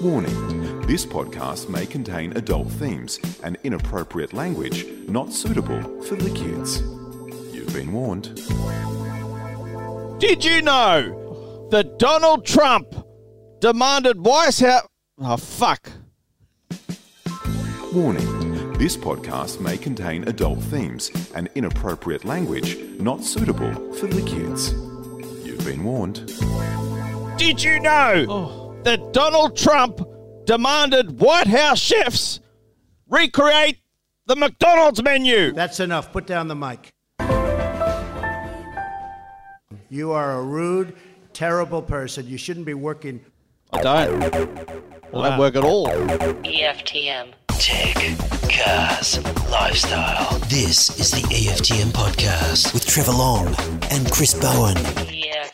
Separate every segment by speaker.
Speaker 1: Warning This podcast may contain adult themes and inappropriate language not suitable for the kids. You've been warned.
Speaker 2: Did you know that Donald Trump demanded White House? Oh fuck!
Speaker 1: Warning This podcast may contain adult themes and inappropriate language not suitable for the kids. You've been warned.
Speaker 2: Did you know that Donald Trump demanded White House chefs recreate the McDonald's menu?
Speaker 3: That's enough. Put down the mic. You are a rude, terrible person. You shouldn't be working.
Speaker 2: I don't. Well, don't work at all.
Speaker 4: EFTM.
Speaker 5: Tech, cars, lifestyle. This is the EFTM podcast with Trevor Long and Chris Bowen.
Speaker 4: EFTM.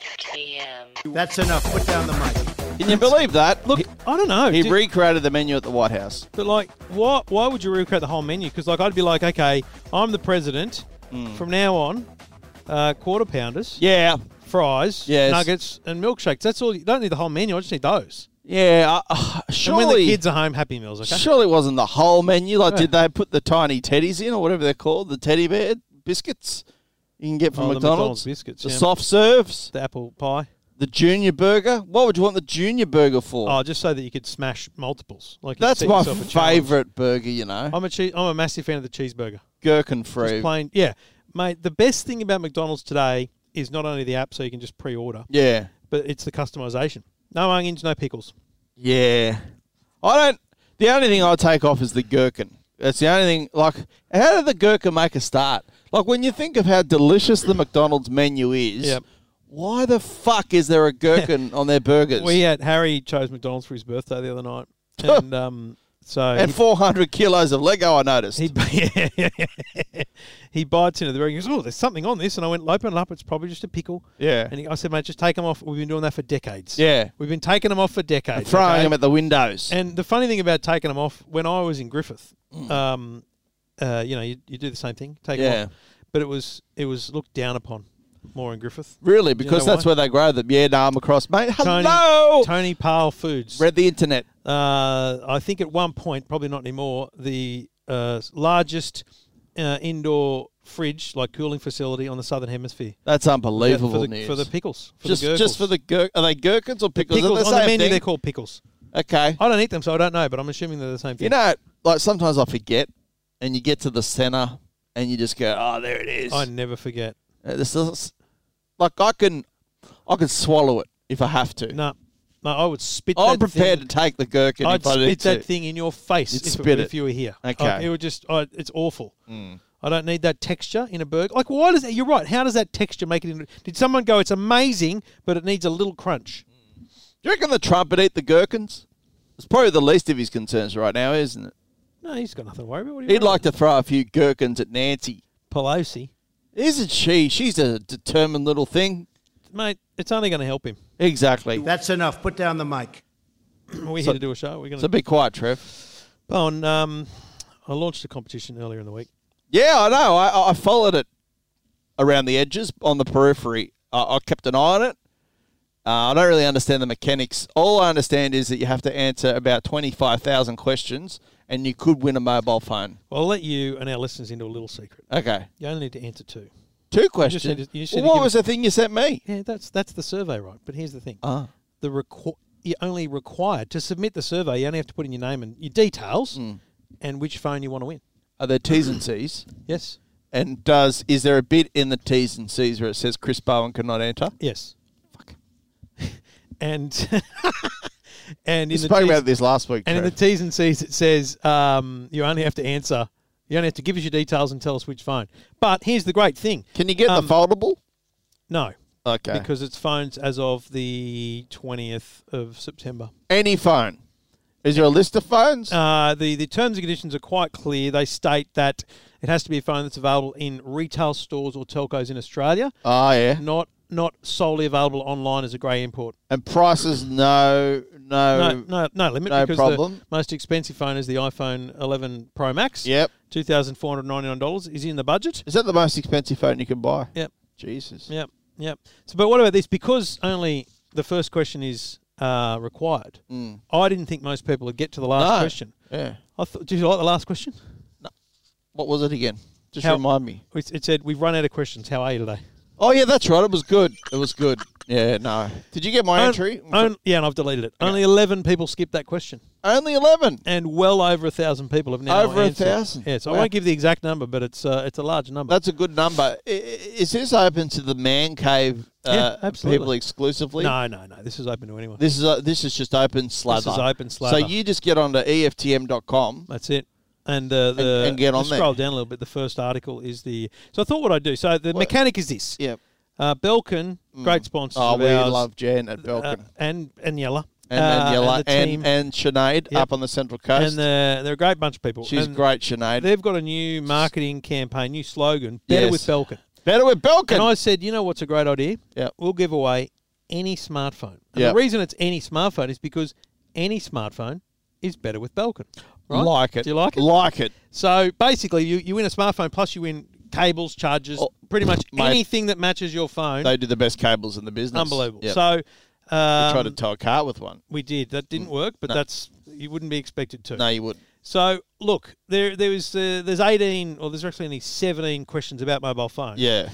Speaker 3: That's enough. Put down the mic.
Speaker 2: Can you believe that?
Speaker 6: Look, I don't know.
Speaker 2: he, he
Speaker 6: Did-
Speaker 2: recreated the menu at the White House.
Speaker 6: but like, why, why would you recreate the whole menu? Because like, I'd be like, okay, I'm the president. From now on, uh, quarter pounders,
Speaker 2: Mm. Yeah,
Speaker 6: fries,
Speaker 2: Yes.
Speaker 6: nuggets, and milkshakes. That's all. You don't need the whole menu. I just need those.
Speaker 2: yeah. Uh, surely,
Speaker 6: And when the kids are home, Happy Meals. Okay.
Speaker 2: surely it wasn't the whole menu. Like, did they put the tiny teddies in or whatever they're called? The teddy bear biscuits you can get from
Speaker 6: Oh, the
Speaker 2: McDonald's.
Speaker 6: McDonald's biscuits,
Speaker 2: the
Speaker 6: yeah.
Speaker 2: soft serves.
Speaker 6: The apple pie.
Speaker 2: The junior burger? What would you want the junior burger for?
Speaker 6: Oh, just so that you could smash multiples. Like you
Speaker 2: That's
Speaker 6: set
Speaker 2: my
Speaker 6: yourself a challenge.
Speaker 2: favourite burger, you know.
Speaker 6: I'm a che- I'm a massive fan of the cheeseburger.
Speaker 2: Gherkin
Speaker 6: Just
Speaker 2: free.
Speaker 6: plain, yeah, mate. The best thing about McDonald's today is not only the app, so you can just pre-order,
Speaker 2: Yeah.
Speaker 6: but it's the customization. No onions, no pickles.
Speaker 2: Yeah. I don't. The only thing I take off is the gherkin. That's the only thing. Like, how did the gherkin make a start? Like, when you think of how delicious the McDonald's menu is,
Speaker 6: Yep.
Speaker 2: why the fuck is there a gherkin on their burgers?
Speaker 6: We had Harry chose McDonald's for his birthday the other night, and um, so
Speaker 2: and
Speaker 6: he-
Speaker 2: 400 kilos of Lego, I noticed.
Speaker 6: he, he bites into the burger. He goes, "Oh, there's something on this," and I went, "Open it up. It's probably just a pickle."
Speaker 2: Yeah.
Speaker 6: And he, I said, "Mate, just take them off. We've been doing that for decades.
Speaker 2: Yeah.
Speaker 6: we've been taking them off for decades.
Speaker 2: throwing
Speaker 6: okay?
Speaker 2: them at the windows.
Speaker 6: And the funny thing about taking them off, when I was in Griffith, um, uh, you know, you, you do the same thing, take 'em
Speaker 2: Yeah.
Speaker 6: off, but it was it was looked down upon more in Griffith.
Speaker 2: really, because
Speaker 6: know
Speaker 2: that's
Speaker 6: why?
Speaker 2: where they grow them. Yeah, no, I'm across, mate.
Speaker 6: Tony,
Speaker 2: Hello!
Speaker 6: Tony Powell Foods.
Speaker 2: Read the internet.
Speaker 6: Uh, I think at one point, probably not anymore, the uh, largest uh, indoor fridge, like cooling facility on the southern hemisphere.
Speaker 2: That's
Speaker 6: Yeah,
Speaker 2: unbelievable
Speaker 6: for, the,
Speaker 2: news.
Speaker 6: for the pickles. For
Speaker 2: just
Speaker 6: the gherkels.
Speaker 2: just for the gher- are they gherkins or pickles?
Speaker 6: pickles.
Speaker 2: Are
Speaker 6: On
Speaker 2: they
Speaker 6: the
Speaker 2: same
Speaker 6: menu,
Speaker 2: thing?
Speaker 6: they're called pickles.
Speaker 2: okay.
Speaker 6: I don't eat them, so I don't know, but I'm assuming they're the same thing.
Speaker 2: You know, like sometimes I forget, and you get to the center, and you just go, "Oh, there it is."
Speaker 6: I
Speaker 2: Uh,
Speaker 6: never forget.
Speaker 2: This is like I can, I can swallow it if I have to.
Speaker 6: No, no, I would spit.
Speaker 2: I'm
Speaker 6: that
Speaker 2: prepared
Speaker 6: Thing.
Speaker 2: to take the gherkin
Speaker 6: I'd
Speaker 2: if I need
Speaker 6: spit
Speaker 2: to.
Speaker 6: that thing in your face
Speaker 2: You'd
Speaker 6: if,
Speaker 2: spit
Speaker 6: if
Speaker 2: it.
Speaker 6: you were here.
Speaker 2: Okay.
Speaker 6: Like, it would just, I it's awful. I don't need that texture in a burger. Like, why does that? You're right. How does that texture make it? In, did someone go? It's amazing, but it needs a little crunch.
Speaker 2: Do you reckon the Trump would eat the gherkins? It's probably the least of his concerns right now, isn't it?
Speaker 6: No, he's got nothing to worry about. What do you
Speaker 2: He'd
Speaker 6: reckon?
Speaker 2: like to throw a few gherkins at Nancy.
Speaker 6: Pelosi,
Speaker 2: Isn't she? She's a determined little thing.
Speaker 6: mate. It's only going to help him.
Speaker 2: Exactly.
Speaker 3: That's enough. Put down the mic.
Speaker 6: We're here
Speaker 2: So-
Speaker 6: to do a show. We're going
Speaker 2: So
Speaker 6: to.
Speaker 2: be quiet, Trev.
Speaker 6: on, um, I launched a competition earlier in the week.
Speaker 2: Yeah, I know. I- I, I followed it around the edges, on the periphery. I, I kept an eye on it. Uh, I don't really understand the mechanics. All I understand is that you have to answer about 25,000 questions and you could win a mobile phone.
Speaker 6: Well, I'll let you and our listeners into a little secret.
Speaker 2: Okay.
Speaker 6: You only need to answer two.
Speaker 2: Two
Speaker 6: just
Speaker 2: questions.
Speaker 6: need to- you just
Speaker 2: Well,
Speaker 6: need to
Speaker 2: what
Speaker 6: give
Speaker 2: was the thing you sent me?
Speaker 6: Yeah, that's that's the survey, right? But here's the thing:
Speaker 2: Ah.
Speaker 6: the requ- you're only required to submit the survey. You only have to put in your name and your details,
Speaker 2: Hmm.
Speaker 6: and which phone you want to win.
Speaker 2: Are there T's and C's?
Speaker 6: Yes,
Speaker 2: And does is there a bit in the T's and C's where it says Chris Bowen cannot enter?
Speaker 6: yes. Fuck. and
Speaker 2: We
Speaker 6: and in the
Speaker 2: spoke
Speaker 6: T's-
Speaker 2: about this last week.
Speaker 6: and in the
Speaker 2: Trev.
Speaker 6: T's and C's it says um, you only have to answer. You only have to give us your details and tell us which phone. But here's the great thing:
Speaker 2: Can you get
Speaker 6: um,
Speaker 2: the foldable?
Speaker 6: no,
Speaker 2: Okay.
Speaker 6: because it's phones as of the twentieth of September.
Speaker 2: Any phone. Is there a list of phones?
Speaker 6: Uh, the the terms and conditions are quite clear. They state that it has to be a phone that's available in retail stores or telcos in Australia,
Speaker 2: oh, yeah.
Speaker 6: not not solely available online as a grey import.
Speaker 2: And prices, no, no.
Speaker 6: No, no, no limit.
Speaker 2: no
Speaker 6: because
Speaker 2: problem.
Speaker 6: The most expensive phone is the iPhone 11 Pro Max.
Speaker 2: Yep.
Speaker 6: two thousand four hundred ninety nine dollars is in the budget.
Speaker 2: Is that the most expensive phone you can buy?
Speaker 6: Yep,
Speaker 2: Jesus.
Speaker 6: yep, yep. So, but what about this? Because only the first question is uh, required. I didn't think most people would get to the last
Speaker 2: Hmm. No.
Speaker 6: question.
Speaker 2: Yeah.
Speaker 6: I thought, did you like the last question?
Speaker 2: What was it again? Just
Speaker 6: How-
Speaker 2: remind me.
Speaker 6: It, it said we've run out of questions. How are you today?
Speaker 2: Oh yeah, that's right. It was good. It was good. Yeah, no. Did you get my
Speaker 6: On-
Speaker 2: entry?
Speaker 6: on- yeah, and I've deleted it. Only eleven people skipped that question,
Speaker 2: Only eleven.
Speaker 6: and well over a thousand people have now
Speaker 2: Over a
Speaker 6: answered.
Speaker 2: thousand?
Speaker 6: Yeah, so
Speaker 2: Wow.
Speaker 6: I won't give the exact number, but it's uh, it's a large number.
Speaker 2: That's a good number. I- i- Is this open to the man cave uh,
Speaker 6: Yeah, absolutely.
Speaker 2: people exclusively?
Speaker 6: no, no, no. This is open to anyone.
Speaker 2: This is uh, this is just open slather.
Speaker 6: is open
Speaker 2: So
Speaker 6: slather.
Speaker 2: you just get onto E eftm.com.
Speaker 6: That's it. And, uh, the,
Speaker 2: and get on
Speaker 6: just
Speaker 2: there.
Speaker 6: scroll down a little bit. The first article is the. So I thought what I'd do. So the mechanic is this.
Speaker 2: Yeah.
Speaker 6: Uh, Belkin, great sponsors.
Speaker 2: Oh,
Speaker 6: of
Speaker 2: we
Speaker 6: ours,
Speaker 2: love Jan at
Speaker 6: uh,
Speaker 2: Belkin.
Speaker 6: and and Yella.
Speaker 2: and
Speaker 6: uh,
Speaker 2: then Yella
Speaker 6: and, the
Speaker 2: and,
Speaker 6: team,
Speaker 2: and, Sinead
Speaker 6: Yep.
Speaker 2: up on the Central
Speaker 6: and uh,
Speaker 2: Coast.
Speaker 6: they're, they're a great bunch of people.
Speaker 2: She's
Speaker 6: And
Speaker 2: great, Sinead.
Speaker 6: They've got a new marketing campaign, new slogan, better
Speaker 2: Yes.
Speaker 6: with Belkin.
Speaker 2: Better with Belkin.
Speaker 6: And I said, you know what's a great idea?
Speaker 2: Yep.
Speaker 6: We'll give away any smartphone. And
Speaker 2: Yep.
Speaker 6: the reason it's any smartphone is because any smartphone is better with Belkin. Right?
Speaker 2: Like it.
Speaker 6: Do you like it?
Speaker 2: Like it.
Speaker 6: So basically, you, you win a smartphone, plus you win cables, chargers,
Speaker 2: Oh,
Speaker 6: pretty much
Speaker 2: mate.
Speaker 6: anything that matches your phone.
Speaker 2: They do the best cables in the business.
Speaker 6: Unbelievable.
Speaker 2: Yep.
Speaker 6: So um,
Speaker 2: Tried to tow a car with one.
Speaker 6: we did. That didn't work, but that's you wouldn't be expected to.
Speaker 2: No, you wouldn't.
Speaker 6: So look, there there is uh, there's 18 or there's actually only 17 questions about mobile phones.
Speaker 2: Yeah.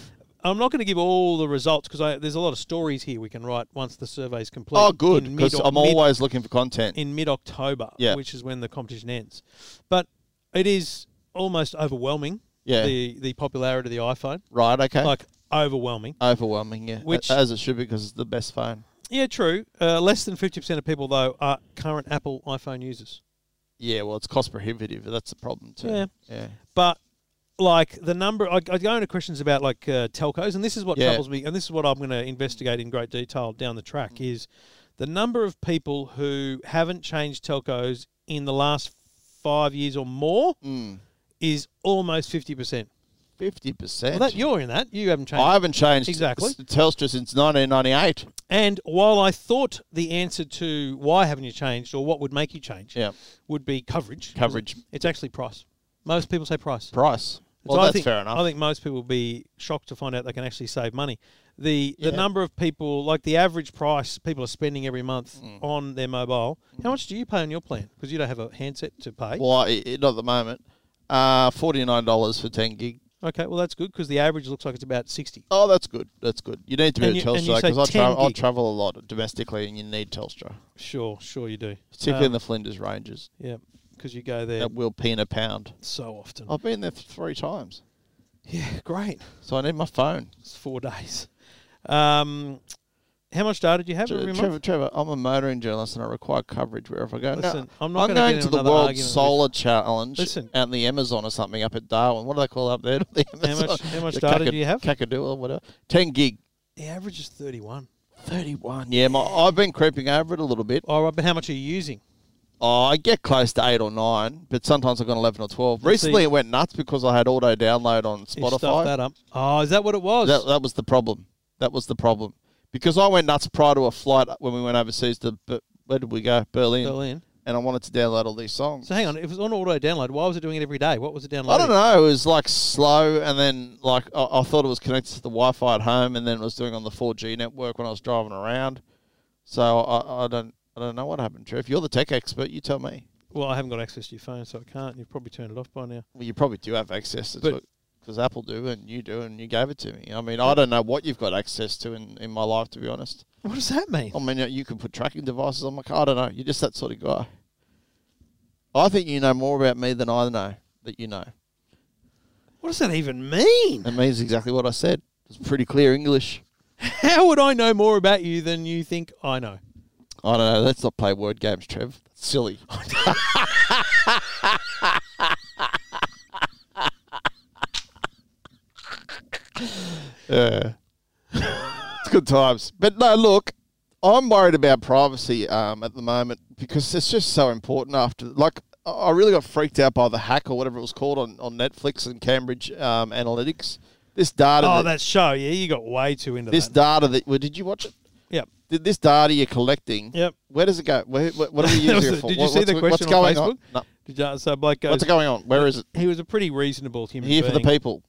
Speaker 6: I'm not going to give all the results because there's a lot of stories here we can write once the survey's complete.
Speaker 2: oh, good.
Speaker 6: in
Speaker 2: Because
Speaker 6: mid-
Speaker 2: I'm
Speaker 6: mid-
Speaker 2: always looking for content.
Speaker 6: in mid October,
Speaker 2: Yeah.
Speaker 6: which is when the competition ends. But it is almost overwhelming.
Speaker 2: Yeah.
Speaker 6: The the popularity of the iPhone,
Speaker 2: right. Okay.
Speaker 6: like overwhelming.
Speaker 2: Overwhelming. Yeah.
Speaker 6: Which-
Speaker 2: as it should be because it's the best phone.
Speaker 6: Yeah, true. Uh, less than fifty percent of people though are current Apple iPhone users.
Speaker 2: Yeah. Well, it's cost prohibitive. That's the problem too.
Speaker 6: Yeah.
Speaker 2: Yeah.
Speaker 6: But like the number, I, I go into questions about like uh, telcos, and this is what
Speaker 2: Yeah.
Speaker 6: troubles me, and this is what I'm going to investigate in great detail down the track
Speaker 2: Mm.
Speaker 6: is the number of people who haven't changed telcos in the last five years or more
Speaker 2: Mm.
Speaker 6: is almost fifty percent.
Speaker 2: Fifty percent.
Speaker 6: Well, that you're in that you haven't changed.
Speaker 2: I haven't changed
Speaker 6: Exactly.
Speaker 2: s- Telstra since 1998.
Speaker 6: And while I thought the answer to why haven't you changed or what would make you change
Speaker 2: Yeah.
Speaker 6: would be coverage.
Speaker 2: Coverage.
Speaker 6: It's actually price. Most people say price.
Speaker 2: Price. Well,
Speaker 6: So I
Speaker 2: that's
Speaker 6: think,
Speaker 2: fair enough.
Speaker 6: I think most people will be shocked to find out they can actually save money. The the
Speaker 2: Yeah.
Speaker 6: number of people, like the average price people are spending every month
Speaker 2: Mm.
Speaker 6: on their mobile. How much do you pay on your plan? Because you don't have a handset to pay.
Speaker 2: Well, I, i- not at the moment. Uh, $49 for 10 gig.
Speaker 6: Okay, well that's good because the average looks like it's about sixty.
Speaker 2: Oh, that's good. That's good. You need to be
Speaker 6: And
Speaker 2: at
Speaker 6: you- and you
Speaker 2: Telstra
Speaker 6: say
Speaker 2: because I,
Speaker 6: 10
Speaker 2: tra- I
Speaker 6: gig.
Speaker 2: travel a lot domestically and you need Telstra,
Speaker 6: Sure, sure you do.
Speaker 2: particularly
Speaker 6: Um,
Speaker 2: in the Flinders Ranges.
Speaker 6: yeah, because you go there
Speaker 2: That will peen a pound.
Speaker 6: so often.
Speaker 2: I've been there th- three times,
Speaker 6: yeah, great.
Speaker 2: so I need my phone.
Speaker 6: It's four days. Um, how much data do you have
Speaker 2: Tre-
Speaker 6: every
Speaker 2: Trevor,
Speaker 6: month?
Speaker 2: Trevor, I'm a motoring journalist and I require coverage wherever I go. Now,
Speaker 6: Listen, I'm not gonna
Speaker 2: going
Speaker 6: get
Speaker 2: to
Speaker 6: in
Speaker 2: the
Speaker 6: another
Speaker 2: World
Speaker 6: argument with-
Speaker 2: Solar Challenge
Speaker 6: Listen.
Speaker 2: out in the Amazon or something up at Darwin. What do they call up there? The Amazon.
Speaker 6: much- how much
Speaker 2: The
Speaker 6: data
Speaker 2: Kakadu-
Speaker 6: do you have?
Speaker 2: Kakadu or whatever. 10 gig.
Speaker 6: The average is thirty-one.
Speaker 2: 31. Yeah, my, I've been creeping over it a little bit.
Speaker 6: All right, but how much are you using?
Speaker 2: Oh, I get close to eight or nine, but sometimes I've gone 11 or 12. Recently,
Speaker 6: see-
Speaker 2: it went nuts because I had auto download on
Speaker 6: You stuffed that
Speaker 2: Spotify.
Speaker 6: up. Oh, is that what it was?
Speaker 2: That, that was the problem. That was the problem. Because I went nuts prior to a flight when we went overseas to, Ber- where did we go? Berlin.
Speaker 6: Berlin.
Speaker 2: And I wanted to download all these songs.
Speaker 6: So hang on, if it was on auto download, why was it doing it every day? What was it downloading?
Speaker 2: I don't know. It was like slow, and then like I, I thought it was connected to the Wi-Fi at home, and then it was doing on the 4G network when I was driving around. So I, I don't, I don't know what happened. Trev, you're the tech expert. You tell me.
Speaker 6: Well, I haven't got access to your phone, so I can't. You've probably turned it off by now.
Speaker 2: Well, you probably do have access to
Speaker 6: But-
Speaker 2: it because Apple do, and you do, and you gave it to me. I mean, I don't know what you've got access to in, in my life, to be honest.
Speaker 6: What does that mean?
Speaker 2: I mean, you can put tracking devices on my car. I don't know. You're just that sort of guy. I think you know more about me than I know that you know.
Speaker 6: What does that even mean?
Speaker 2: That means exactly what I said. It's pretty clear English.
Speaker 6: How would I know more about you than you think I know?
Speaker 2: I don't know. Let's not play word games, Trev. That's silly. yeah. it's good times. But no, look, I'm worried about privacy um, at the moment because it's just so important after. Like, I- I really got freaked out by the hack or whatever it was called on, on Netflix and Cambridge um, Analytics. This data.
Speaker 6: Oh,
Speaker 2: that,
Speaker 6: that show. Yeah, you got way too into
Speaker 2: This
Speaker 6: that.
Speaker 2: data that. Well, did you watch it?
Speaker 6: yep.
Speaker 2: Th- this data you're collecting,
Speaker 6: Yep.
Speaker 2: where does it go? Where, what, what are we
Speaker 6: That was
Speaker 2: using
Speaker 6: the-
Speaker 2: it for?
Speaker 6: Did you
Speaker 2: What-
Speaker 6: see the
Speaker 2: what's,
Speaker 6: question
Speaker 2: what's going
Speaker 6: on
Speaker 2: on?
Speaker 6: Facebook?
Speaker 2: No.
Speaker 6: Did you, so Blake goes,
Speaker 2: What's going on? Where is it?
Speaker 6: He was a pretty reasonable human
Speaker 2: Here
Speaker 6: being.
Speaker 2: for the people.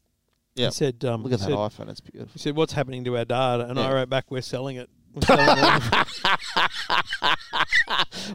Speaker 2: Yeah.
Speaker 6: He said, um,
Speaker 2: Look at
Speaker 6: he
Speaker 2: that
Speaker 6: said,
Speaker 2: iPhone. It's beautiful.
Speaker 6: He said, "What's happening to our data?" And
Speaker 2: Yeah.
Speaker 6: I wrote back, "We're selling it." We're selling all of it."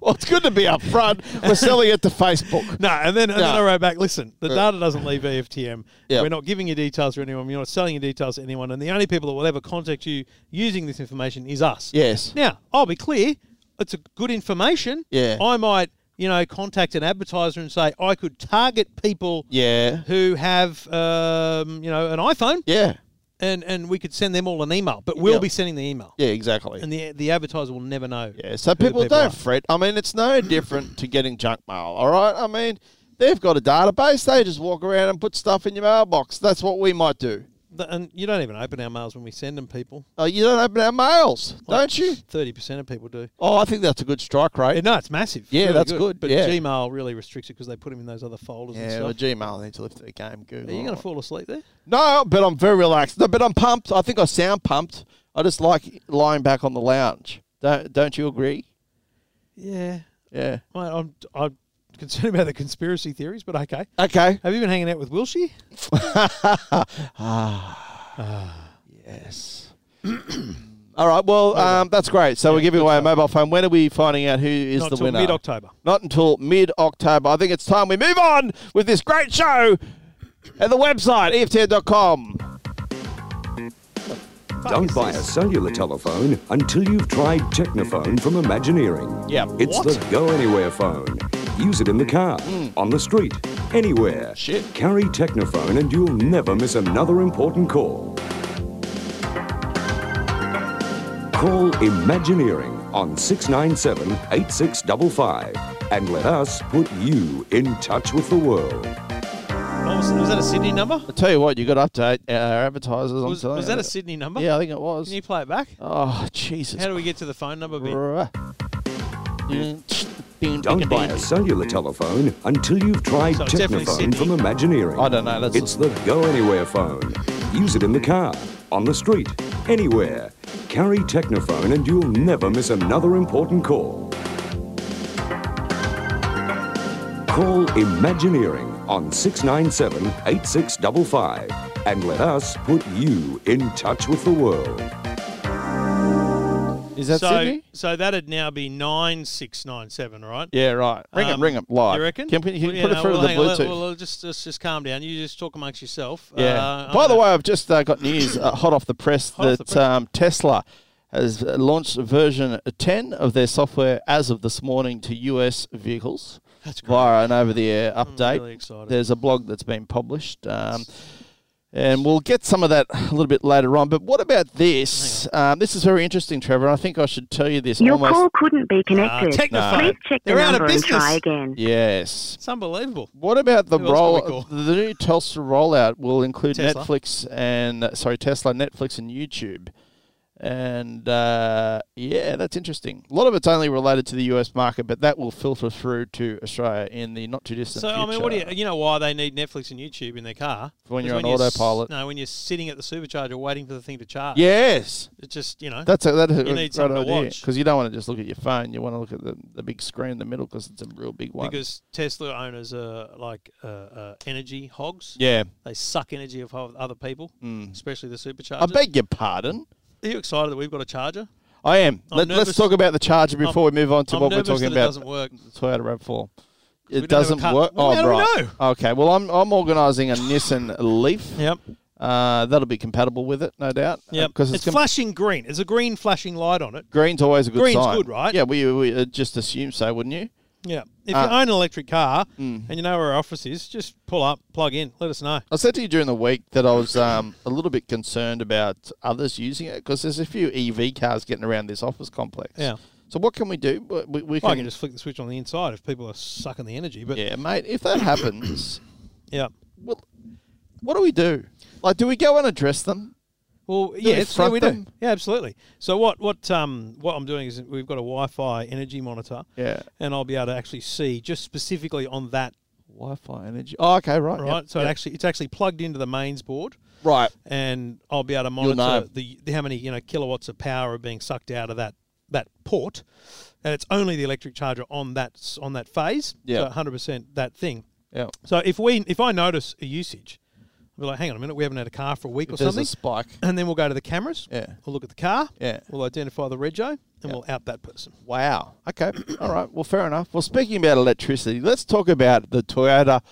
Speaker 2: Well, it's good to be up front. We're selling it to Facebook.
Speaker 6: No, and then, and then
Speaker 2: No. Uh,
Speaker 6: I wrote back, listen, the data doesn't leave E EFTM.
Speaker 2: Yeah.
Speaker 6: We're not giving you details to anyone. You're not selling your details to anyone. And the only people that will ever contact you using this information is us.
Speaker 2: Yes.
Speaker 6: Now, I'll be clear. It's a good information.
Speaker 2: Yeah.
Speaker 6: I might, you know, contact an advertiser and say I could target people
Speaker 2: Yeah.
Speaker 6: who have, um, you know, an iPhone
Speaker 2: Yeah.
Speaker 6: and, and we could send them all an email, but we'll
Speaker 2: Yeah.
Speaker 6: be sending the email.
Speaker 2: Yeah, exactly.
Speaker 6: And the, the advertiser will never know.
Speaker 2: Yeah, so
Speaker 6: who the
Speaker 2: people, don't
Speaker 6: are.
Speaker 2: fret. I mean, it's no different to getting junk mail, all right? I mean, they've got a database. They just walk around and put stuff in your mailbox. That's what we might do.
Speaker 6: Th- And you don't even open our mails when we send them, people.
Speaker 2: Uh, you don't open our mails, don't you?
Speaker 6: 30% of people do.
Speaker 2: Oh, I think that's a good strike
Speaker 6: Yeah,
Speaker 2: rate.
Speaker 6: no, it's massive. It's
Speaker 2: Yeah,
Speaker 6: really
Speaker 2: that's good,
Speaker 6: But
Speaker 2: yeah.
Speaker 6: Gmail really restricts it because they put them in those other folders
Speaker 2: Yeah,
Speaker 6: and
Speaker 2: well,
Speaker 6: stuff.
Speaker 2: Gmail need to lift their game. Google.
Speaker 6: Are you going to fall asleep there?
Speaker 2: No, but I'm very relaxed. No, but I'm pumped. I think I sound pumped. I just like lying back on the lounge. Don't, don't you agree?
Speaker 6: Yeah.
Speaker 2: Yeah.
Speaker 6: Mate, I'm, I'm concerned about the conspiracy theories, but okay.
Speaker 2: Okay.
Speaker 6: Have you been hanging out with Wilshire?
Speaker 2: Yes. All right. Well, um, that's great. So we're giving away a mobile phone. When are we finding out who is
Speaker 6: Not
Speaker 2: the
Speaker 6: till
Speaker 2: winner?
Speaker 6: mid-October.
Speaker 2: Not until mid October. I think it's time we move on with this great show at the website, E EFTN.com.
Speaker 7: Don't buy a cellular telephone until you've tried Technophone from Imagineering.
Speaker 2: Yeah,
Speaker 7: It's
Speaker 2: what? Hmm.
Speaker 7: the go anywhere phone. Use it in the car, on the street, anywhere.
Speaker 2: Shit.
Speaker 7: Carry Technophone and you'll never miss another important call. Call Imagineering on 697 8655 and let us put you in touch with the world.
Speaker 6: Oh, was, was that a Sydney number?
Speaker 2: I tell you what, you got to update our advertisers.
Speaker 6: Was,
Speaker 2: I'm
Speaker 6: was that a Sydney number?
Speaker 2: Yeah, I think it was.
Speaker 6: Can you play it back?
Speaker 2: oh, Jesus.
Speaker 6: How do we get to the phone number bit? Mm,
Speaker 7: Don't buy a cellular telephone until you've tried
Speaker 6: So it's definitely
Speaker 7: Technophone from
Speaker 6: Sydney.
Speaker 7: Imagineering.
Speaker 2: I don't know, that's-
Speaker 7: it's the go anywhere phone. Use it in the car, on the street, anywhere. Carry Technophone and you'll never miss another important call. Call Imagineering on 697 8655 and let us put you in touch with the world.
Speaker 2: Is that
Speaker 6: so,
Speaker 2: Sydney?
Speaker 6: so that'd now be 9697, right?
Speaker 2: Yeah, right. Ring him,
Speaker 6: Um,
Speaker 2: ring him live.
Speaker 6: You reckon?
Speaker 2: Can, we- can
Speaker 6: Well,
Speaker 2: you
Speaker 6: yeah,
Speaker 2: put
Speaker 6: no,
Speaker 2: it through
Speaker 6: well,
Speaker 2: the
Speaker 6: hang on, let-
Speaker 2: Bluetooth?
Speaker 6: well, just, just, just calm down. You just talk amongst yourself.
Speaker 2: Yeah. By
Speaker 6: Uh, I'm
Speaker 2: the
Speaker 6: gonna-
Speaker 2: way, I've just uh, got news uh, hot off the press
Speaker 6: Hot off
Speaker 2: that
Speaker 6: the press.
Speaker 2: Um, Tesla has uh, launched version 10 of their software as of this morning to US vehicles
Speaker 6: That's great.
Speaker 2: via an over the air update.
Speaker 6: really excited.
Speaker 2: There's a blog that's been published. Um, and we'll get some of that a little bit later on. But what about this? Um, this is very interesting, Trevor. and I think I should tell you this
Speaker 8: Your
Speaker 2: almost.
Speaker 8: call couldn't be connected.
Speaker 6: take the No. phone.
Speaker 8: Please check the
Speaker 6: uh, They're out of
Speaker 8: number and
Speaker 6: business.
Speaker 8: try again.
Speaker 2: Yes.
Speaker 6: It's unbelievable.
Speaker 2: What about the
Speaker 6: Who else can we
Speaker 2: roll?
Speaker 6: call?
Speaker 2: The new Telstra rollout will include
Speaker 6: Tesla.
Speaker 2: Netflix and uh, sorry, Tesla, Netflix, and YouTube. And uh, yeah, that's interesting. A lot of it's only related to the US market, but that will filter through to Australia in the not too distant
Speaker 6: So
Speaker 2: future.
Speaker 6: I mean, what do you you know why they need Netflix and YouTube in their car?
Speaker 2: For when
Speaker 6: Is
Speaker 2: you're on
Speaker 6: s-
Speaker 2: autopilot.
Speaker 6: no, when you're sitting at the supercharger waiting for the thing to charge.
Speaker 2: Yes,
Speaker 6: it's just you know.
Speaker 2: that's a, that is
Speaker 6: You
Speaker 2: a
Speaker 6: need
Speaker 2: great
Speaker 6: something to watch.
Speaker 2: because you don't want to just look at your phone. You want to look at the, the big screen in the middle because it's a real big one.
Speaker 6: because Tesla owners are like uh, uh, energy hogs.
Speaker 2: yeah, Mm.
Speaker 6: They suck energy of ho- other people, especially the supercharger.
Speaker 2: I beg your pardon.
Speaker 6: Are you excited that we've got a charger?
Speaker 2: I am.
Speaker 6: I'm
Speaker 2: Let, let's
Speaker 6: nervous-
Speaker 2: talk about the charger before we move on to
Speaker 6: I'm
Speaker 2: what we're
Speaker 6: nervous
Speaker 2: talking
Speaker 6: that
Speaker 2: about.
Speaker 6: It doesn't work.
Speaker 2: Toyota Rav4.
Speaker 6: we
Speaker 2: It
Speaker 6: don't have a
Speaker 2: doesn't
Speaker 6: car-
Speaker 2: work.
Speaker 6: Well,
Speaker 2: oh,
Speaker 6: how do we
Speaker 2: right.
Speaker 6: know?
Speaker 2: Okay. Well, I'm I'm organising a Nissan Leaf.
Speaker 6: Yep.
Speaker 2: Uh, that'll be compatible with it, no doubt.
Speaker 6: Yep.
Speaker 2: Because
Speaker 6: it's,
Speaker 2: it's, com-
Speaker 6: flashing green. There's a green flashing light on it.
Speaker 2: green's always a good
Speaker 6: Green's
Speaker 2: sign.
Speaker 6: good, right?
Speaker 2: Yeah. We, we uh, just assume so, wouldn't you?
Speaker 6: Yeah. If
Speaker 2: Ah.
Speaker 6: you own an electric car
Speaker 2: Mm.
Speaker 6: and you know where our office is, just pull up, plug in, let us know.
Speaker 2: I said to you during the week that I was um, a little bit concerned about others using it because there's a few EV cars getting around this office complex.
Speaker 6: Yeah.
Speaker 2: So what can we do? We- We, we
Speaker 6: Well, I can just flick the switch on the inside if people are sucking the energy. But yeah,
Speaker 2: yeah, mate. If that happens, well, what do we do? Like, do we go and address them?
Speaker 6: well, yeah, it's yeah,
Speaker 2: front
Speaker 6: we do.
Speaker 2: them?
Speaker 6: Yeah, absolutely. So what what um what I'm doing is we've got a Wi-Fi energy monitor.
Speaker 2: Yeah.
Speaker 6: and I'll be able to actually see just specifically on that.
Speaker 2: Wi-Fi energy. Oh, okay, right.
Speaker 6: Right,
Speaker 2: yep,
Speaker 6: so
Speaker 2: yep.
Speaker 6: it actually it's actually plugged into the mains board,
Speaker 2: right.
Speaker 6: and I'll be able to
Speaker 2: You'll know.
Speaker 6: monitor the, the how many you know kilowatts of power are being sucked out of that that port, and it's only the electric charger on that s- on that phase.
Speaker 2: Yeah.
Speaker 6: so 100% that thing.
Speaker 2: Yeah.
Speaker 6: So if we if I notice a usage, I'll be like, hang on a minute, we haven't had a car for a week or
Speaker 2: There's
Speaker 6: something.
Speaker 2: a spike.
Speaker 6: and then we'll go to the cameras.
Speaker 2: Yeah.
Speaker 6: We'll look at the car.
Speaker 2: Yeah.
Speaker 6: We'll identify the rego. and we'll out that person.
Speaker 2: Wow. Okay. All right. Well, fair enough. Well, speaking about electricity, let's talk about the Toyota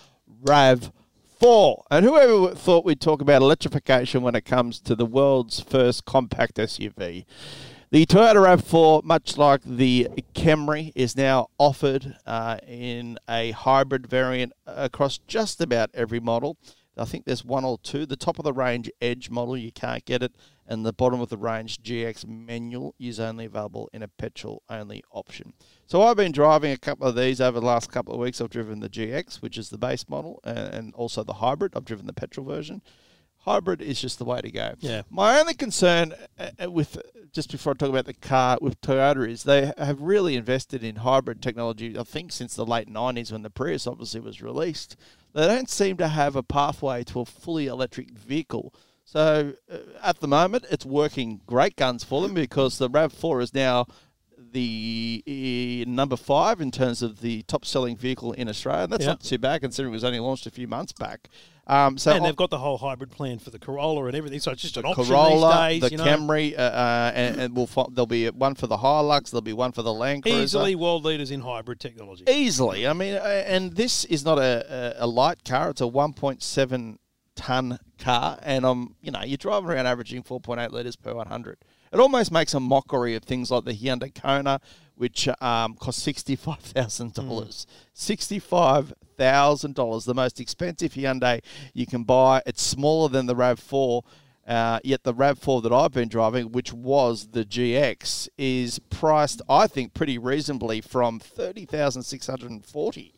Speaker 2: Rav. Four and whoever w- thought we'd talk about electrification when it comes to the world's first compact SUV, the Toyota Rav4, much like the Camry, is now offered uh, in a hybrid variant uh, across just about every model. I think there's one or two. The top of the range Edge model, you can't get it, and the bottom of the range GX manual is only available in a petrol only option. So I've been driving a couple of these over the last couple of weeks. I've driven the GX, which is the base model, and, and also the hybrid. I've driven the petrol version. Hybrid is just the way to go.
Speaker 6: Yeah.
Speaker 2: My only concern uh, uh, with just before I talk about the car with Toyota is they have really invested in hybrid technology. I think since the late '90s when the Prius obviously was released, they don't seem to have a pathway to a fully electric vehicle. So uh, at the moment, it's working great guns for them because the Rav Four is now the uh, number five in terms of the top-selling vehicle in Australia. That's
Speaker 6: Yeah.
Speaker 2: not too bad considering it was only launched a few months back. Um, so
Speaker 6: And
Speaker 2: I-
Speaker 6: they've got the whole hybrid plan for the Corolla and everything. So it's just an option
Speaker 2: Corolla,
Speaker 6: these days.
Speaker 2: the
Speaker 6: you know?
Speaker 2: Camry, uh, uh, and, and we'll fi- there'll be one for the Hilux, there'll be one for the Land Cruiser.
Speaker 6: Easily world leaders in hybrid technology.
Speaker 2: Easily. I mean, uh, and this is not a, a, a light car. It's a 1.7 ton car, and I'm, you know, you're driving around averaging 4.8 liters per 100. It almost makes a mockery of things like the Hyundai Kona, which um, cost sixty-five thousand dollars.
Speaker 6: Hmm.
Speaker 2: Sixty-five thousand dollars, the most expensive Hyundai you can buy. It's smaller than the Rav Four. Uh, yet the RAV4 that I've been driving, which was the GX, is priced, I think, pretty reasonably from 30,640.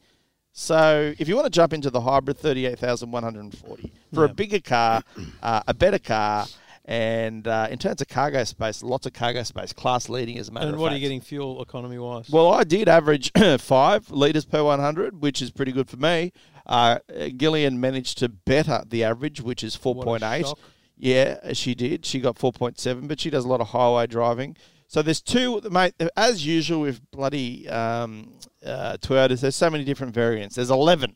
Speaker 2: So if you want to jump into the hybrid, 38,140 for a bigger car, uh, a better car, and uh, in terms of cargo space, lots of cargo space, class leading as a matter
Speaker 6: and
Speaker 2: of
Speaker 6: what
Speaker 2: fact.
Speaker 6: are you getting fuel economy wise?
Speaker 2: Well, I did average five litres per 100, which is pretty good for me. Uh, Gillian managed to better the average, which is
Speaker 6: shock.
Speaker 2: 4.8. Yeah, she did. She got 4.7, but she does a lot of highway driving. So there's two, mate, as usual with bloody um, uh, Toyotas, there's so many different variants. There's 11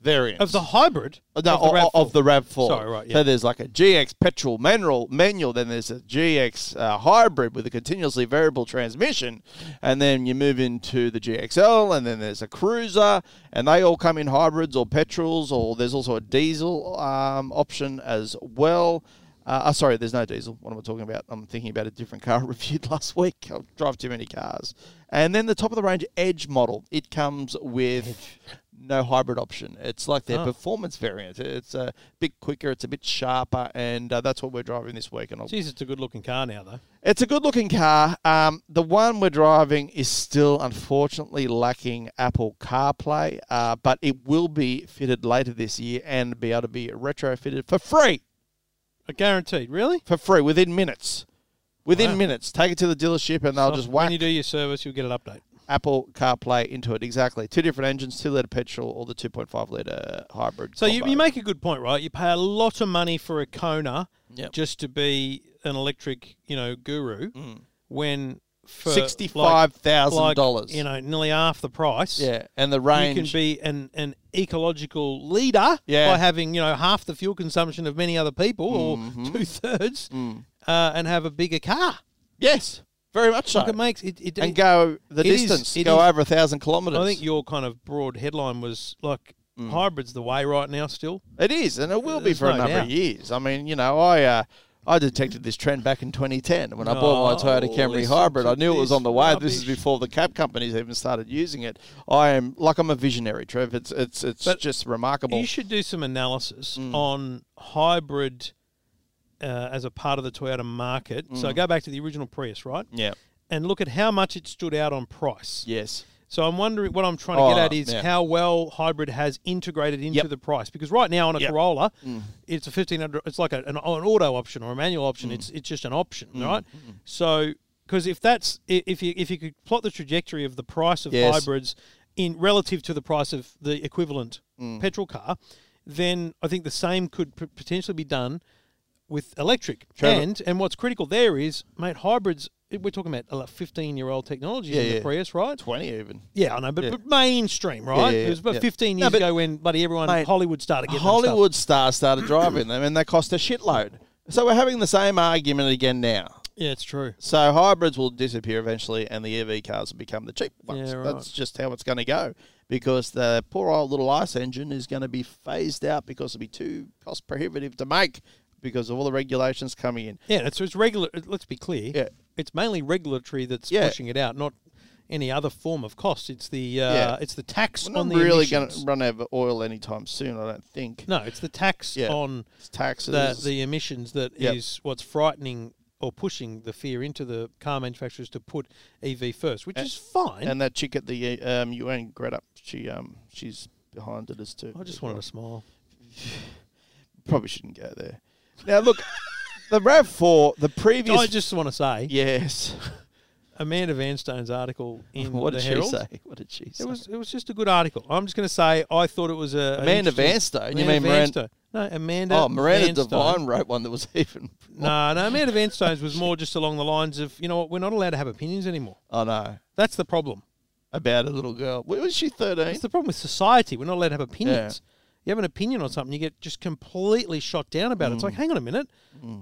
Speaker 2: variants.
Speaker 6: of the hybrid?
Speaker 2: Oh, uh, No,
Speaker 6: of the RAV4.
Speaker 2: of the RAV4.
Speaker 6: Sorry, right, yeah.
Speaker 2: So there's like a GX petrol manual, manual then there's a GX uh, hybrid with a continuously variable transmission, and then you move into the GXL, and then there's a cruiser, and they all come in hybrids or petrols, or there's also a diesel um, option as well. Uh, uh, sorry, there's no diesel. What am I talking about? I'm thinking about a different car I reviewed last week. I drive too many cars. And then the top of the range Edge model. It comes with no hybrid option. It's like their performance variant. It's a bit quicker. It's a bit sharper, and uh, that's what we're driving this week. And I'll
Speaker 6: Jeez, it's a good looking car now, though. Uh,
Speaker 2: it's a good looking car. Um, the one we're driving is still unfortunately lacking Apple CarPlay, uh, but it will be fitted later this year and be able to be retrofitted for free.
Speaker 6: Uh, Guaranteed. Really?
Speaker 2: For free within minutes. Within
Speaker 6: Wow.
Speaker 2: minutes. Take it to the dealership and they'll
Speaker 6: So
Speaker 2: just
Speaker 6: When
Speaker 2: whack
Speaker 6: you do your service, you'll get an update.
Speaker 2: Apple CarPlay into it. Exactly. Two different engines, two litre petrol or the 2.5 litre hybrid.
Speaker 6: So you,
Speaker 2: combo.
Speaker 6: you make a good point, right? You pay a lot of money for a Kona
Speaker 2: Yep.
Speaker 6: just to be an electric, you know, guru
Speaker 2: Mm.
Speaker 6: when for like-
Speaker 2: $65,000.
Speaker 6: like, you know, nearly half the price.
Speaker 2: Yeah, and the
Speaker 6: You
Speaker 2: range.
Speaker 6: can be an, an ecological leader
Speaker 2: Yeah.
Speaker 6: by having, you know, half the fuel consumption of many other people
Speaker 2: Mm-hmm.
Speaker 6: or two thirds
Speaker 2: Mm.
Speaker 6: uh, and have a bigger car.
Speaker 2: yes, very much so.
Speaker 6: Like it makes it, it,
Speaker 2: and
Speaker 6: it-
Speaker 2: go the
Speaker 6: it is-
Speaker 2: distance,
Speaker 6: it
Speaker 2: go
Speaker 6: is-
Speaker 2: over a thousand kilometres.
Speaker 6: I think your kind of broad headline was like
Speaker 2: Mm.
Speaker 6: hybrids the way right now still.
Speaker 2: it is, and it will be
Speaker 6: There's
Speaker 2: for a
Speaker 6: no
Speaker 2: number
Speaker 6: doubt.
Speaker 2: of years. I mean, you know, I uh, I detected this trend back in 2010 when I bought my
Speaker 6: Oh,
Speaker 2: Toyota Camry
Speaker 6: listen
Speaker 2: Hybrid.
Speaker 6: to
Speaker 2: I knew it was
Speaker 6: this
Speaker 2: on the way. This is
Speaker 6: rubbish.
Speaker 2: before the cab companies even started using it. I am like I'm a visionary, Trev. It's it's it's
Speaker 6: But
Speaker 2: just remarkable.
Speaker 6: You should do some analysis on hybrid uh, as a part of the Toyota market. So go back to the original Prius, right?
Speaker 2: yeah.
Speaker 6: And look at how much it stood out on price.
Speaker 2: Yes.
Speaker 6: So I'm wondering what I'm trying to
Speaker 2: Oh,
Speaker 6: get at is
Speaker 2: yeah.
Speaker 6: how well hybrid has integrated into
Speaker 2: Yep.
Speaker 6: the price because right now on a
Speaker 2: Yep. Mm.
Speaker 6: Corolla, it's a 1500. It's like a, an, an auto option or a manual option.
Speaker 2: Mm.
Speaker 6: It's it's just an option, right?
Speaker 2: Mm-hmm.
Speaker 6: So because if that's i- if you if you could plot the trajectory of the price of
Speaker 2: Yes.
Speaker 6: hybrids in relative to the price of the equivalent
Speaker 2: Mm.
Speaker 6: petrol car, then I think the same could p- potentially be done with electric.
Speaker 2: Trevor-
Speaker 6: And and what's critical there is, mate, hybrids. We're talking about a 15 year old technology in the
Speaker 2: yeah.
Speaker 6: Prius, right?
Speaker 2: 20 even.
Speaker 6: Yeah, I know, but, but mainstream, right?
Speaker 2: yeah,
Speaker 6: it was about
Speaker 2: yeah.
Speaker 6: 15
Speaker 2: No,
Speaker 6: years
Speaker 2: but-
Speaker 6: ago when bloody everyone
Speaker 2: Mate,
Speaker 6: Hollywood started getting them stuff.
Speaker 2: Hollywood stars started driving them, and they cost a shitload. So we're having the same argument again now.
Speaker 6: Yeah, it's true.
Speaker 2: So hybrids will disappear eventually, and the EV cars will become the cheap ones.
Speaker 6: Yeah, right.
Speaker 2: That's just how it's going to go because the poor old little ice engine is going to be phased out because it'll be too cost prohibitive to make because of all the regulations coming in.
Speaker 6: Yeah, it's, it's regular. Let's be clear.
Speaker 2: Yeah.
Speaker 6: it's mainly regulatory that's
Speaker 2: Yeah.
Speaker 6: pushing it out, not any other form of cost. It's the uh,
Speaker 2: Yeah.
Speaker 6: it's the tax
Speaker 2: We're
Speaker 6: on
Speaker 2: not
Speaker 6: the
Speaker 2: really going
Speaker 6: emissions.
Speaker 2: to run out of oil anytime soon, I don't think.
Speaker 6: No, it's the tax
Speaker 2: Yeah.
Speaker 6: on
Speaker 2: It's taxes.
Speaker 6: the, the emissions that is
Speaker 2: Yep.
Speaker 6: what's frightening or pushing the fear into the car manufacturers to put EV first, which is fine.
Speaker 2: and that chick at the um, UN, Greta, she um, she's behind it as too.
Speaker 6: I just wanted to smile.
Speaker 2: probably shouldn't go there. Now look, the Rav Four, the previous
Speaker 6: I just want to say
Speaker 2: yes.
Speaker 6: Amanda Vanstone's article in
Speaker 2: What
Speaker 6: the
Speaker 2: did
Speaker 6: Herald.
Speaker 2: she say? What did she say?
Speaker 6: It was it was just a good article. I'm just going to say I thought it was a an
Speaker 2: Amanda
Speaker 6: interesting-
Speaker 2: Vanstone? You
Speaker 6: Amanda
Speaker 2: mean Miran-
Speaker 6: Vanstone. No, Amanda.
Speaker 2: oh, Miranda
Speaker 6: Vanstone.
Speaker 2: Devine wrote one that was even.
Speaker 6: No, no, Amanda Vanstone's was more just along the lines of you know what we're not allowed to have opinions anymore.
Speaker 2: I know
Speaker 6: That's the problem.
Speaker 2: about a little girl. What was she? Thirteen.
Speaker 6: That's the problem with society. We're not allowed to have opinions. You have an opinion on something, you get just completely shot down about
Speaker 2: Mm.
Speaker 6: it. It's like, hang on a minute.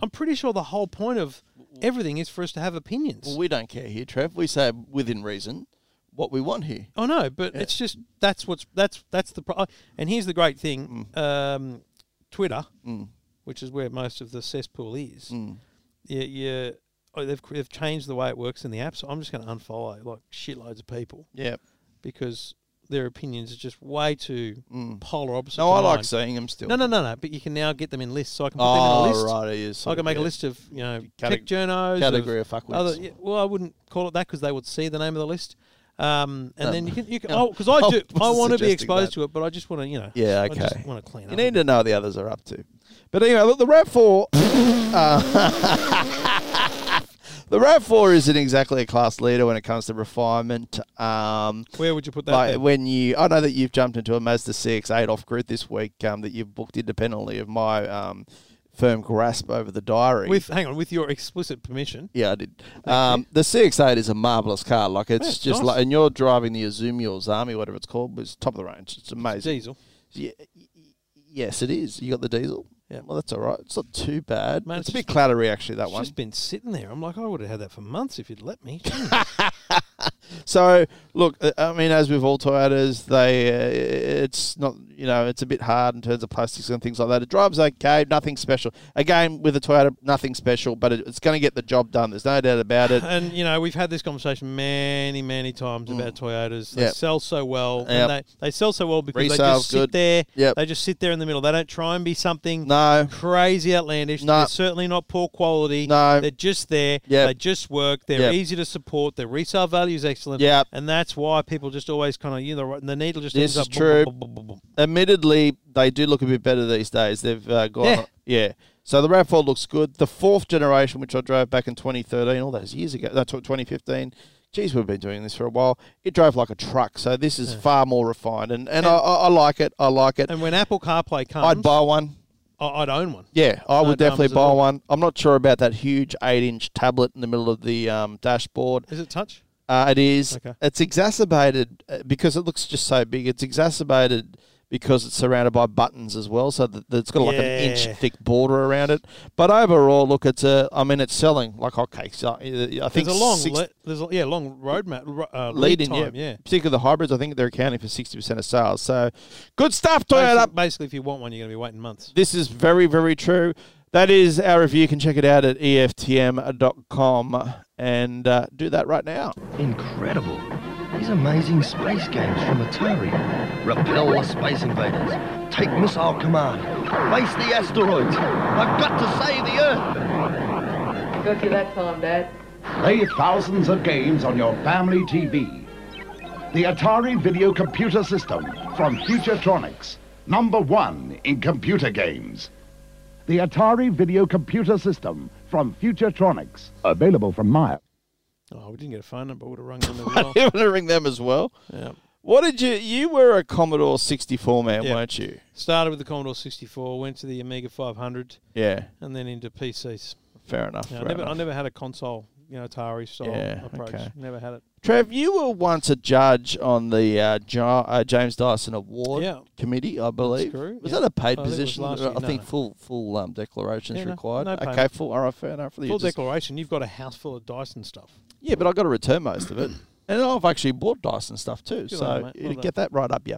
Speaker 6: I'm pretty sure the whole point of everything is for us to have opinions.
Speaker 2: Well, we don't care here, Trev. We say within reason what we want here.
Speaker 6: Oh no, but it's just that's what's that's that's the pro- and here's the great thing,
Speaker 2: Mm.
Speaker 6: um, Twitter, which is where most of the cesspool is.
Speaker 2: Mm.
Speaker 6: Yeah, yeah. Oh, they've they've changed the way it works in the app, so I'm just going to unfollow like shitloads of people
Speaker 2: Yeah.
Speaker 6: because their opinions are just way too polar opposite.
Speaker 2: Mm. No, I
Speaker 6: to
Speaker 2: like
Speaker 6: mine.
Speaker 2: seeing them still.
Speaker 6: No, no, no, no. But you can now get them in lists, so I can put them in a
Speaker 2: Oh,
Speaker 6: list.
Speaker 2: right. It is.
Speaker 6: So I
Speaker 2: sort
Speaker 6: can
Speaker 2: of,
Speaker 6: make a
Speaker 2: yeah.
Speaker 6: list of you know
Speaker 2: Categ-
Speaker 6: tech journos
Speaker 2: category of fuckwits.
Speaker 6: other- yeah, well, I wouldn't call it that because they would see the name of the list. Um, and
Speaker 2: Um,
Speaker 6: then you can, you can
Speaker 2: yeah.
Speaker 6: oh, because I
Speaker 2: I
Speaker 6: do,
Speaker 2: wasn't
Speaker 6: I want to be
Speaker 2: suggesting
Speaker 6: exposed
Speaker 2: that.
Speaker 6: to it, but I just want to, you know,
Speaker 2: Yeah,
Speaker 6: I just
Speaker 2: okay.
Speaker 6: want to clean
Speaker 2: You
Speaker 6: up.
Speaker 2: need to know what the others are up to. But anyway, look, the Rav Four. uh, the Rav Four isn't exactly a class leader when it comes to refinement. Um,
Speaker 6: Where would you put that?
Speaker 2: like
Speaker 6: then?
Speaker 2: when you, I know that you've jumped into a Mazda CX eight off grid this week. Um, that you've booked independently of my um, firm grasp over the diary.
Speaker 6: with hang on, with your explicit permission.
Speaker 2: yeah, I did. Um, the CX8 is a marvelous car. Like it's
Speaker 6: Yeah, it's
Speaker 2: just
Speaker 6: nice.
Speaker 2: like, and you're driving the Azumi or Zami, whatever it's called, but it's top of the range. It's amazing.
Speaker 6: Diesel,
Speaker 2: Yeah, y- y- yes, it is. You got the diesel.
Speaker 6: Yeah.
Speaker 2: Well, that's all right. It's not too bad.
Speaker 6: Man,
Speaker 2: it's, a
Speaker 6: it's
Speaker 2: bit
Speaker 6: just-
Speaker 2: clattery actually. That
Speaker 6: it's
Speaker 2: one.
Speaker 6: just been sitting there. I'm like, I would have had that for months if you'd let me.
Speaker 2: So look, uh, I mean, as with all Toyotas, they uh, it's not you know it's a bit hard in terms of plastics and things like that. It drives okay, nothing special. Again, with a Toyota, nothing special, but it, it's going to get the job done. There's no doubt about it.
Speaker 6: and you know, we've had this conversation many, many times about Toyotas. They
Speaker 2: Mm. Yep.
Speaker 6: sell so well,
Speaker 2: Yep.
Speaker 6: and they, they sell so well because they
Speaker 2: Resale's
Speaker 6: just sit
Speaker 2: good.
Speaker 6: there.
Speaker 2: Yep.
Speaker 6: They just sit there in the middle. They don't try and be something.
Speaker 2: No,
Speaker 6: crazy outlandish.
Speaker 2: No.
Speaker 6: They're certainly not poor quality.
Speaker 2: No.
Speaker 6: They're just there.
Speaker 2: Yep.
Speaker 6: They just work. They're
Speaker 2: Yep.
Speaker 6: easy to support. Their resale value is excellent.
Speaker 2: Yep.
Speaker 6: And that's why people just always kind of, you know, the needle just
Speaker 2: This
Speaker 6: ends
Speaker 2: is
Speaker 6: up boom,
Speaker 2: true.
Speaker 6: boom, boom, boom, boom, boom.
Speaker 2: admittedly, they do look a bit better these days. They've uh, got
Speaker 6: Yeah.
Speaker 2: yeah. So the Rav4 looks good. The fourth generation, which I drove back in 2013, all those years ago, no, tw- 2015. Geez, we've been doing this for a while. It drove like a truck, so this is far more refined, and and, I, I I like it. I like it.
Speaker 6: And when Apple CarPlay comes,
Speaker 2: I'd buy one.
Speaker 6: I- I'd own one.
Speaker 2: Yeah, I
Speaker 6: No
Speaker 2: would definitely
Speaker 6: dramas at
Speaker 2: buy
Speaker 6: all.
Speaker 2: one. I'm not sure about that huge eight-inch tablet in the middle of the um, dashboard.
Speaker 6: Is it touch?
Speaker 2: Uh, it is.
Speaker 6: Okay.
Speaker 2: It's exacerbated uh, because it looks just so big. It's exacerbated because it's surrounded by buttons as well, so that, that it's got like an inch
Speaker 6: Yeah.
Speaker 2: thick border around it. But overall, look, it's a. I mean, it's selling like hotcakes. I, I think
Speaker 6: There's a long,
Speaker 2: six-
Speaker 6: le- there's a, yeah, long roadmap, ro- uh,
Speaker 2: lead
Speaker 6: lead,
Speaker 2: in
Speaker 6: time,
Speaker 2: yeah.
Speaker 6: yeah.
Speaker 2: Particularly the hybrids, I think they're accounting for sixty percent of sales. So, good stuff, Toyota.
Speaker 6: Basically, basically, if you want one, you're going to be waiting months.
Speaker 2: This is very, very true. That is our review. You can check it out at E EFTM.com and uh, do that right now.
Speaker 8: Incredible. These amazing space games from Atari. Repel the space invaders. Take missile command. Face the asteroids. I've got to save the Earth.
Speaker 9: Go to that column, Dad.
Speaker 10: Play thousands of games on your family TV. The Atari Video Computer System from Futuretronics, number one in computer games. The Atari Video Computer System from Futuretronics, available from Maya.
Speaker 6: Oh, we didn't get a phone number. Would have rung them as well.
Speaker 2: I'm going to ring them as well.
Speaker 6: Yeah.
Speaker 2: What did you? You were a Commodore 64 man,
Speaker 6: Yeah.
Speaker 2: weren't you?
Speaker 6: Started with the Commodore 64, went to the Amiga 500,
Speaker 2: Yeah,
Speaker 6: and then into PCs.
Speaker 2: fair enough.
Speaker 6: Yeah, I
Speaker 2: fair
Speaker 6: never, I
Speaker 2: enough.
Speaker 6: never had a console you know, Atari style
Speaker 2: Yeah,
Speaker 6: approach.
Speaker 2: okay.
Speaker 6: Never had it.
Speaker 2: Trev, you were once a judge on the uh, Ja- uh, James Dyson Award
Speaker 6: Yeah.
Speaker 2: Committee, I believe.
Speaker 6: true,
Speaker 2: Was
Speaker 6: yeah.
Speaker 2: that a paid
Speaker 6: I think it was
Speaker 2: position?
Speaker 6: last
Speaker 2: I
Speaker 6: year, no,
Speaker 2: think
Speaker 6: no.
Speaker 2: full full um, declarations
Speaker 6: Yeah, no,
Speaker 2: required.
Speaker 6: no
Speaker 2: okay,
Speaker 6: payment.
Speaker 2: full. All right, fair enough. You
Speaker 6: Full
Speaker 2: just-
Speaker 6: declaration. You've got a house full of Dyson stuff.
Speaker 2: Yeah, but I got to return most of it, and I've actually bought Dyson stuff too.
Speaker 6: Good
Speaker 2: so
Speaker 6: on you, mate.
Speaker 2: you
Speaker 6: Well
Speaker 2: get that right up, yeah.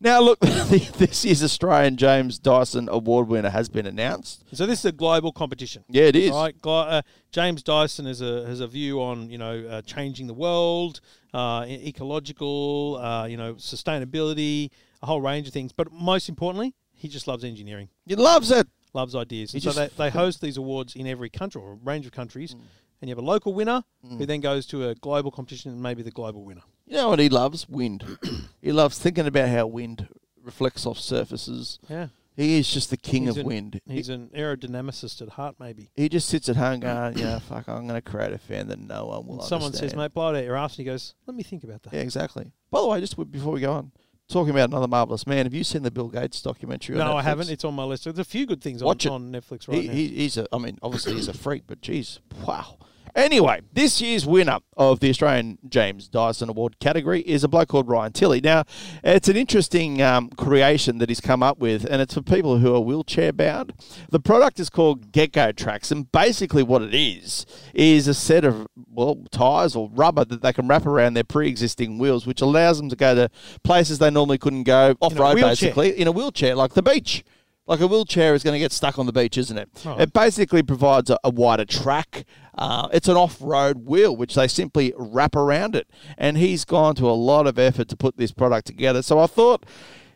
Speaker 2: Now look, this year's Australian James Dyson Award winner has been announced.
Speaker 6: So this is a global competition.
Speaker 2: Yeah, it is.
Speaker 6: Right, glo- uh, James Dyson has a has a view on you know uh, changing the world, uh, e- ecological, uh, you know sustainability, a whole range of things. But most importantly, he just loves engineering,
Speaker 2: He loves it.
Speaker 6: loves ideas. And
Speaker 2: He
Speaker 6: so they,
Speaker 2: just- Mm.
Speaker 6: they host these awards in every country or a range of countries, and you have a local winner who then goes to a global competition and maybe the global winner.
Speaker 2: You know what he loves? Wind. he loves thinking about how wind reflects off surfaces.
Speaker 6: Yeah.
Speaker 2: He is just the king
Speaker 6: He's
Speaker 2: of
Speaker 6: an-
Speaker 2: wind. He,
Speaker 6: He's an aerodynamicist at heart, maybe.
Speaker 2: he just sits at home going, "Ah, yeah, fuck, I'm going to create a fan that no one will
Speaker 6: Someone says,
Speaker 2: understand."
Speaker 6: "Mate, blow it out your ass," and he goes, "Let me think about that."
Speaker 2: Yeah, exactly. By the way, just w- before we go on, talking about another marvelous man, have you seen the Bill Gates documentary? on
Speaker 6: No, I
Speaker 2: Netflix?
Speaker 6: haven't. It's on my list. There's a few good things on,
Speaker 2: Watch it.
Speaker 6: on Netflix right
Speaker 2: he,
Speaker 6: now.
Speaker 2: he- he's a, I mean, obviously he's a freak, but geez, wow. Anyway, this year's winner of the Australian James Dyson Award category is a bloke called Ryan Tilley. Now, it's an interesting um, creation that he's come up with, and it's for people who are wheelchair bound. The product is called Gecko Tracks, and basically what it is is a set of well tires or rubber that they can wrap around their pre-existing wheels, which allows them to go to places they normally couldn't go off road,
Speaker 6: wheelchair.
Speaker 2: basically in a wheelchair, like the beach. Like a wheelchair is going to get stuck on the beach, isn't it? It basically provides a, a wider track. Uh, it's an off road wheel, which they simply wrap around it. And he's gone to a lot of effort to put this product together. So I thought,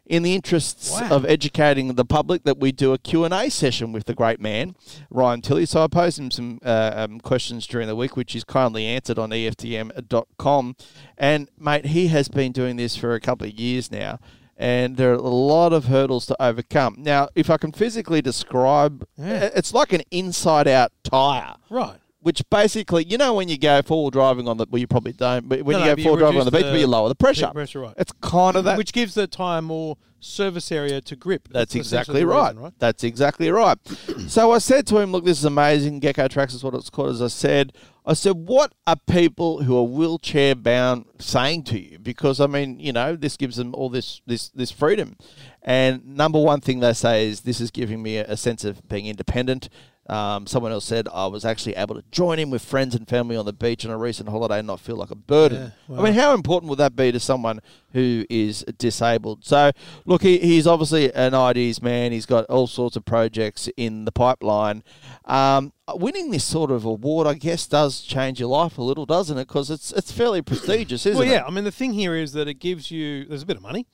Speaker 2: in the interests
Speaker 6: Wow.
Speaker 2: of educating the public, that we do a Q&A session with the great man, Ryan Tilley. So I posed him some uh, um, questions during the week, which he's kindly answered on E EFTM.com. And, mate, he has been doing this for a couple of years now and there are a lot of hurdles to overcome. Now, if I can physically describe, i- it's like an inside-out tire,
Speaker 6: Right.
Speaker 2: Which basically, you know, when you go four-wheel driving on the, well, you probably don't, but when you
Speaker 6: No, no,
Speaker 2: go
Speaker 6: but you
Speaker 2: four-wheel driving on the beach,
Speaker 6: reduce
Speaker 2: but you
Speaker 6: the-
Speaker 2: lower the pressure.
Speaker 6: the pressure, right.
Speaker 2: It's kind of that.
Speaker 6: Which gives the tyre more service area to grip.
Speaker 2: That's
Speaker 6: essentially
Speaker 2: exactly
Speaker 6: the
Speaker 2: right.
Speaker 6: reason,
Speaker 2: That's exactly right. so I said to him, "Look, this is amazing. Gecko Tracks is what it's called." As I said, I said, "What are people who are wheelchair bound saying to you?" Because I mean, you know, this gives them all this this this freedom. And number one thing they say is, "This is giving me a, a sense of being independent." Um, someone else said, "I was actually able to join in with friends and family on the beach on a recent holiday and not feel like a burden." I mean, how important would that be to someone who is disabled? So, look, he, he's obviously an ideas man. He's got all sorts of projects in the pipeline. Um, winning this sort of award, I guess, does change your life a little, doesn't it? Because it's it's fairly prestigious, isn't
Speaker 6: Well,
Speaker 2: it? Hmm.
Speaker 6: yeah. I mean, the thing here is that it gives you there's a bit of money,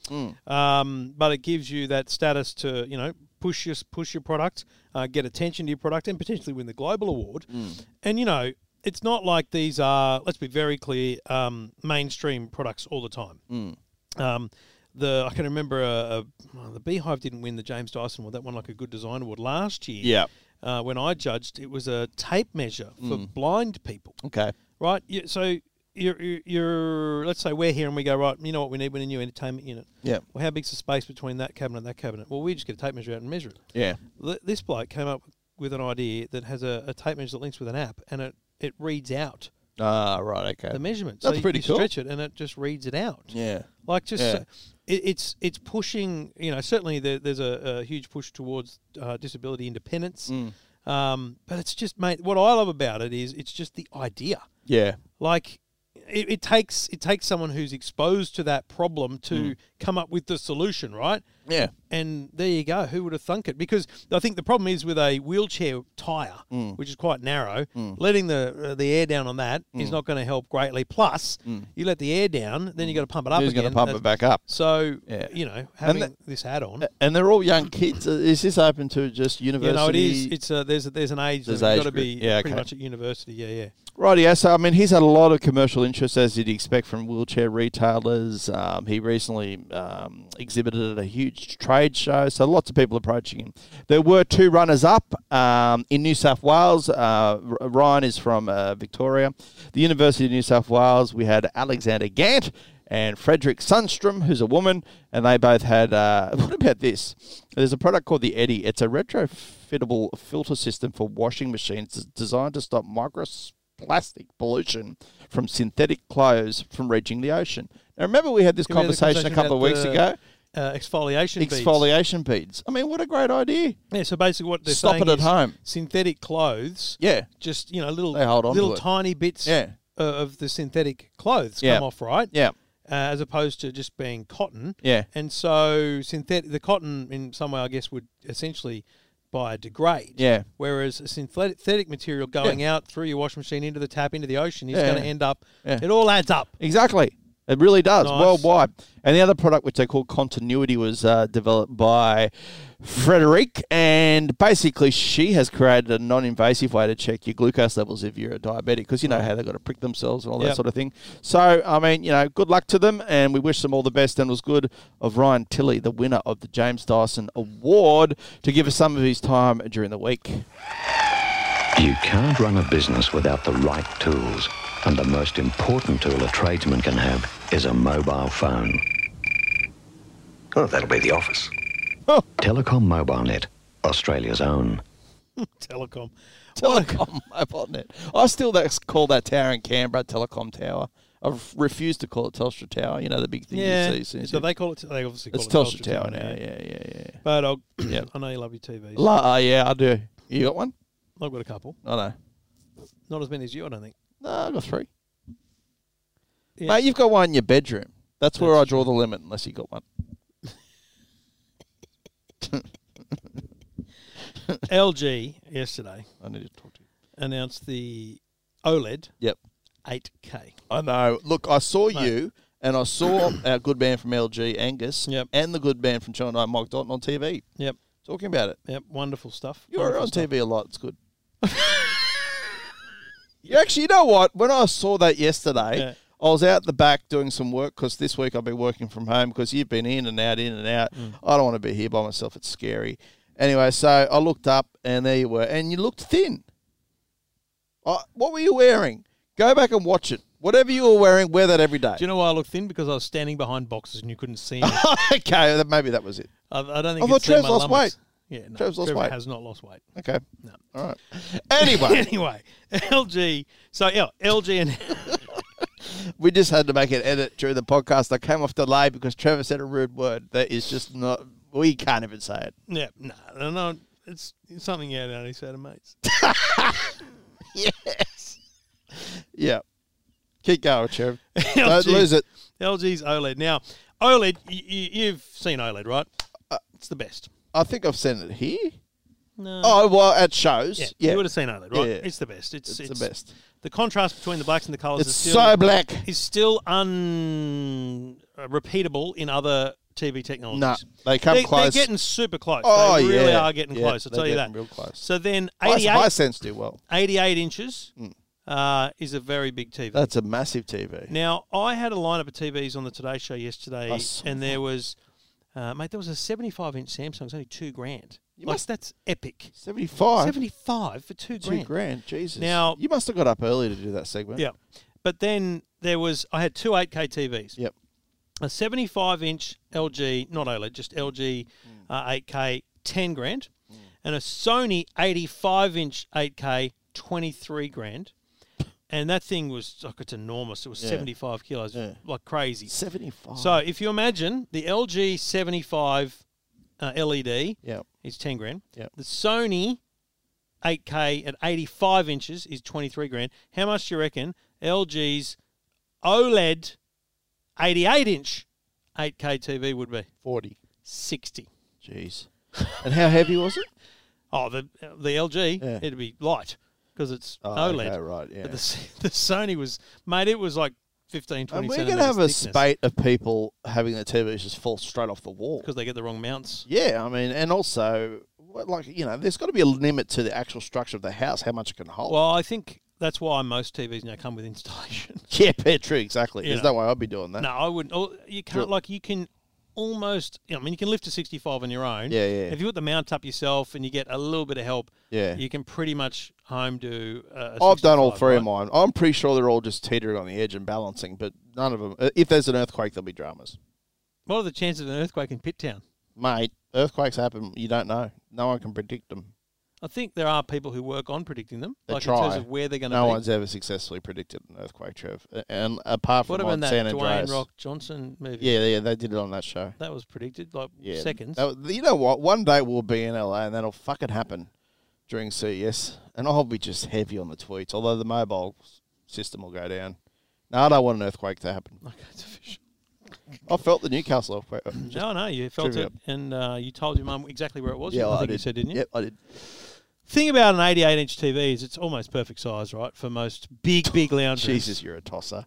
Speaker 6: um, but it gives you that status to you know push your push your product, uh, get attention to your product, and potentially win the global award.
Speaker 2: Hmm.
Speaker 6: And you know, it's not like these are. Let's be very clear, um, mainstream products all the time.
Speaker 2: Hmm.
Speaker 6: Um, the I can remember uh uh the Beehive didn't win the James Dyson Award. That won like a good design award last year.
Speaker 2: Yeah. Hmm.
Speaker 6: Uh, when I judged, it was a tape measure for blind people
Speaker 2: Okay.
Speaker 6: right? You, so you're, you're, you're, let's say we're here and we go, right, you know what we need? We need a new entertainment unit.
Speaker 2: Yeah.
Speaker 6: Well, how big's the space between that cabinet and that cabinet? Well, we just get a tape measure out and measure it.
Speaker 2: Yeah.
Speaker 6: Th- This bloke came up with an idea that has a, a tape measure that links with an app and it, it reads out
Speaker 2: Ah, right. Okay.
Speaker 6: the measurement.
Speaker 2: That's
Speaker 6: so you-
Speaker 2: pretty
Speaker 6: you
Speaker 2: cool.
Speaker 6: stretch it and it just reads it out.
Speaker 2: Yeah.
Speaker 6: Like just
Speaker 2: Yeah.
Speaker 6: so- it, it's it's pushing. You know, certainly there, there's a, a huge push towards uh, disability independence.
Speaker 2: Mm.
Speaker 6: Um, but it's just, mate. What I love about it is it's just the idea
Speaker 2: Yeah.
Speaker 6: like it, it takes it takes someone who's exposed to that problem to come up with the solution right
Speaker 2: Hmm. Yeah.
Speaker 6: and there you go who would have thunk it because i think the problem is with a wheelchair tire
Speaker 2: Hmm.
Speaker 6: which is quite narrow letting the uh, the air down on that
Speaker 2: Hmm.
Speaker 6: is not going to help greatly plus you let the air down then you got to pump it up
Speaker 2: Hmm. Who's
Speaker 6: again
Speaker 2: going to pump
Speaker 6: That's-
Speaker 2: it back up?
Speaker 6: so
Speaker 2: Yeah.
Speaker 6: you know having
Speaker 2: that- uh,
Speaker 6: this add on
Speaker 2: And they're all young kids. Is this open to just
Speaker 6: you
Speaker 2: university?
Speaker 6: know it is it's a there's a, there's an age
Speaker 2: There's
Speaker 6: limit.
Speaker 2: age
Speaker 6: you've got to
Speaker 2: group.
Speaker 6: be
Speaker 2: Yeah,
Speaker 6: pretty
Speaker 2: okay.
Speaker 6: much at university yeah yeah
Speaker 2: Right, yeah. So, I mean, he's had a lot of commercial interest, as you'd expect from wheelchair retailers. Um, he recently um, exhibited at a huge trade show, so lots of people approaching him. There were two runners up um, in New South Wales. Uh, R- Ryan is from uh, Victoria. The University of New South Wales, we had Alexander Gant and Frederick Sundstrom, who's a woman, and they both had. Uh, what about this? There's a product called the Eddy. It's a retrofittable filter system for washing machines designed to stop micro plastic pollution from synthetic clothes from reaching the ocean. Now, remember we had this
Speaker 6: Yeah, we had the
Speaker 2: conversation, a couple of weeks
Speaker 6: about
Speaker 2: ago?
Speaker 6: the, Uh, exfoliation. beads.
Speaker 2: Exfoliation beads. I mean, what a great idea.
Speaker 6: Yeah, so basically what they're
Speaker 2: Stop
Speaker 6: saying
Speaker 2: it at
Speaker 6: is
Speaker 2: home.
Speaker 6: synthetic clothes.
Speaker 2: Yeah.
Speaker 6: Just, you know, little
Speaker 2: They hold on to
Speaker 6: little
Speaker 2: it.
Speaker 6: tiny bits
Speaker 2: Yeah.
Speaker 6: uh, of the synthetic clothes
Speaker 2: Yeah.
Speaker 6: come off, right?
Speaker 2: Yeah.
Speaker 6: Uh, as opposed to just being cotton.
Speaker 2: Yeah.
Speaker 6: And so synthetic the cotton in some way I guess would essentially biodegrade.
Speaker 2: Yeah.
Speaker 6: Whereas a synthetic material going out through your washing machine into the tap into the ocean is
Speaker 2: Yeah,
Speaker 6: going to
Speaker 2: yeah.
Speaker 6: end up
Speaker 2: Yeah.
Speaker 6: it all adds up.
Speaker 2: Exactly. It really does
Speaker 6: Nice.
Speaker 2: worldwide. And the other product, which they call Continuity, was uh, developed by Frederic. And basically, she has created a non invasive way to check your glucose levels if you're a diabetic, because you know how they've got to prick themselves and all
Speaker 6: Yep.
Speaker 2: that sort of thing. So, I mean, you know, good luck to them. And we wish them all the best. And it was good of Ryan Tilley, the winner of the James Dyson Award, to give us some of his time during the week.
Speaker 11: You can't run a business without the right tools. And the most important tool a tradesman can have is a mobile phone. Oh, that'll be the office. Telecom MobileNet, Australia's own.
Speaker 6: Telecom.
Speaker 2: Telecom mobile net. I still that's call that tower in Canberra Telecom Tower. I've refused to call it Telstra Tower. You know the big thing
Speaker 6: Yeah.
Speaker 2: you see. soon as
Speaker 6: So
Speaker 2: you-
Speaker 6: they call it they obviously call
Speaker 2: it's
Speaker 6: it
Speaker 2: Telstra, Tower now. Yeah, yeah, yeah.
Speaker 6: But I'll,
Speaker 2: Yeah.
Speaker 6: I know you love your TVs.
Speaker 2: La, uh, yeah, I do. You got one?
Speaker 6: I've got a couple.
Speaker 2: I know.
Speaker 6: Not as many as you, I don't think.
Speaker 2: No, I got three.
Speaker 6: Yeah.
Speaker 2: Mate, you've got one in your bedroom. That's where I draw the limit, unless you got one.
Speaker 6: LG yesterday
Speaker 2: I need to talk to you.
Speaker 6: announced the E OLED
Speaker 2: Yep.
Speaker 6: 8K.
Speaker 2: I know. Look, I saw you and I saw our good man from LG, Angus,
Speaker 6: Yep.
Speaker 2: and the good man from Channel 9, Mike Dalton, on TV
Speaker 6: Yep.
Speaker 2: talking about it.
Speaker 6: Yep. Wonderful stuff.
Speaker 2: You're
Speaker 6: Wonderful
Speaker 2: on
Speaker 6: stuff.
Speaker 2: TV a lot. It's good. you actually, you know what? When I saw that yesterday,
Speaker 6: Yeah.
Speaker 2: I was out the back doing some work because this week I've been working from home because you've been in and out, in and out.
Speaker 6: Mm.
Speaker 2: I don't want to be here by myself. It's scary. Anyway, so I looked up and there you were, and you looked thin. Uh, what were you wearing? Go back and watch it. Whatever you were wearing, wear that every day.
Speaker 6: Do you know why I look thin? Because I was standing behind boxes and you couldn't see me.
Speaker 2: okay, that, maybe that was it.
Speaker 6: I, I don't
Speaker 2: I
Speaker 6: think.
Speaker 2: thought
Speaker 6: it's seen
Speaker 2: Trev's
Speaker 6: my
Speaker 2: lost
Speaker 6: lumbax.
Speaker 2: weight.
Speaker 6: Yeah, no,
Speaker 2: Trev's lost
Speaker 6: Trevor
Speaker 2: weight.
Speaker 6: Has not lost weight.
Speaker 2: Okay.
Speaker 6: No.
Speaker 2: All right. Anyway,
Speaker 6: anyway, LG. So yeah, LG and
Speaker 2: We just had to make an edit during the podcast. I came off delay because Trevor said a rude word that is just not. We can't even say it.
Speaker 6: yeah, no, no, no, it's, it's something you had only said to mates.
Speaker 2: Yeah. Keep going, Trev.
Speaker 6: Oh,
Speaker 2: Don't
Speaker 6: gee.
Speaker 2: lose it.
Speaker 6: LG's OLED. E Now, OLED, y- y- you've seen OLED, right?
Speaker 2: Uh,
Speaker 6: it's the best.
Speaker 2: I think I've seen it here.
Speaker 6: No.
Speaker 2: Oh, well, at shows.
Speaker 6: yeah,
Speaker 2: Yeah.
Speaker 6: You would have seen OLED, right?
Speaker 2: Yeah.
Speaker 6: It's the best. It's,
Speaker 2: It's the
Speaker 6: it's
Speaker 2: best.
Speaker 6: The contrast between the blacks and the colours
Speaker 2: It's
Speaker 6: is still
Speaker 2: so black.
Speaker 6: is still un uh, repeatable in other TV technologies.
Speaker 2: No, they come
Speaker 6: They-
Speaker 2: close.
Speaker 6: They're getting super close.
Speaker 2: Oh,
Speaker 6: they really
Speaker 2: yeah.
Speaker 6: are getting
Speaker 2: Yeah,
Speaker 6: close. I'll
Speaker 2: they're
Speaker 6: tell you that.
Speaker 2: getting real close.
Speaker 6: So then,
Speaker 2: I, I
Speaker 6: 88,
Speaker 2: sense do well.
Speaker 6: 88 inches uh, is a very big TV.
Speaker 2: Hmm. That's a massive TV.
Speaker 6: Now, I had a lineup of TVs on the Today Show yesterday,
Speaker 2: I saw
Speaker 6: and there was, uh, mate, there was a 75 inch Samsung. It's only two grand. like,
Speaker 2: must-
Speaker 6: that's epic.
Speaker 2: 75.
Speaker 6: 75 for two
Speaker 2: Two
Speaker 6: grand.
Speaker 2: grand. Jesus.
Speaker 6: Now-
Speaker 2: you must have got up early to do that segment.
Speaker 6: Yeah. But then there was, I had two 8K TVs.
Speaker 2: Yep.
Speaker 6: A 75 inch LG, not OLED, just LG uh, 8K, 10 grand. And a Sony 85 inch 8K, 23 grand. And that thing was, like, it's enormous. It was 75 kilos, like crazy.
Speaker 2: 75.
Speaker 6: So if you imagine the LG 75 uh, LED
Speaker 2: yeah.
Speaker 6: is 10 grand.
Speaker 2: Yep.
Speaker 6: The Sony 8K at 85 inches is 23 grand. How much do you reckon LG's OLED 88 E inch 8K TV would be?
Speaker 2: 40.
Speaker 6: 60.
Speaker 2: Jeez. and how heavy was it?
Speaker 6: Oh, the the LG,
Speaker 2: Yeah.
Speaker 6: it'd be light because it's
Speaker 2: Oh,
Speaker 6: OLED.
Speaker 2: okay, right, yeah.
Speaker 6: But the, S- the Sony was, mate, it was like 15, 20
Speaker 2: And we're
Speaker 6: going
Speaker 2: gonna
Speaker 6: to
Speaker 2: have a spate of people having their TVs just fall straight off the wall.
Speaker 6: Because they get the wrong mounts.
Speaker 2: Yeah, I mean, and also, what- like you know, there's got to be a limit to the actual structure of the house, how much it can hold.
Speaker 6: Well, I think that's why most TVs now come with installation.
Speaker 2: yeah, yeah, true, exactly.
Speaker 6: You
Speaker 2: There's
Speaker 6: know.
Speaker 2: no way I'd be doing that.
Speaker 6: No, I wouldn't. Oh, You can't like you can almost. You know, I mean, you can lift to sixty-five on your own.
Speaker 2: Yeah, yeah.
Speaker 6: If you put the mount up yourself and you get a little bit of help,
Speaker 2: Yeah.
Speaker 6: you can pretty much home do. Uh,
Speaker 2: I've done all three of mine. I'm pretty sure they're all just teetering on the edge and balancing, but none of them. If there's an earthquake, there'll be dramas,
Speaker 6: What are the chances of an earthquake in Pitt Town?
Speaker 2: mate. Earthquakes happen. You don't know. No one can predict them.
Speaker 6: I think there are people who work on predicting them,
Speaker 2: They
Speaker 6: like
Speaker 2: try.
Speaker 6: in terms of where they're going to
Speaker 2: No
Speaker 6: be.
Speaker 2: one's ever successfully predicted an earthquake, Trev. A- And apart from
Speaker 6: What
Speaker 2: on
Speaker 6: about that
Speaker 2: San
Speaker 6: Dwayne
Speaker 2: Andreas.
Speaker 6: Rock Johnson movie?
Speaker 2: Yeah, yeah, they did it on that show.
Speaker 6: That was predicted, like
Speaker 2: Yeah.
Speaker 6: seconds.
Speaker 2: That was- you know what? One day we'll be in LA and that'll fucking happen during CES. And I'll be just heavy on the tweets, although the mobile s- system will go down. No, I don't want an earthquake to happen. I felt the Newcastle earthquake. Just
Speaker 6: no, no, you felt
Speaker 2: trivia.
Speaker 6: it, and uh, you told your mum exactly where it was.
Speaker 2: Yeah,
Speaker 6: I
Speaker 2: I
Speaker 6: think you
Speaker 2: did.
Speaker 6: said, didn't you?
Speaker 2: Yep, I did.
Speaker 6: Thing about an 88 inch TV is it's almost perfect size, right, for most big, big lounges.
Speaker 2: Jesus, you're a tosser.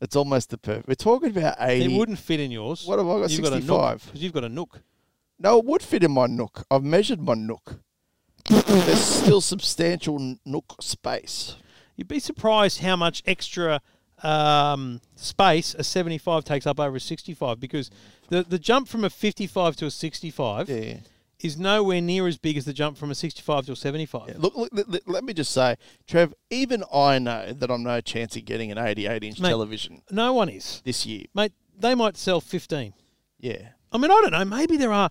Speaker 2: It's almost the perfect. We're talking about 80.
Speaker 6: It wouldn't fit in yours.
Speaker 2: What have I got?
Speaker 6: You've got a
Speaker 2: 65.
Speaker 6: nook, because you've got a nook.
Speaker 2: No, it would fit in my nook. I've measured my nook. There's still substantial n- nook space.
Speaker 6: You'd be surprised how much extra um, space a 75 takes up over a 65 because the, the jump from a 55 to a 65 is nowhere near as big as the jump from a 65 to a 75.
Speaker 2: Look, look let, let- let me just say, Trev, even I know that I'm no chance of getting an 88 inch
Speaker 6: Mate,
Speaker 2: television
Speaker 6: No one is.
Speaker 2: this year.
Speaker 6: Mate, they might sell 15.
Speaker 2: Yeah.
Speaker 6: I mean, I don't know. Maybe there are.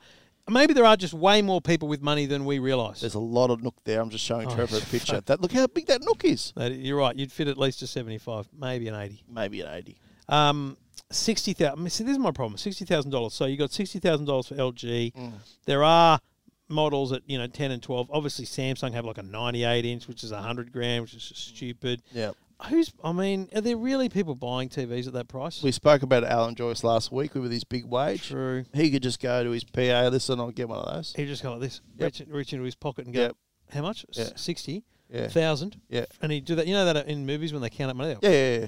Speaker 6: Maybe there are just way more people with money than we realise.
Speaker 2: There's a lot of nook there. I'm just showing
Speaker 6: Oh,
Speaker 2: Trevor a picture.
Speaker 6: fuck.
Speaker 2: That Look how big that nook is.
Speaker 6: That- You're right. You'd fit at least a 75, maybe an 80.
Speaker 2: Maybe an 80.
Speaker 6: Um, sixty thousand. See, this is my problem. Sixty thousand dollars. So you got sixty thousand dollars for LG.
Speaker 2: Mm.
Speaker 6: There are models at you know ten and twelve. Obviously, Samsung have like a ninety-eight inch, which is hundred grand, which is just stupid.
Speaker 2: Mm. Yeah.
Speaker 6: Who's? I mean, are there really people buying TVs at that price?
Speaker 2: We spoke about Alan Joyce last week with his big wage.
Speaker 6: True.
Speaker 2: He could just go to his PA, listen, I'll get one of those.
Speaker 6: He just go like this,
Speaker 2: Yep.
Speaker 6: reach, in- reach into his pocket and go,
Speaker 2: Yep.
Speaker 6: "How much? S-
Speaker 2: Yeah.
Speaker 6: Sixty
Speaker 2: Yeah.
Speaker 6: thousand."
Speaker 2: Yeah.
Speaker 6: And he do that. You know that in movies when they count up money.
Speaker 2: Yeah, yeah,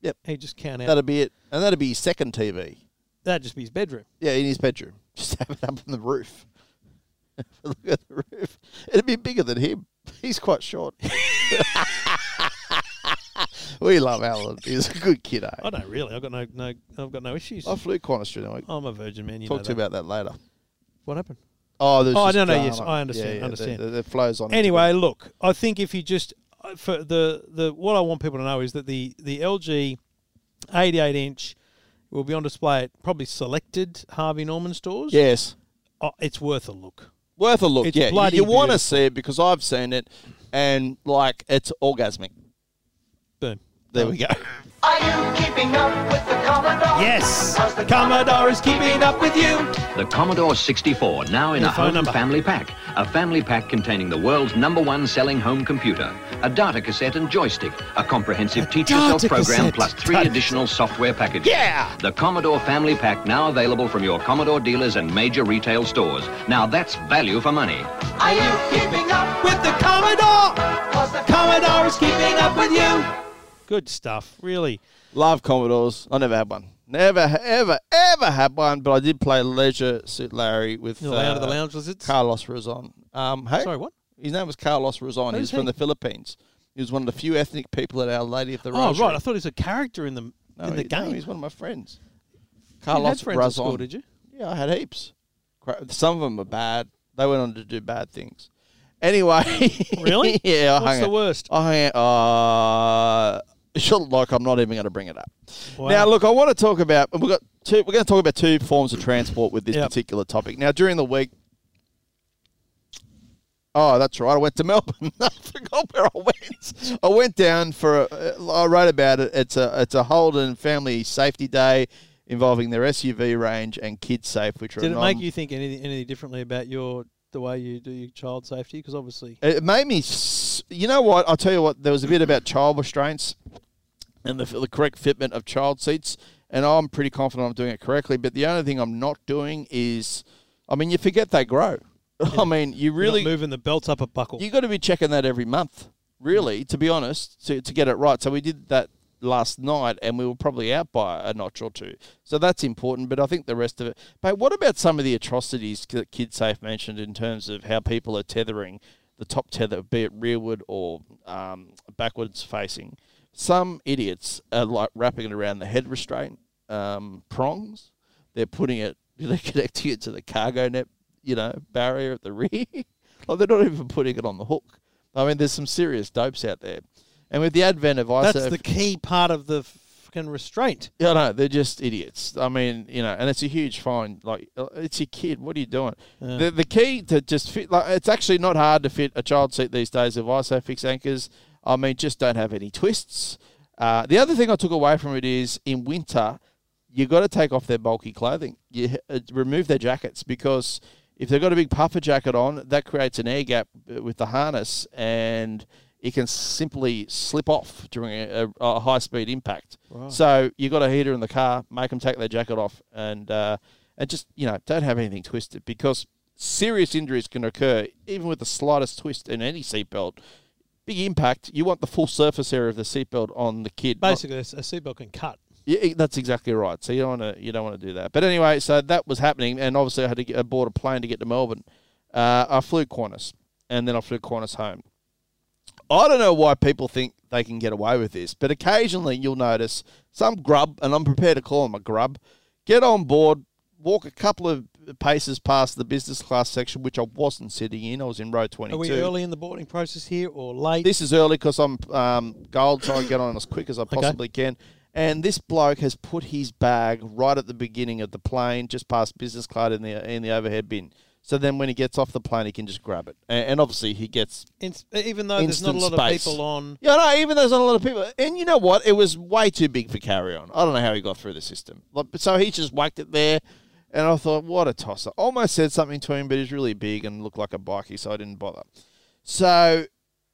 Speaker 2: yeah.
Speaker 6: He just count out.
Speaker 2: That'd be it. And that'd be his second TV.
Speaker 6: That'd just be his bedroom.
Speaker 2: Yeah, in his bedroom. Just have it up on the roof. Look at the roof. It'd be bigger than him. He's quite short. we love Alan. He's a good kiddo.
Speaker 6: I don't really. I've got no no. I've got no issues.
Speaker 2: I flew Qantas during the week.
Speaker 6: I'm a virgin man. You
Speaker 2: Talk
Speaker 6: know
Speaker 2: to you
Speaker 6: that.
Speaker 2: about that later.
Speaker 6: What happened?
Speaker 2: Oh, there's
Speaker 6: Oh,
Speaker 2: just
Speaker 6: no, no,
Speaker 2: drama.
Speaker 6: yes, I understand,
Speaker 2: Yeah, yeah,
Speaker 6: understand.
Speaker 2: The, the, the flows on. into
Speaker 6: Anyway,
Speaker 2: it.
Speaker 6: look, I think if you just uh, for the the what I want people to know is that the the LG 88 inch will be on display at probably selected Harvey Norman stores.
Speaker 2: yes,
Speaker 6: Oh, it's worth a look.
Speaker 2: worth a look.
Speaker 6: It's
Speaker 2: yeah, You-
Speaker 6: bloody
Speaker 2: you want to
Speaker 6: beautiful.
Speaker 2: see it because I've seen it, and like it's orgasmic.
Speaker 6: Boom.
Speaker 2: There we go.
Speaker 12: Are you keeping up with the Commodore?
Speaker 6: Yes, the Commodore is keeping up with you.
Speaker 13: The Commodore 64, now in
Speaker 6: Your
Speaker 13: a
Speaker 6: phone
Speaker 13: home
Speaker 6: number.
Speaker 13: family pack. A family pack containing the world's number one selling home computer, a data cassette and joystick, a comprehensive teach yourself
Speaker 14: data
Speaker 13: program
Speaker 14: cassette.
Speaker 13: plus three additional software packages.
Speaker 14: Yeah!
Speaker 13: The Commodore family pack now available from your Commodore dealers and major retail stores. Now that's value for money.
Speaker 12: Are you keeping up with the
Speaker 6: Commodore?
Speaker 12: Cause the
Speaker 6: Commodore is keeping up with you. Good stuff, really.
Speaker 2: Love Commodores. I never had one. Never, ha- ever, ever had one. But I did play Leisure Suit Larry with
Speaker 6: You know,
Speaker 2: Uh,
Speaker 6: Lounge of the Lounge Lizards?
Speaker 2: Carlos Razon. Um, hey,
Speaker 6: Sorry, what?
Speaker 2: His name was Carlos Razon. He was
Speaker 6: Who's
Speaker 2: from the
Speaker 6: he?
Speaker 2: Philippines. He was one of the few ethnic people at Our Lady of the
Speaker 6: Oh,
Speaker 2: Rosary.
Speaker 6: right. I thought he was a character in the
Speaker 2: No,
Speaker 6: in the
Speaker 2: he- no,
Speaker 6: game.
Speaker 2: he's one of my friends.
Speaker 6: you had
Speaker 2: Carlos
Speaker 6: friends at school,
Speaker 2: Razon.
Speaker 6: did you?
Speaker 2: Yeah, I had heaps. Cra- Some of them are bad. They went on to do bad things. Anyway,
Speaker 6: Really?
Speaker 2: yeah. I
Speaker 6: What's
Speaker 2: hung
Speaker 6: the
Speaker 2: out-
Speaker 6: worst?
Speaker 2: I hung out- uh, sure, like I'm not even going to bring it up. Now, look, I want to talk about we've got two. We're going to talk about two forms of transport with this
Speaker 6: Yep.
Speaker 2: particular topic. Now, during the week. Oh, that's right. I went to Melbourne. I forgot where I went. I went down for. A, uh, I wrote about it. It's a it's a Holden Family Safety Day involving their SUV range and Kids Safe, which are a
Speaker 6: Did it
Speaker 2: non-
Speaker 6: make you think anything, anything differently about your the way you do your child safety? Because obviously,
Speaker 2: It made me. s- You know what? I'll tell you what. There was a bit about child restraints and the, the correct fitment of child seats, and I'm pretty confident I'm doing it correctly. But the only thing I'm not doing is, I mean, you forget they grow. I mean, you
Speaker 6: you're not
Speaker 2: really
Speaker 6: moving the belt up a buckle.
Speaker 2: you got to be checking that every month, really, to be honest, to, to get it right. So we did that last night, and we were probably out by a notch or two. So that's important. But I think the rest of it. But what about some of the atrocities that KidSafe mentioned in terms of how people are tethering the top tether, be it rearward or um, backwards facing? Some idiots are like wrapping it around the head restraint um, prongs. They're putting it, they're connecting it to the cargo net, you know, barrier at the rear. Like they're not even putting it on the hook. I mean, there's some serious dopes out there. And with the advent of ISO,
Speaker 6: That's the key part of the f- African restraint.
Speaker 2: Yeah, no, they're just idiots. I mean, you know, and it's a huge fine. Like, uh, it's your kid. What are you doing?
Speaker 6: Yeah.
Speaker 2: The, the key to just fit, like, it's actually not hard to fit a child seat these days of ISO fixed anchors. I mean, just don't have any twists. Uh, the other thing I took away from it is in winter, you got to take off their bulky clothing. You uh, remove their jackets because if they've got a big puffer jacket on, that creates an air gap uh, with the harness and it can simply slip off during a, a, a high speed impact.
Speaker 6: Right.
Speaker 2: So you got a heater in the car, make them take their jacket off, and uh, and just you know don't have anything twisted because serious injuries can occur even with the slightest twist in any seatbelt. Big impact. You want the full surface area of the seatbelt on the kid. not-
Speaker 6: Basically, a s- a seatbelt can cut.
Speaker 2: yeah, e- that's exactly right. So you don't want to you don't want to do that. But anyway, so that was happening, and obviously I had to get, board a plane to get to Melbourne. Uh, I flew Qantas, and then I flew Qantas home. I don't know why people think they can get away with this, but occasionally you'll notice some grub, and I'm prepared to call him a grub, get on board, walk a couple of paces past the business class section, which I wasn't sitting in. I was in row 22.
Speaker 6: Are we early in the boarding process here or late?
Speaker 2: This is early because I'm um, gold, so I get on as quick as I possibly can. And this bloke has put his bag right at the beginning of the plane, just past business class in the in the overhead bin. So then, when he gets off the plane, he can just grab it. A- And, obviously, he gets
Speaker 6: In, even though there's not a lot
Speaker 2: Instant
Speaker 6: of
Speaker 2: space.
Speaker 6: people on.
Speaker 2: yeah, no, even there's not a lot of people. And you know what? It was way too big for carry on. I don't know how he got through the system. Like, but- so he just whacked it there. And I thought, what a tosser. Almost said something to him, but he's really big and looked like a bikie, so I didn't bother. So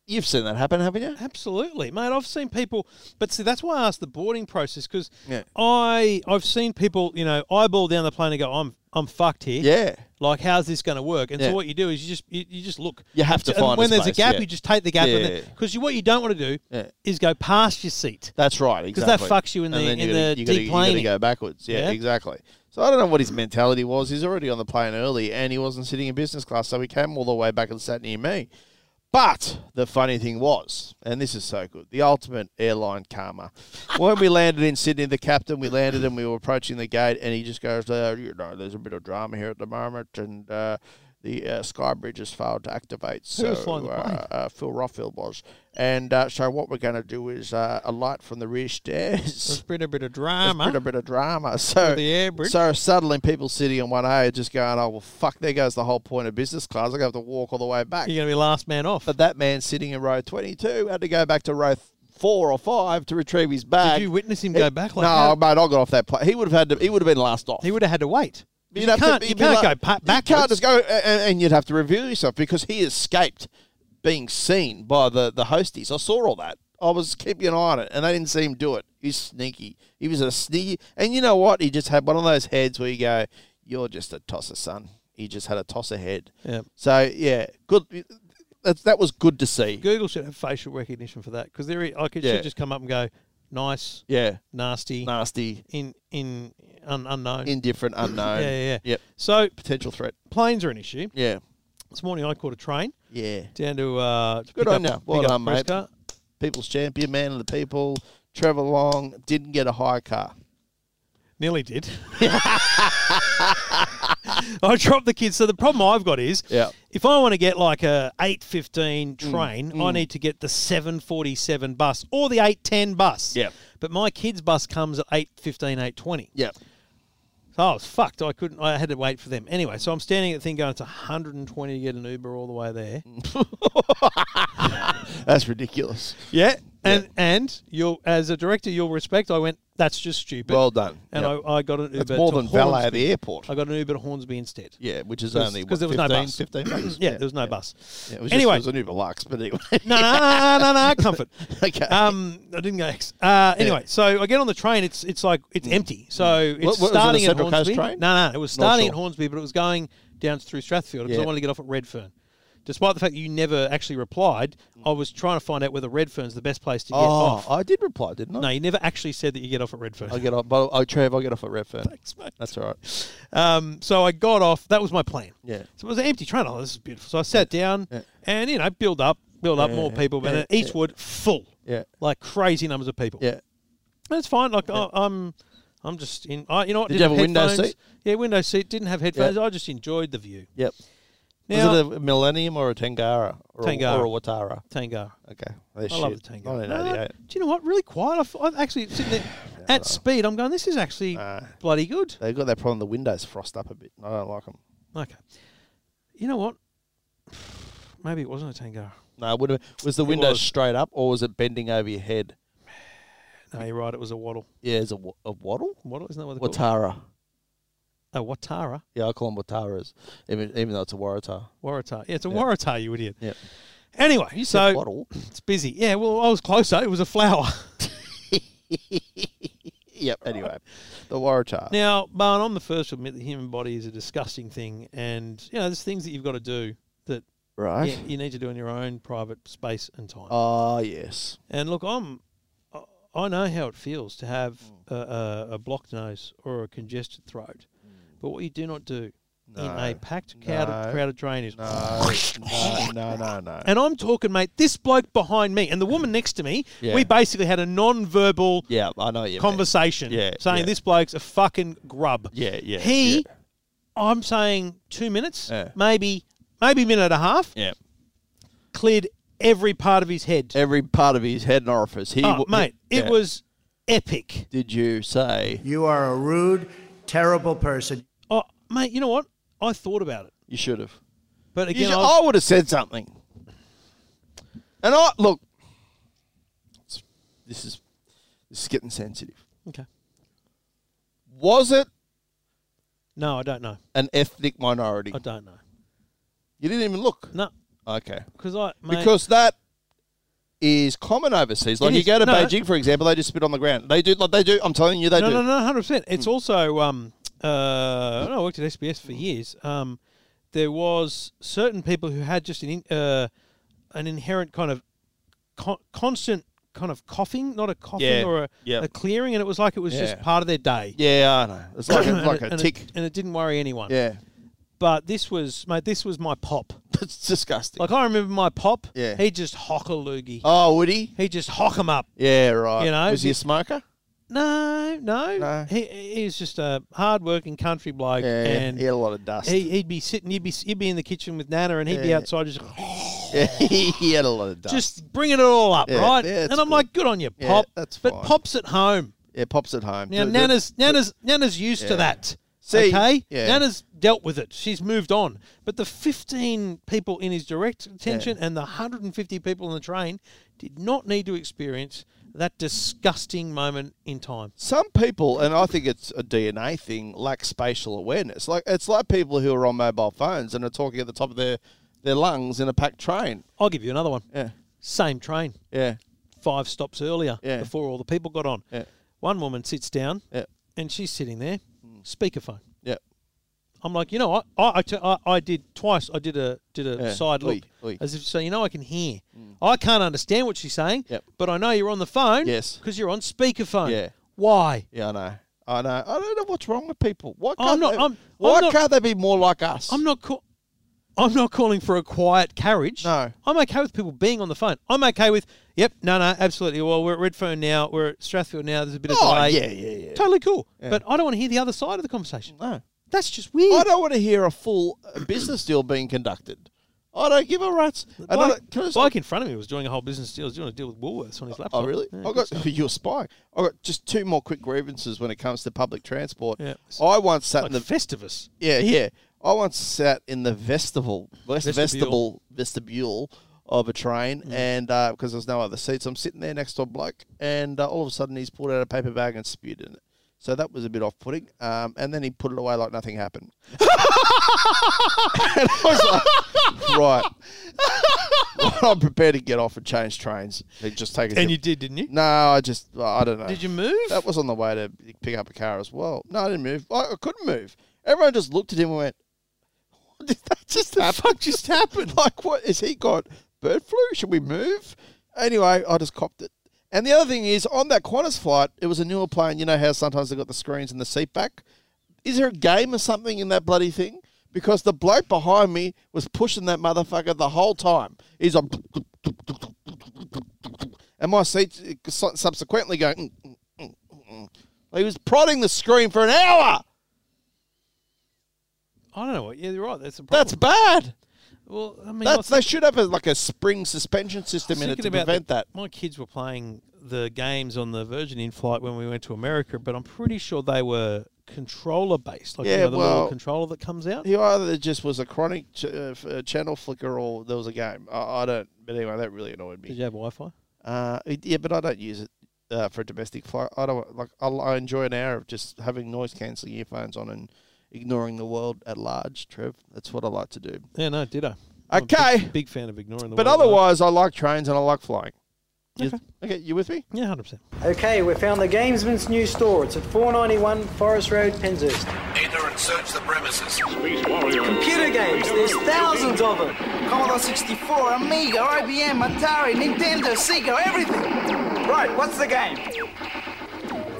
Speaker 2: you've seen that happen, haven't you?
Speaker 6: Absolutely, mate. I've seen people, but see, that's why I asked the boarding process because I I've seen people, you know, eyeball down the plane and go, "I'm I'm fucked here."
Speaker 2: Yeah.
Speaker 6: Like, how's this going to work? And
Speaker 2: Yeah.
Speaker 6: so what you do is you just you, you just look.
Speaker 2: You have to
Speaker 6: And
Speaker 2: find a
Speaker 6: when there's
Speaker 2: space,
Speaker 6: a gap,
Speaker 2: yeah.
Speaker 6: you just take the gap,
Speaker 2: Yeah.
Speaker 6: because you what you don't want to do
Speaker 2: Yeah.
Speaker 6: is go past your seat.
Speaker 2: That's right,
Speaker 6: 'Cause
Speaker 2: exactly.
Speaker 6: that fucks you in
Speaker 2: And
Speaker 6: the-
Speaker 2: then you
Speaker 6: in
Speaker 2: gotta-
Speaker 6: the
Speaker 2: you gotta- you gotta
Speaker 6: deplaning.
Speaker 2: go backwards. Yeah,
Speaker 6: Yeah.
Speaker 2: exactly. So I don't know what his mentality was. He's already on the plane early, and he wasn't sitting in business class, so he came all the way back and sat near me. But the funny thing was, and this is so good, the ultimate airline karma. when we landed in Sydney, the captain, we landed and we were approaching the gate, and he just goes, uh, you know, there's a bit of drama here at the moment, and uh, the uh, sky bridge has failed to activate.
Speaker 6: Who
Speaker 2: So
Speaker 6: was flying the plane?
Speaker 2: uh, uh, Phil Rothfield was. And uh, so what we're going to do is uh, a light from the rear stairs.
Speaker 6: There's been a bit of drama.
Speaker 2: There's been a bit of drama. So
Speaker 6: the air bridge.
Speaker 2: So suddenly people sitting in one A are just going, oh, well, fuck, there goes the whole point of business class. I'm going to have to walk all the way back.
Speaker 6: You're going to be last man off.
Speaker 2: But that man sitting in row 22 had to go back to row th- four or five to retrieve his bag.
Speaker 6: Did you witness him go back like
Speaker 2: no,
Speaker 6: that?
Speaker 2: mate, I got off that plane. He would have had to, he would have been last off.
Speaker 6: He would have had to wait.
Speaker 2: You'd
Speaker 6: You
Speaker 2: have to-
Speaker 6: can't, you
Speaker 2: you'd be
Speaker 6: can't
Speaker 2: like-
Speaker 6: go pa-
Speaker 2: You
Speaker 6: backwards.
Speaker 2: can't just go, and, and you'd have to review yourself because he escaped being seen by the the hosties. I saw all that. I was keeping an eye on it, and they didn't see him do it. He's sneaky. He was a sneaky, and you know what? He just had one of those heads where you go, "You're just a tosser, son." He just had a tosser head.
Speaker 6: Yeah.
Speaker 2: So yeah, good. That that was good to see.
Speaker 6: Google should have facial recognition for that because there, is, like, it
Speaker 2: Yeah.
Speaker 6: should just come up and go, nice,
Speaker 2: Yeah.
Speaker 6: nasty,
Speaker 2: Nasty,
Speaker 6: in in un, unknown,
Speaker 2: indifferent, unknown.
Speaker 6: yeah, yeah, yeah.
Speaker 2: Yep.
Speaker 6: So
Speaker 2: Potential threat.
Speaker 6: planes are an issue.
Speaker 2: Yeah.
Speaker 6: This morning I caught a train.
Speaker 2: Yeah.
Speaker 6: Down to uh, to
Speaker 2: Good
Speaker 6: pick
Speaker 2: on
Speaker 6: up-
Speaker 2: you. Well
Speaker 6: pick up
Speaker 2: done, mate.
Speaker 6: Prescott.
Speaker 2: People's champion, man of the people. Trevor Long didn't get a hire car.
Speaker 6: Nearly did. I dropped the kids. So the problem I've got is,
Speaker 2: Yeah.
Speaker 6: if I want to get like a eight fifteen train, I
Speaker 2: mm.
Speaker 6: need to get the seven forty seven bus or the eight ten bus.
Speaker 2: Yeah.
Speaker 6: But my kids' bus comes at 8.15, 8.20.
Speaker 2: Yeah.
Speaker 6: So I was fucked. I couldn't. I had to wait for them. Anyway, so I'm standing at the thing going, it's 120 to get an Uber all the way there.
Speaker 2: Mm. That's ridiculous.
Speaker 6: Yeah. And and you'll as a director, you'll respect. I went. That's just stupid.
Speaker 2: Well done.
Speaker 6: And
Speaker 2: Yep.
Speaker 6: I, I got an Uber.
Speaker 2: That's more
Speaker 6: to
Speaker 2: than valet at the
Speaker 6: Hornsby.
Speaker 2: airport.
Speaker 6: I got an Uber to Hornsby instead.
Speaker 2: Yeah, which is
Speaker 6: Because-
Speaker 2: only what,
Speaker 6: because there was no
Speaker 2: 15,
Speaker 6: bus.
Speaker 2: 15 bucks?
Speaker 6: yeah,
Speaker 2: Yeah,
Speaker 6: there was no bus.
Speaker 2: Yeah, it was
Speaker 6: anyway,
Speaker 2: just, it was an Uber Lux, but anyway.
Speaker 6: no, no, no, no, no, comfort.
Speaker 2: okay.
Speaker 6: Um, I didn't go. Ex- uh, anyway, so I get on the train. It's it's like it's empty. So it's
Speaker 2: Mm. What- what, was it a
Speaker 6: starting at
Speaker 2: Central Coast
Speaker 6: Hornsby.
Speaker 2: train?
Speaker 6: No, no, it was
Speaker 2: North
Speaker 6: starting at
Speaker 2: Shore.
Speaker 6: Hornsby, but it was going down through Strathfield because
Speaker 2: Yeah.
Speaker 6: I wanted to get off at Redfern. Despite the fact that you never actually replied, I was trying to find out whether Redfern's the best place to
Speaker 2: oh,
Speaker 6: get off.
Speaker 2: I did reply, didn't I?
Speaker 6: No, you never actually said that you get off at Redfern.
Speaker 2: I get off. But I, Trev, I get off at Redfern.
Speaker 6: Thanks, mate.
Speaker 2: That's all right.
Speaker 6: Um, so I got off. That was my plan.
Speaker 2: Yeah.
Speaker 6: So it was an empty train. Oh, this is beautiful. So I sat down and, you know, build up, build up
Speaker 2: Yeah,
Speaker 6: more
Speaker 2: yeah,
Speaker 6: people. But
Speaker 2: yeah,
Speaker 6: then Eastwood, full.
Speaker 2: Yeah.
Speaker 6: Like crazy numbers of people.
Speaker 2: Yeah.
Speaker 6: And it's fine. Like, I, I'm. I'm just in. I, you know what?
Speaker 2: Did you
Speaker 6: didn't
Speaker 2: have a window
Speaker 6: headphones.
Speaker 2: seat?
Speaker 6: Yeah, window seat. Didn't have headphones. I just enjoyed the view.
Speaker 2: Yep.
Speaker 6: Now-
Speaker 2: was it a Millennium or a Tangara? Or
Speaker 6: Tangara.
Speaker 2: A, or a Watara?
Speaker 6: Tangara.
Speaker 2: Okay.
Speaker 6: I
Speaker 2: They
Speaker 6: love the
Speaker 2: Oh, shit.
Speaker 6: Tangara.
Speaker 2: 1988.
Speaker 6: Uh, do you know what? Really quiet. I f- I'm actually sitting there. At speed, I'm going, this is actually bloody good.
Speaker 2: They've got that problem. The windows frost up a bit. and I don't like them.
Speaker 6: Okay. You know what? Maybe it wasn't a Tango.
Speaker 2: No, it would have. Was the
Speaker 6: It
Speaker 2: window
Speaker 6: was.
Speaker 2: straight up or was it bending over your head?
Speaker 6: No, you're right. It was a Waddle.
Speaker 2: Yeah, it's a, wa- a waddle.
Speaker 6: Waddle, isn't that what they're called?
Speaker 2: Watara.
Speaker 6: A Watara.
Speaker 2: Yeah, I call them Wataras, even, even though it's a Waratah.
Speaker 6: Waratah. Yeah, it's a
Speaker 2: Yeah.
Speaker 6: Waratah, you idiot.
Speaker 2: Yeah.
Speaker 6: Anyway,
Speaker 2: You
Speaker 6: so
Speaker 2: said waddle.
Speaker 6: it's busy. Yeah, well, I was closer. It was a flower.
Speaker 2: Yep. Anyway, the Waratah.
Speaker 6: Now, Barn, I'm the first to admit the human body is a disgusting thing, and you know there's things that you've got to do that
Speaker 2: Right.
Speaker 6: you, you need to do in your own private space and time.
Speaker 2: Ah, yes.
Speaker 6: And look, I'm I- I know how it feels to have
Speaker 2: Mm.
Speaker 6: a, a, a blocked nose or a congested throat, but what you do not do in a packed crowded,
Speaker 2: No.
Speaker 6: crowded train is
Speaker 2: No, no, no, no, no.
Speaker 6: and I'm talking, mate. This bloke behind me and the woman next to me,
Speaker 2: Yeah.
Speaker 6: we basically had a non-verbal
Speaker 2: yeah, I know what you. mean.
Speaker 6: conversation,
Speaker 2: Yeah,
Speaker 6: saying
Speaker 2: yeah.
Speaker 6: this bloke's a fucking grub.
Speaker 2: Yeah, yeah.
Speaker 6: he,
Speaker 2: yeah.
Speaker 6: I'm saying two minutes,
Speaker 2: Yeah.
Speaker 6: maybe maybe a minute and a half,
Speaker 2: Yeah.
Speaker 6: cleared every part of his head.
Speaker 2: Every part of his head and orifice. He,
Speaker 6: oh,
Speaker 2: w-
Speaker 6: mate, it
Speaker 2: yeah.
Speaker 6: was epic.
Speaker 2: Did you say
Speaker 3: You are a rude, terrible person.
Speaker 6: Oh, mate, you know what? I thought about it,
Speaker 2: you should have?
Speaker 6: but
Speaker 2: You
Speaker 6: again,
Speaker 2: should-
Speaker 6: I was-
Speaker 2: I would have said something. And I look. it's- This is this is getting sensitive.
Speaker 6: okay.
Speaker 2: Was it
Speaker 6: No, I don't know.
Speaker 2: an ethnic minority?
Speaker 6: I don't know.
Speaker 2: You didn't even look.
Speaker 6: Uh, No,
Speaker 2: Okay.
Speaker 6: because I mate,
Speaker 2: Because that is common overseas. Like
Speaker 6: It
Speaker 2: you
Speaker 6: is.
Speaker 2: go to
Speaker 6: No.
Speaker 2: Beijing, for example, they just spit on the ground. They do. Like they do. I'm telling you, they
Speaker 6: no,
Speaker 2: do. Hmm.
Speaker 6: no, no, hundred percent. It's also um uh I worked at SBS for years. Um, there was certain people who had just an in, uh an inherent kind of con- constant kind of coughing, not a coughing
Speaker 2: Yeah,
Speaker 6: or a,
Speaker 2: yeah.
Speaker 6: a clearing, and it was like it was just
Speaker 2: Yeah.
Speaker 6: part of their day.
Speaker 2: Yeah, I know. It's like a,
Speaker 6: And
Speaker 2: like
Speaker 6: it-
Speaker 2: a
Speaker 6: and it-
Speaker 2: tick.
Speaker 6: and it didn't worry anyone.
Speaker 2: yeah,
Speaker 6: But this was mate, this was my pop.
Speaker 2: it's disgusting.
Speaker 6: Like I remember my pop.
Speaker 2: Yeah.
Speaker 6: He just hock a loogie.
Speaker 2: oh, would he?
Speaker 6: He just hock 'em up.
Speaker 2: Yeah, right.
Speaker 6: You know,
Speaker 2: was he a
Speaker 6: it-
Speaker 2: smoker?
Speaker 6: No, no.
Speaker 2: No.
Speaker 6: He he was just a hard working country bloke
Speaker 2: Yeah,
Speaker 6: and
Speaker 2: he had a lot of dust.
Speaker 6: he, he'd be sitting he'd be he'd be in the kitchen with Nana and he'd be
Speaker 2: Yeah.
Speaker 6: outside just
Speaker 2: Yeah, he had a lot of dust.
Speaker 6: just bringing it all up,
Speaker 2: Yeah,
Speaker 6: right?
Speaker 2: yeah,
Speaker 6: and
Speaker 2: that's
Speaker 6: I'm
Speaker 2: good.
Speaker 6: like, good on you,
Speaker 2: Yeah,
Speaker 6: Pop.
Speaker 2: that's
Speaker 6: but
Speaker 2: fine.
Speaker 6: Pop's at home.
Speaker 2: yeah, pops at home.
Speaker 6: Now
Speaker 2: Do- do-
Speaker 6: Nana's Nana's Nana's used to
Speaker 2: Yeah.
Speaker 6: that.
Speaker 2: See,
Speaker 6: okay?
Speaker 2: yeah.
Speaker 6: Nana's dealt with it. She's moved on. But the 15 people in his direct attention and the 150 people in the train did not need to experience that disgusting moment in time.
Speaker 2: some people, and I think it's a DNA thing, lack spatial awareness. Like it's like people who are on mobile phones and are talking at the top of their their lungs in a packed train.
Speaker 6: I'll give you another one.
Speaker 2: Yeah,
Speaker 6: Same train.
Speaker 2: yeah,
Speaker 6: five stops earlier
Speaker 2: Yeah.
Speaker 6: before all the people got on.
Speaker 2: Yeah.
Speaker 6: One woman sits down
Speaker 2: Yeah. Hmm.
Speaker 6: and she's sitting there, speakerphone.
Speaker 2: yeah.
Speaker 6: I'm like, you know, what? I I, t- I, I did twice. I did a did a
Speaker 2: Yeah.
Speaker 6: side
Speaker 2: Oi,
Speaker 6: look
Speaker 2: oi. Hmm.
Speaker 6: as if so. You know, I can hear. I can't understand what she's saying,
Speaker 2: Yep.
Speaker 6: but I know you're on the phone.
Speaker 2: Yes.
Speaker 6: because you're on speakerphone.
Speaker 2: Yeah.
Speaker 6: Why?
Speaker 2: Yeah, I know. I know. I don't know what's wrong with people. Why can't,
Speaker 6: I'm not-
Speaker 2: they,
Speaker 6: I'm-
Speaker 2: why
Speaker 6: I'm not-
Speaker 2: can't they be more like us?
Speaker 6: I'm not call- I'm not calling for a quiet carriage.
Speaker 2: No.
Speaker 6: I'm okay with people being on the phone. I'm okay with. Yep. No. No. Absolutely. Well, we're at Redfern now. We're at Strathfield now. There's a bit of
Speaker 2: Oh,
Speaker 6: delay.
Speaker 2: yeah, yeah, yeah.
Speaker 6: Totally cool. But I don't want to hear the other side of the conversation.
Speaker 2: No.
Speaker 6: That's just weird.
Speaker 2: I don't want to hear a full uh, business deal being conducted. I don't give a rat's. I
Speaker 6: bloke,
Speaker 2: don't- can I just-
Speaker 6: bloke in front of me was doing a whole business deal. He was doing a deal with Woolworths on his laptop.
Speaker 2: Oh really?
Speaker 6: Yeah,
Speaker 2: I
Speaker 6: good
Speaker 2: got
Speaker 6: stuff.
Speaker 2: you're spying. I got just two more quick grievances when it comes to public transport.
Speaker 6: Yeah.
Speaker 2: I once sat
Speaker 6: like
Speaker 2: in the
Speaker 6: Festivus.
Speaker 2: Yeah, yeah. I once sat in the vestibule, west
Speaker 6: Vestibule. Mm.
Speaker 2: vestibule, vestibule of a train, and uh, because there's no other seats, I'm sitting there next to a bloke, and uh, all of a sudden he's pulled out a paper bag and spewed in it. So that was a bit off-putting, um, and then he put it away like nothing happened. and I was like, right, Well, I'm prepared to get off and change trains. They just take a
Speaker 6: And
Speaker 2: zip-
Speaker 6: you did, didn't you?
Speaker 2: No, I just I don't know.
Speaker 6: Did you move?
Speaker 2: That was on the way to pick up a car as well. No, I didn't move. I, I couldn't move. Everyone just looked at him and went, "What did that just happen? fuck just happened? Like, what has he got? Bird flu? Should we move?" Anyway, I just copped it. And the other thing is, on that Qantas flight, it was a newer plane. You know how sometimes they got the screens in the seat back. Is there a game or something in that bloody thing? Because the bloke behind me was pushing that motherfucker the whole time. He's like, and my seat su- subsequently going. "Mm, mm, mm, mm, mm." He was prodding the screen for an hour.
Speaker 6: I don't know. what- Yeah, you're right. That's the problem.
Speaker 2: That's bad.
Speaker 6: Well, I mean,
Speaker 2: That's,
Speaker 6: I
Speaker 2: they should have a, like a spring suspension system in it
Speaker 6: thinking
Speaker 2: to
Speaker 6: about
Speaker 2: prevent
Speaker 6: the-
Speaker 2: that.
Speaker 6: My kids were playing the games on the Virgin in flight when we went to America, but I'm pretty sure they were controller based, like you
Speaker 2: Yeah,
Speaker 6: know, the
Speaker 2: well-
Speaker 6: little controller that comes out.
Speaker 2: He either just was a chronic ch- uh, f- uh, channel flicker or there was a game. I, I don't. But anyway, that really annoyed me.
Speaker 6: Did you have Wi-Fi?
Speaker 2: Uh, it- yeah, but I don't use it uh, for a domestic flight. I don't like. I, I enjoy an hour of just having noise cancelling earphones on and ignoring the world at large. Trev, that's what I like to do.
Speaker 6: Yeah, no, ditto. I'm a big-
Speaker 2: Okay,
Speaker 6: big, fan of ignoring the.
Speaker 2: but
Speaker 6: world, mate.
Speaker 2: otherwise, I like trains and I like flying.
Speaker 6: Okay.
Speaker 2: you with me?
Speaker 6: Yeah, hundred percent.
Speaker 15: Okay, we found the Gamesman's new store. It's at 491 Forest Road, Penshurst.
Speaker 16: Enter and search the premises.
Speaker 12: Computer games, there's thousands of them. Commodore 64, Amiga, IBM, Atari, Nintendo, Sega, everything. Right, what's the game?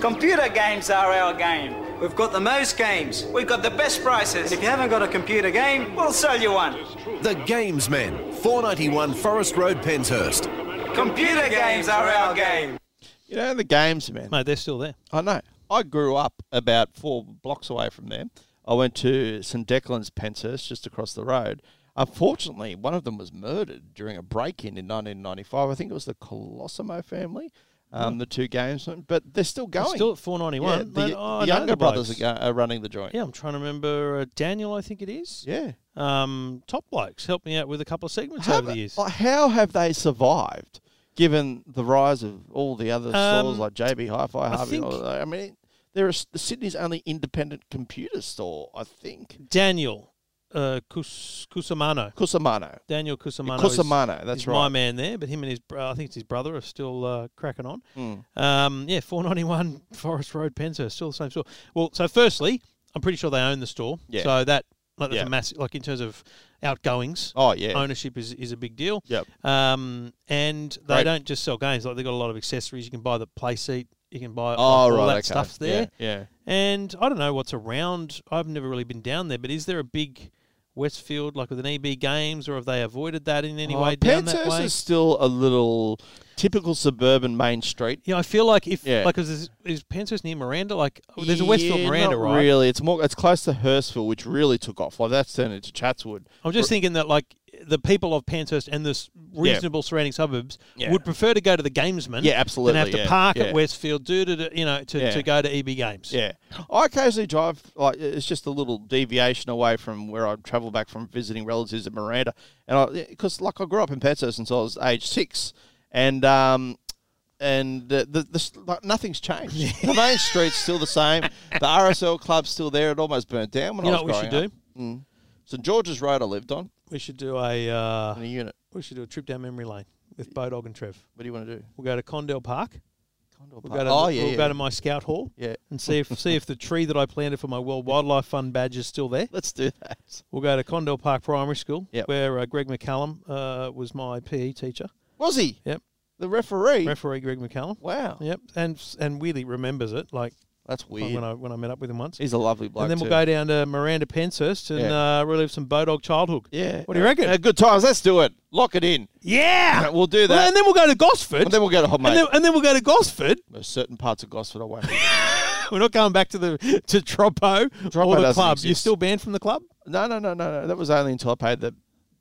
Speaker 12: Computer games are our game. We've got the most games. We've got the best prices. And if you haven't got a computer game, we'll sell you one.
Speaker 16: The Games Men, 491 Forest Road, Penshurst.
Speaker 12: Computer games are our game.
Speaker 2: You know the games, man.
Speaker 6: Mate, they're still there.
Speaker 2: I know. I grew up about four blocks away from there. I went to St Declan's Penshurst, just across the road. Unfortunately, one of them was murdered during a break-in in 1995. I think it was the Colosimo family. Um, The two games, but they're still
Speaker 6: They're
Speaker 2: going.
Speaker 6: still at 491.
Speaker 2: Yeah,
Speaker 6: Mate,
Speaker 2: the,
Speaker 6: oh, I
Speaker 2: the
Speaker 6: know
Speaker 2: younger
Speaker 6: the
Speaker 2: brothers are,
Speaker 6: blokes.
Speaker 2: go- are running the joint.
Speaker 6: Yeah, I'm trying to remember uh, Daniel. I think it is.
Speaker 2: Yeah.
Speaker 6: Um, top blokes helped me out with a couple of segments over the years.
Speaker 2: Like, how have they survived, given the rise of all the other stores
Speaker 6: Um,
Speaker 2: like JB Hi-Fi,
Speaker 6: I
Speaker 2: Harvey? and all
Speaker 6: think-
Speaker 2: that? I mean, they're a, s- Sydney's only independent computer store, I think.
Speaker 6: Daniel uh, Kus- Kusamano.
Speaker 2: Cusimano.
Speaker 6: Daniel Cusimano.
Speaker 2: Cusimano, that's
Speaker 6: is My
Speaker 2: right.
Speaker 6: man there, but him and his, bro- I think it's his brother, are still uh, cracking on.
Speaker 2: Mm.
Speaker 6: Um, yeah, 491 Forest Road, Penshurst, still the same store. Well, so firstly, I'm pretty sure they own the store.
Speaker 2: Yeah.
Speaker 6: So that, like, that's
Speaker 2: Yeah.
Speaker 6: a massive, like in terms of outgoings.
Speaker 2: Oh, yeah.
Speaker 6: Ownership is, is a big deal.
Speaker 2: Yep.
Speaker 6: Um, and they
Speaker 2: Great.
Speaker 6: don't just sell games. Like they've got a lot of accessories. You can buy the play seat. You can buy
Speaker 2: Oh,
Speaker 6: all
Speaker 2: right,
Speaker 6: that
Speaker 2: okay.
Speaker 6: stuff's there.
Speaker 2: Yeah, yeah.
Speaker 6: And I don't know what's around. I've never really been down there, but is there a big Westfield like with an EB Games, or have they avoided that in any
Speaker 2: Oh,
Speaker 6: way down that
Speaker 2: Penshurst
Speaker 6: way?
Speaker 2: is still a little typical suburban main street.
Speaker 6: Yeah, I feel like if
Speaker 2: Yeah.
Speaker 6: like 'cause is, is Penshurst near Miranda? Like oh, there's a Westfield
Speaker 2: Yeah,
Speaker 6: Miranda,
Speaker 2: not
Speaker 6: right?
Speaker 2: Really, it's more. It's close to Hurstville, which really took off. Like that's turned into Chatswood.
Speaker 6: I'm just thinking that like the people of Penshurst and the s- reasonable surrounding suburbs
Speaker 2: Yeah.
Speaker 6: would prefer to go to the Gamesman,
Speaker 2: Yeah, absolutely,
Speaker 6: than have to
Speaker 2: yeah,
Speaker 6: park
Speaker 2: yeah.
Speaker 6: at Westfield, do to you know to,
Speaker 2: Yeah.
Speaker 6: to go to EB Games.
Speaker 2: Yeah, I occasionally drive. Like it's just a little deviation away from where I travel back from visiting relatives at Miranda, and I because like I grew up in Petso since I was age six, and um, and the the, the like, nothing's changed. the main street's still the same. The RSL club's still there. It almost burnt down when
Speaker 6: You
Speaker 2: I
Speaker 6: know
Speaker 2: was
Speaker 6: what we
Speaker 2: growing up.
Speaker 6: should
Speaker 2: Mm. St George's Road I lived on.
Speaker 6: We should do a uh,
Speaker 2: a unit.
Speaker 6: We should do a trip down memory lane with Bodog and Trev.
Speaker 2: What do you want to do?
Speaker 6: We'll go to Condell Park. Condell We'll
Speaker 2: Park.
Speaker 6: go to,
Speaker 2: Oh,
Speaker 6: the-
Speaker 2: yeah,
Speaker 6: We'll
Speaker 2: yeah.
Speaker 6: go to my scout hall.
Speaker 2: Yeah.
Speaker 6: And see if see if the tree that I planted for my World Wildlife Fund badge is still there.
Speaker 2: Let's do that.
Speaker 6: We'll go to Condell Park Primary School,
Speaker 2: Yep.
Speaker 6: where uh, Greg McCallum uh, was my PE teacher.
Speaker 2: Was he?
Speaker 6: Yep.
Speaker 2: The referee.
Speaker 6: Referee Greg McCallum.
Speaker 2: Wow.
Speaker 6: Yep. And and weirdly remembers it. Like
Speaker 2: that's weird.
Speaker 6: When I when I met up with him once.
Speaker 2: He's a lovely bloke.
Speaker 6: and then we'll
Speaker 2: too.
Speaker 6: go down to Miranda Penshurst and uh, relive some Bodog childhood.
Speaker 2: Yeah.
Speaker 6: What do you reckon?
Speaker 2: Uh, good times. Let's do it. Lock it in.
Speaker 6: Yeah.
Speaker 2: We'll do that.
Speaker 6: Well, and then we'll go to Gosford.
Speaker 2: And then we'll go to
Speaker 6: And then, and then we'll go to Gosford.
Speaker 2: There's certain parts of Gosford I won't.
Speaker 6: We're not going back to the to Troppo,
Speaker 2: Droppo
Speaker 6: or the
Speaker 2: doesn't
Speaker 6: club. You're
Speaker 2: exist.
Speaker 6: still banned from the club.
Speaker 2: no, no, no, no, no. That was only until I paid the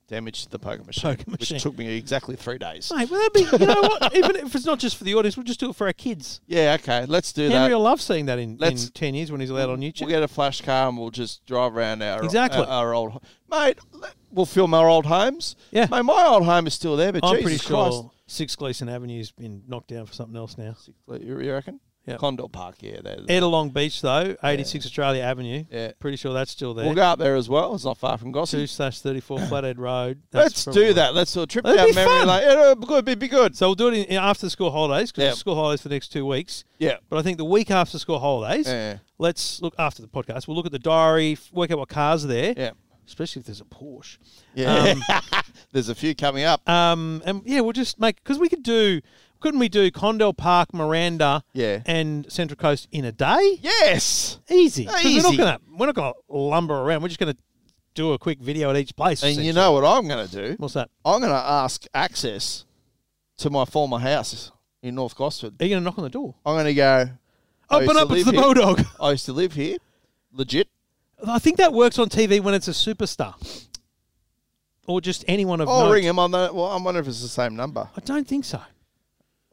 Speaker 2: damage to the poker machine,
Speaker 6: Poker machine.
Speaker 2: which took me exactly three days.
Speaker 6: Mate, well, that'd be, you know what? Even if it's not just for the audience, we'll just do it for our kids.
Speaker 2: Yeah. Okay. Let's do
Speaker 6: Henry
Speaker 2: that.
Speaker 6: will love seeing that in, in
Speaker 2: Let's-
Speaker 6: 10 years when he's allowed on YouTube.
Speaker 2: We'll get a flash car and we'll just drive around our
Speaker 6: Exactly.
Speaker 2: our, our old mate. let- We'll film our old homes. Yeah. Mate, my old home is still there, but
Speaker 6: I'm
Speaker 2: Jesus
Speaker 6: pretty
Speaker 2: Christ.
Speaker 6: sure Six Gleason Avenue's been knocked down for something else now.
Speaker 2: Like, You you reckon?
Speaker 6: Yeah.
Speaker 2: Condor Park. Yeah. There.
Speaker 6: Edelong Beach, though, 86 Australia Avenue. Yeah. Pretty sure that's still there.
Speaker 2: We'll go up there as well. It's not far from Gosford.
Speaker 6: 2 slash 34 Flathead Road.
Speaker 2: Let's
Speaker 6: That's
Speaker 2: do
Speaker 6: probably-
Speaker 2: that. Let's do a trip
Speaker 6: That'd
Speaker 2: down
Speaker 6: be
Speaker 2: memory
Speaker 6: fun.
Speaker 2: lane. It'll be good. It'd be good.
Speaker 6: So we'll do it in, after school holidays because
Speaker 2: Yeah.
Speaker 6: school holidays for the next two weeks.
Speaker 2: Yeah.
Speaker 6: But I think the week after school holidays,
Speaker 2: Yeah.
Speaker 6: let's look after the podcast. We'll look at the diary, f- work out what cars are there.
Speaker 2: Yeah.
Speaker 6: Especially if there's a Porsche.
Speaker 2: Yeah.
Speaker 6: Um,
Speaker 2: There's a few coming up.
Speaker 6: Um, and yeah, we'll just make because we could do, couldn't we do Condell Park, Miranda,
Speaker 2: Yeah.
Speaker 6: and Central Coast in a day?
Speaker 2: Yes,
Speaker 6: easy. 'Cause We're not
Speaker 2: Uh, Easy.
Speaker 6: gonna we're not gonna lumber around. We're just gonna do a quick video at each place.
Speaker 2: And you
Speaker 6: essentially.
Speaker 2: know what I'm going to do?
Speaker 6: what's that?
Speaker 2: I'm going to ask access to my former house in North Gosford.
Speaker 6: Are you gonna knock on the door?
Speaker 2: I'm going to go. I
Speaker 6: Open
Speaker 2: used to
Speaker 6: up, it's
Speaker 2: live
Speaker 6: the
Speaker 2: here.
Speaker 6: Bulldog.
Speaker 2: I used to live here, legit.
Speaker 6: I think that works on TV when it's a superstar. or just anyone of
Speaker 2: I'll
Speaker 6: note.
Speaker 2: Oh, ring him on the. Well, I'm wondering if it's the same number.
Speaker 6: I don't think so.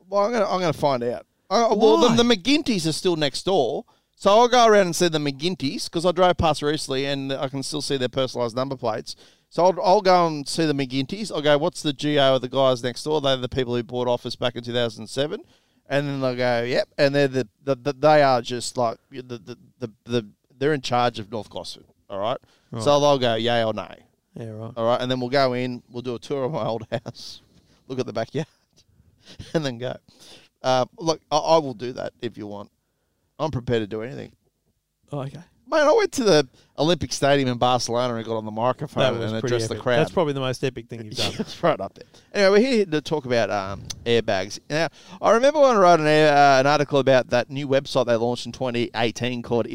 Speaker 2: Well, I'm gonna I'm gonna find out. I, well, the, the McGinties are still next door, so I'll go around and see the McGinties because I drove past recently and I can still see their personalised number plates. So I'll, I'll go and see the McGinties. I'll go, what's the GO of the guys next door? They're the people who bought office back in 2007. And then they'll go, yep. And they're the, the, the they are just like the, the, the, the they're in charge of North Gosford. All right. So
Speaker 6: Right.
Speaker 2: they'll go, yay or nay.
Speaker 6: Yeah, right.
Speaker 2: All right. And then we'll go in, we'll do a tour of my old house, look at the backyard, and then go. Uh, look, I, I will do that if you want. I'm prepared to do anything.
Speaker 6: Oh, okay.
Speaker 2: Mate, I went to the Olympic Stadium in Barcelona and got on the microphone and
Speaker 6: pretty
Speaker 2: addressed the
Speaker 6: epic.
Speaker 2: crowd.
Speaker 6: That's probably the most epic thing you've done.
Speaker 2: It's right up there. Anyway, we're here to talk about um, airbags. Now, I remember when I wrote an, air, uh, an article about that new website they launched in 2018 called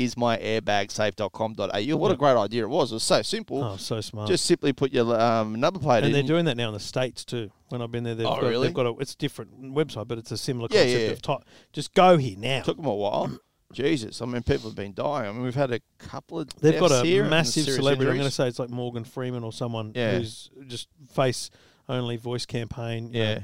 Speaker 2: ismyairbagsafe.com.au. What a
Speaker 6: Yeah.
Speaker 2: great idea it was. It was so simple.
Speaker 6: Oh, so smart.
Speaker 2: Just simply put your um, number plate
Speaker 6: and
Speaker 2: in.
Speaker 6: they're doing that now in the states too. When I've been there, they've,
Speaker 2: Oh,
Speaker 6: got,
Speaker 2: really?
Speaker 6: they've got a it's a different website, but it's a similar
Speaker 2: Yeah,
Speaker 6: concept
Speaker 2: yeah, yeah.
Speaker 6: of type. Just go here now.
Speaker 2: Took them a while. Jesus, I mean, people have been dying. I mean, we've had a couple of
Speaker 6: They've got
Speaker 2: deaths here
Speaker 6: a
Speaker 2: and
Speaker 6: massive
Speaker 2: serious
Speaker 6: celebrity. I'm
Speaker 2: injuries.
Speaker 6: going to say it's like Morgan Freeman or someone
Speaker 2: Yeah.
Speaker 6: who's just face only voice campaign. you know,
Speaker 2: Yeah.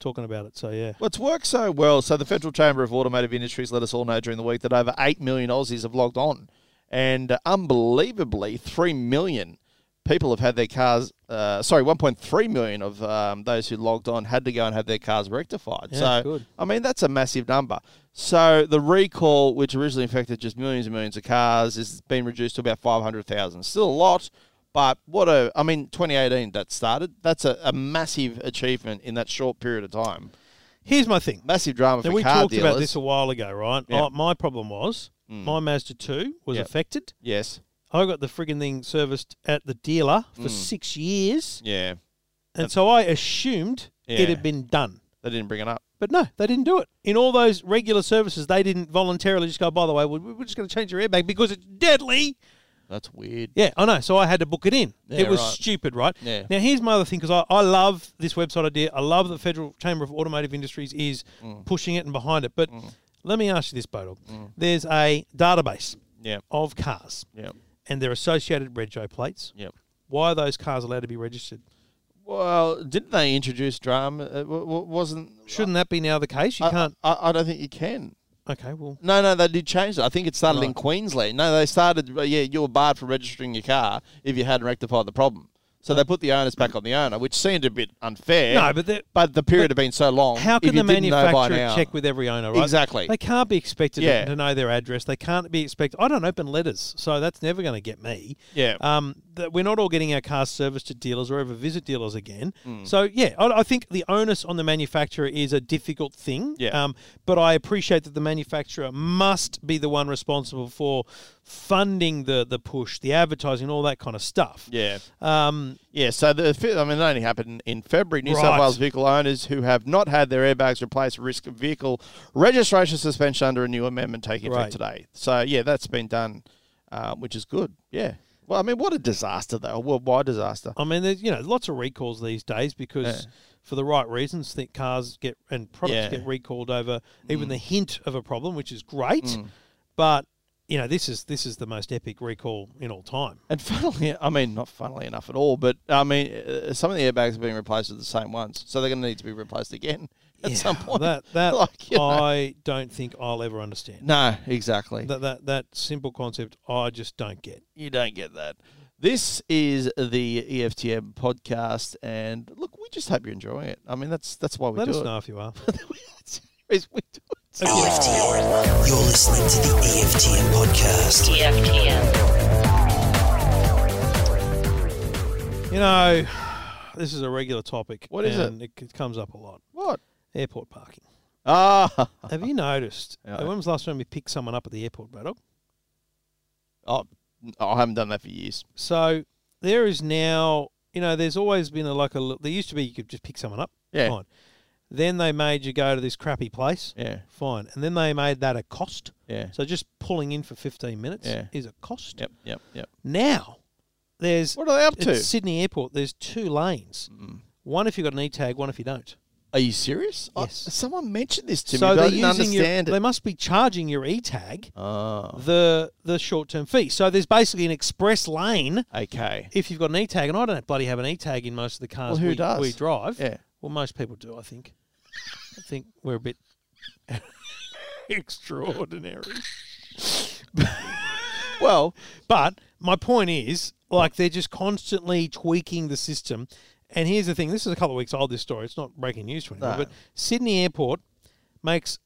Speaker 6: talking about it. So yeah,
Speaker 2: Well, it's worked so well. So the Federal Chamber of Automotive Industries let us all know during the week that over 8 million Aussies have logged on. And uh, unbelievably, 3 million people have had their cars, uh, sorry, 1.3 million of um, those who logged on had to go and have their cars rectified.
Speaker 6: Yeah,
Speaker 2: so,
Speaker 6: good.
Speaker 2: I mean, that's a massive number. So the recall, which originally affected just millions and millions of cars, has been reduced to about 500,000. Still a lot. But what a, I mean, 2018 that started. That's a, a massive achievement in that short period of time.
Speaker 6: Here's my thing.
Speaker 2: Massive drama
Speaker 6: Now
Speaker 2: for
Speaker 6: we
Speaker 2: car
Speaker 6: talked
Speaker 2: dealers.
Speaker 6: about this a while ago, right?
Speaker 2: Yeah. Hmm.
Speaker 6: I, my problem was my Mazda two was
Speaker 2: Yeah.
Speaker 6: affected.
Speaker 2: Yes.
Speaker 6: I got the frigging thing serviced at the dealer for
Speaker 2: Mm.
Speaker 6: six years,
Speaker 2: Yeah.
Speaker 6: and so I assumed
Speaker 2: Yeah.
Speaker 6: it had been done.
Speaker 2: They didn't bring it up.
Speaker 6: But no, they didn't do it. In all those regular services, they didn't voluntarily just go, by the way, we- we're just going to change your airbag because it's deadly.
Speaker 2: That's weird.
Speaker 6: Yeah, I know. So I had to book it in.
Speaker 2: Yeah,
Speaker 6: it was
Speaker 2: right.
Speaker 6: stupid, right?
Speaker 2: Yeah.
Speaker 6: Now, here's my other thing because I, I love this website idea. I love that the Federal Chamber of Automotive Industries is
Speaker 2: Mm.
Speaker 6: pushing it and behind it. But let me ask you this, Bodog. There's a database
Speaker 2: Yeah.
Speaker 6: of cars
Speaker 2: Yep.
Speaker 6: and their associated rego plates.
Speaker 2: Yep.
Speaker 6: Why are those cars allowed to be registered?
Speaker 2: Well, didn't they introduce drama? Uh, w- w- wasn't
Speaker 6: Shouldn't that be now the case? You
Speaker 2: I-
Speaker 6: can't.
Speaker 2: I, I don't think you can.
Speaker 6: Okay, well,
Speaker 2: No, no, they did change it. I think it started in
Speaker 6: Right.
Speaker 2: Queensland. No, they started. uh, Yeah, you were barred from registering your car if you hadn't rectified the problem. So they put the onus back on the owner, which seemed a bit unfair.
Speaker 6: No, but the-
Speaker 2: but the period
Speaker 6: but
Speaker 2: had been so long.
Speaker 6: How
Speaker 2: if
Speaker 6: can
Speaker 2: you
Speaker 6: the
Speaker 2: didn't know by
Speaker 6: manufacturer
Speaker 2: now-
Speaker 6: check with every owner, right?
Speaker 2: Exactly.
Speaker 6: They can't be expected to-
Speaker 2: Yeah.
Speaker 6: to know their address. They can't be expected. I don't open letters, so that's never going to get me.
Speaker 2: Yeah.
Speaker 6: Um, that we're not all getting our cars serviced at dealers or ever visit dealers again.
Speaker 2: Mm.
Speaker 6: So yeah, I, I think the onus on the manufacturer is a difficult thing.
Speaker 2: Yeah.
Speaker 6: Um, but I appreciate that the manufacturer must be the one responsible for funding the the push, the advertising, all that kind of stuff.
Speaker 2: Yeah.
Speaker 6: Um,
Speaker 2: Yeah, so the fi- I mean, it only happened in February. New South
Speaker 6: Right.
Speaker 2: Wales vehicle owners who have not had their airbags replaced risk vehicle registration suspension under a new amendment taking
Speaker 6: Right.
Speaker 2: effect today. So yeah, that's been done, uh, which is good. Yeah. Well, I mean, what a disaster though, a worldwide disaster.
Speaker 6: I mean, there's you know lots of recalls these days because
Speaker 2: Yeah.
Speaker 6: for the right reasons, think cars get and products
Speaker 2: Yeah.
Speaker 6: get recalled over even the hint of a problem, which is great.
Speaker 2: Mm.
Speaker 6: But you know, this is this is the most epic recall in all time.
Speaker 2: And funnily, I mean, not funnily enough at all, but I mean, uh, some of the airbags have been replaced with the same ones, so they're going to need to be replaced again at some point.
Speaker 6: That that
Speaker 2: Like, you know.
Speaker 6: I don't think I'll ever understand.
Speaker 2: No, exactly.
Speaker 6: That that that simple concept I just don't get.
Speaker 2: You don't get that. This is the E EFTM podcast, and look, we just hope you're enjoying it. I mean, that's that's why we
Speaker 6: Let
Speaker 2: do
Speaker 6: us
Speaker 2: it.
Speaker 6: know if you are.
Speaker 12: EFTM. You're listening to the E EFTM podcast.
Speaker 17: EFTM.
Speaker 6: You know, this is a regular topic.
Speaker 2: What is it?
Speaker 6: and it? It comes up a lot.
Speaker 2: What?
Speaker 6: Airport parking.
Speaker 2: Ah,
Speaker 6: Have you noticed?
Speaker 2: Yeah.
Speaker 6: uh, When was the last time we picked someone up at the airport, Braddock?
Speaker 2: oh, n- I haven't done that for years.
Speaker 6: So there is now, you know, there's always been a like a. li- There used to be you could just pick someone up.
Speaker 2: Yeah.
Speaker 6: Fine. Then they made you go to this crappy place.
Speaker 2: Yeah.
Speaker 6: Fine. And then they made that a cost.
Speaker 2: Yeah.
Speaker 6: So just pulling in for 15 minutes
Speaker 2: Yeah.
Speaker 6: is a cost.
Speaker 2: Yep, yep, yep.
Speaker 6: Now there's
Speaker 2: What are they up
Speaker 6: at
Speaker 2: to? Mm.
Speaker 6: Sydney Airport. There's two lanes. One if you've got an e tag, one if you don't.
Speaker 2: Are you serious? I-
Speaker 6: Yes.
Speaker 2: someone mentioned this to
Speaker 6: so
Speaker 2: me, but I
Speaker 6: they're
Speaker 2: didn't
Speaker 6: using your,
Speaker 2: understand
Speaker 6: They
Speaker 2: it. Ah.
Speaker 6: must be charging your e tag the the short term fee. So there's basically an express lane.
Speaker 2: Okay.
Speaker 6: If you've got an e tag, and I don't bloody have an e tag in most of the cars
Speaker 14: Well, who
Speaker 6: we,
Speaker 14: does?
Speaker 6: we drive.
Speaker 14: Yeah.
Speaker 6: Well, most people do, I think. I think we're a bit extraordinary. well, but my point is, like, they're just constantly tweaking the system. And here's the thing: this is a couple of weeks old. This story, it's not breaking news to anyone,
Speaker 14: No.
Speaker 6: but Sydney Airport makes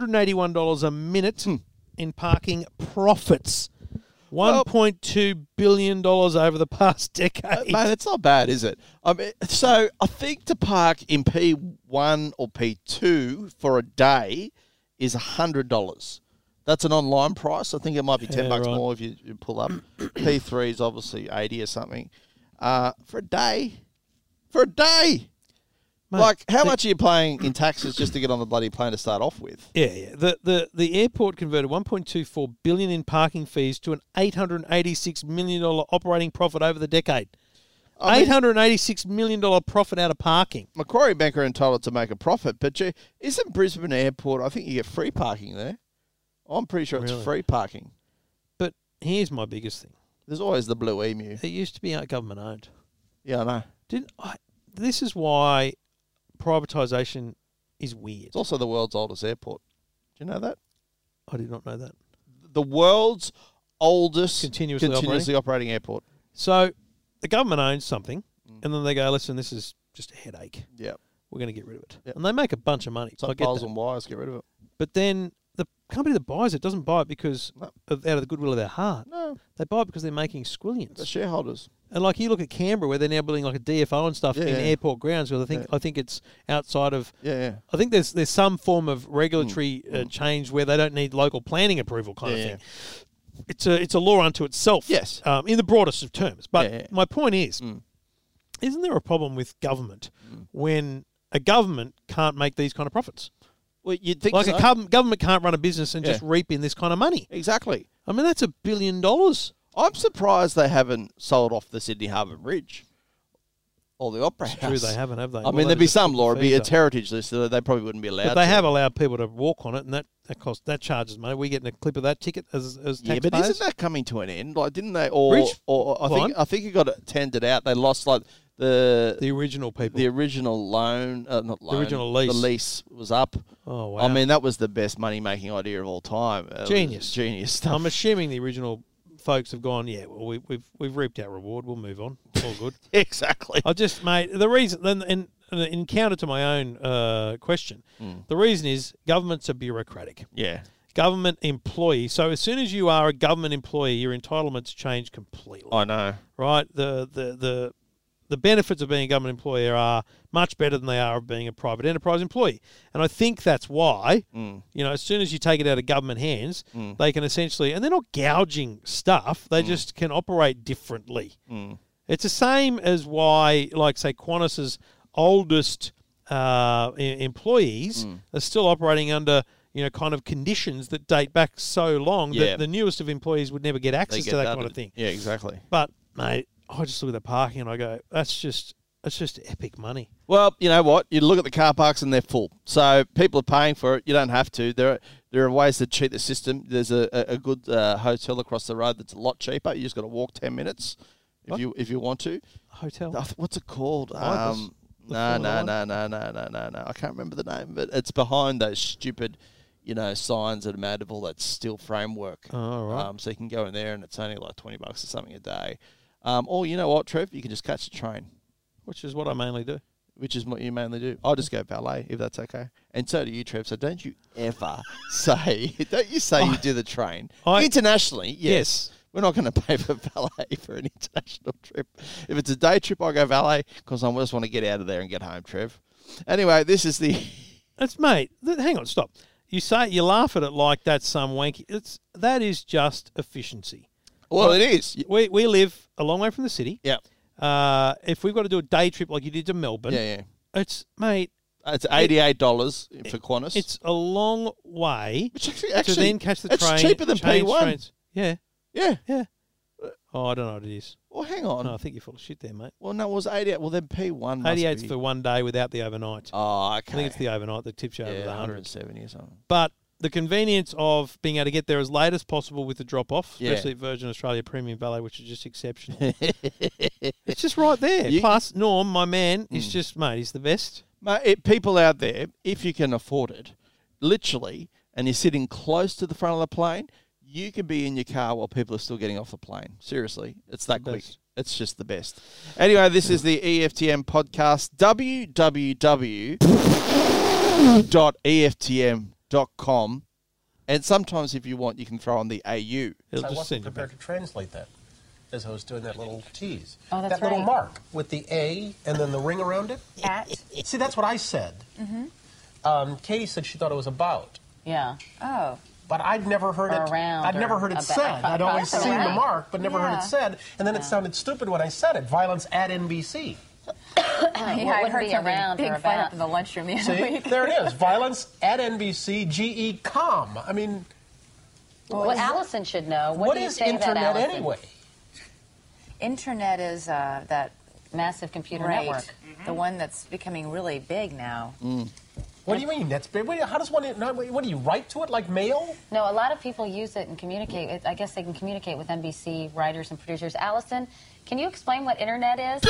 Speaker 6: $181 a minute
Speaker 14: Hmm.
Speaker 6: in parking profits. One point two billion dollars over the past
Speaker 14: uh,
Speaker 6: decade.
Speaker 2: Mate, it's not bad, is it? I mean, so I think to park in P one or P two for a day is hundred dollars. That's an online price. I think it might be ten
Speaker 14: Yeah,
Speaker 2: bucks
Speaker 14: right.
Speaker 2: more if you, you pull up. P three is obviously eighty or something uh, for a day. For a day, like how much are you paying in taxes just to get on the bloody plane to start off with?
Speaker 6: Yeah, yeah. The, the the airport converted 1.24 billion in parking fees to an 886 million dollar operating profit over the decade.
Speaker 2: I mean-
Speaker 6: 886 million dollar profit out of parking.
Speaker 2: Macquarie Bank are entitled to make a profit, but gee, isn't Brisbane Airport? I think you get free parking there. I'm pretty sure it's
Speaker 6: Really?
Speaker 2: free parking.
Speaker 6: But here's my biggest thing.
Speaker 2: There's always the blue emu.
Speaker 6: It used to be uh, government owned.
Speaker 2: Yeah, I know.
Speaker 6: Didn't I, this is why privatisation is weird.
Speaker 2: It's also the world's oldest airport. Do you know that?
Speaker 6: I did not know that.
Speaker 2: The world's oldest
Speaker 6: Continuously
Speaker 2: continuously operating airport.
Speaker 6: So the government owns something, and then they go, "Listen, this is just a headache.
Speaker 2: Mm. Yeah,
Speaker 6: we're going to get rid of it." And they make a bunch of money.
Speaker 2: It's like
Speaker 6: I get
Speaker 2: poles
Speaker 6: that.
Speaker 2: and wires. Get rid of it.
Speaker 6: But then the company that buys it doesn't buy it because of, out of the goodwill of their heart.
Speaker 2: No.
Speaker 6: They buy it because they're making squillions.
Speaker 2: The shareholders.
Speaker 6: And like you look at Canberra, where they're now building like a DFO and stuff
Speaker 2: Yeah,
Speaker 6: in
Speaker 2: yeah.
Speaker 6: airport grounds, where I think
Speaker 2: Yeah.
Speaker 6: I think it's outside of.
Speaker 2: Yeah, yeah. Mm.
Speaker 6: I think there's there's some form of regulatory uh, change where they don't need local planning approval kind
Speaker 2: Yeah,
Speaker 6: of
Speaker 2: yeah.
Speaker 6: thing. It's a it's a law unto itself.
Speaker 2: Yes.
Speaker 6: um, in the broadest of terms. But
Speaker 2: Yeah, Mm. yeah.
Speaker 6: my point is, isn't there a problem with government
Speaker 2: Mm.
Speaker 6: when a government can't make these kind of profits?
Speaker 2: Well, you'd think
Speaker 6: like
Speaker 2: so.
Speaker 6: a gov- government can't run a business and just
Speaker 2: Yeah.
Speaker 6: reap in this kind of money.
Speaker 2: Exactly.
Speaker 6: I mean, that's a billion dollars.
Speaker 2: I'm surprised they haven't sold off the Sydney Harbour Bridge or the Opera
Speaker 6: It's
Speaker 2: House.
Speaker 6: true, they haven't, have they?
Speaker 2: I
Speaker 6: Well,
Speaker 2: mean,
Speaker 6: they
Speaker 2: there'd be
Speaker 6: just put
Speaker 2: some
Speaker 6: the
Speaker 2: law. It'd be
Speaker 6: fees
Speaker 2: it's
Speaker 6: up.
Speaker 2: heritage list, so they probably wouldn't be allowed.
Speaker 6: But they
Speaker 2: to.
Speaker 6: have allowed people to walk on it, and that, that costs that charges money. We're getting a clip of that ticket as as
Speaker 2: Yeah,
Speaker 6: taxpayers.
Speaker 2: but isn't that coming to an end? Like, didn't they? Or,
Speaker 6: Bridge
Speaker 2: or I
Speaker 6: line?
Speaker 2: think I think it got tendered out. They lost like the
Speaker 6: the original people,
Speaker 2: the original loan, uh, not loan,
Speaker 6: original lease.
Speaker 2: The lease was up.
Speaker 6: Oh,
Speaker 2: I
Speaker 6: wow.
Speaker 2: mean, that was the best money making idea of all time. It was
Speaker 6: genius,
Speaker 2: genius stuff.
Speaker 6: I'm assuming the original folks have gone. Yeah, well, we, we've we've reaped our reward. We'll move on. All good.
Speaker 2: exactly.
Speaker 6: I just mate the reason then and. and in counter to my own uh, question,
Speaker 2: Mm.
Speaker 6: the reason is governments are bureaucratic.
Speaker 2: Yeah.
Speaker 6: Government employee. So as soon as you are a government employee, your entitlements change completely.
Speaker 2: I know.
Speaker 6: right? The the the the benefits of being a government employer are much better than they are of being a private enterprise employee, and I think that's why
Speaker 2: Mm.
Speaker 6: you know as soon as you take it out of government hands,
Speaker 2: Mm.
Speaker 6: they can essentially and they're not gouging stuff; they just can operate differently.
Speaker 2: Mm.
Speaker 6: It's the same as why, like say, Qantas's oldest uh, e- employees
Speaker 2: Mm.
Speaker 6: are still operating under. You know, kind of conditions that date back so long
Speaker 2: Yeah.
Speaker 6: that the newest of employees would never get access to that kind of thing.
Speaker 2: Yeah, exactly.
Speaker 6: But mate, I just look at the parking and I go, that's just that's just epic money.
Speaker 2: Well, you know what? You look at the car parks and they're full. So people are paying for it. You don't have to. There are, there are ways to cheat the system. There's a, a, a good uh, hotel across the road that's a lot cheaper. You just got to walk 10 minutes if you if you want to.
Speaker 6: Hotel.
Speaker 2: I th- What's it called?
Speaker 6: Ibis?
Speaker 2: Um,
Speaker 6: The
Speaker 2: no, no,
Speaker 6: Formula
Speaker 2: no, no, no, no, no, no. I can't remember the name, but it's behind those stupid, you know, signs that are made of all that steel framework.
Speaker 6: Oh, all right.
Speaker 2: Um, so you can go in there and it's only like 20 bucks or something a day. Um, or you know what, Trev? You can just catch the train
Speaker 6: Which is what I mainly do.
Speaker 2: which is what you mainly do. I just go ballet if that's okay, and so do you, Trev. So don't you ever say don't you say you do the train
Speaker 6: I-
Speaker 2: internationally? Yes.
Speaker 6: Yes.
Speaker 2: We're not going to pay for ballet for an international trip. If it's a day trip, I go ballet because I just want to get out of there and get home, Trev. Anyway, this is the
Speaker 6: That's mate. Th- hang on, stop. You say you laugh at it like that's some wanky. It's that is just efficiency.
Speaker 2: Well,
Speaker 6: Like,
Speaker 2: it is.
Speaker 6: We we live a long way from the city.
Speaker 2: Yeah.
Speaker 6: Uh, if we've got to do a day trip like you did to Melbourne,
Speaker 2: Yeah, yeah.
Speaker 6: It's mate.
Speaker 2: It's eighty-eight dollars for Qantas.
Speaker 6: It's a long way
Speaker 2: actually- actually,
Speaker 6: to then catch the
Speaker 2: it's
Speaker 6: train.
Speaker 2: cheaper than
Speaker 6: change
Speaker 2: P1.
Speaker 6: trains. Yeah. Oh.
Speaker 2: Yeah.
Speaker 6: Yeah. Oh, I don't know what it is.
Speaker 2: Well, hang on.
Speaker 6: No, I think you're full of shit there, mate.
Speaker 2: Well, no, it was 88. Well, then P1 must
Speaker 6: 88's
Speaker 2: be-
Speaker 6: for one day without the overnight.
Speaker 2: Oh, okay.
Speaker 6: I think it's the overnight that tips you over
Speaker 2: Yeah,
Speaker 6: the 100.
Speaker 2: 170 or something.
Speaker 6: But the convenience of being able to get there as late as possible with the drop off,
Speaker 2: Yeah.
Speaker 6: especially at Virgin Australia Premium Valet, which is just exceptional. it's just right there. Plus, Norm, my man,
Speaker 2: Hmm.
Speaker 6: is just, mate, he's the best.
Speaker 2: Mate, it, people out there, if you can afford it, literally, and you're sitting close to the front of the plane, you can be in your car while people are still getting off the plane. Seriously, it's that quick. It's just the best. Anyway, this is the E EFTM podcast. E www.eftm.com. And sometimes, if you want, you can throw on the AU.
Speaker 12: I wasn't prepared to translate that as I was doing that little tease.
Speaker 17: Oh, that's
Speaker 12: that little
Speaker 17: right.
Speaker 12: mark with the A and then the ring around it.
Speaker 17: At?
Speaker 12: See, that's what I said.
Speaker 17: Mm-hmm.
Speaker 12: Um, Katie said she thought it was about,
Speaker 17: Yeah. Oh.
Speaker 12: but I'd never heard
Speaker 17: Or
Speaker 12: it.
Speaker 17: around
Speaker 12: I'd never
Speaker 17: or
Speaker 12: heard it
Speaker 17: about.
Speaker 12: said. I'd always
Speaker 17: Across or
Speaker 12: seen the
Speaker 17: around.
Speaker 12: mark, but never heard
Speaker 17: Yeah.
Speaker 12: it said. And then it sounded stupid when I said it. Violence at
Speaker 17: yeah,
Speaker 12: NBC.
Speaker 7: Well,
Speaker 17: I
Speaker 7: it
Speaker 17: heard
Speaker 7: hurts
Speaker 17: be
Speaker 7: having a
Speaker 17: around
Speaker 7: big
Speaker 17: or
Speaker 7: fight
Speaker 17: about.
Speaker 7: up in the lunchroom the other
Speaker 12: See,
Speaker 7: week.
Speaker 12: there it is. Violence at NBC. GE com. I mean,
Speaker 17: Well,
Speaker 12: What is
Speaker 17: Allison should know. What,
Speaker 12: what
Speaker 17: do you
Speaker 12: is
Speaker 17: say to that,
Speaker 12: internet
Speaker 17: Allison?
Speaker 12: anyway?
Speaker 7: Internet is uh, that
Speaker 17: Massive computer
Speaker 7: right,
Speaker 17: network.
Speaker 7: the one that's becoming really big now.
Speaker 12: What do you mean? That's big. Wait, How does one? What do you write to it like mail?
Speaker 17: No, a lot of people use it and communicate. It- I guess they can communicate with NBC writers and producers. Allison, can you explain what internet is?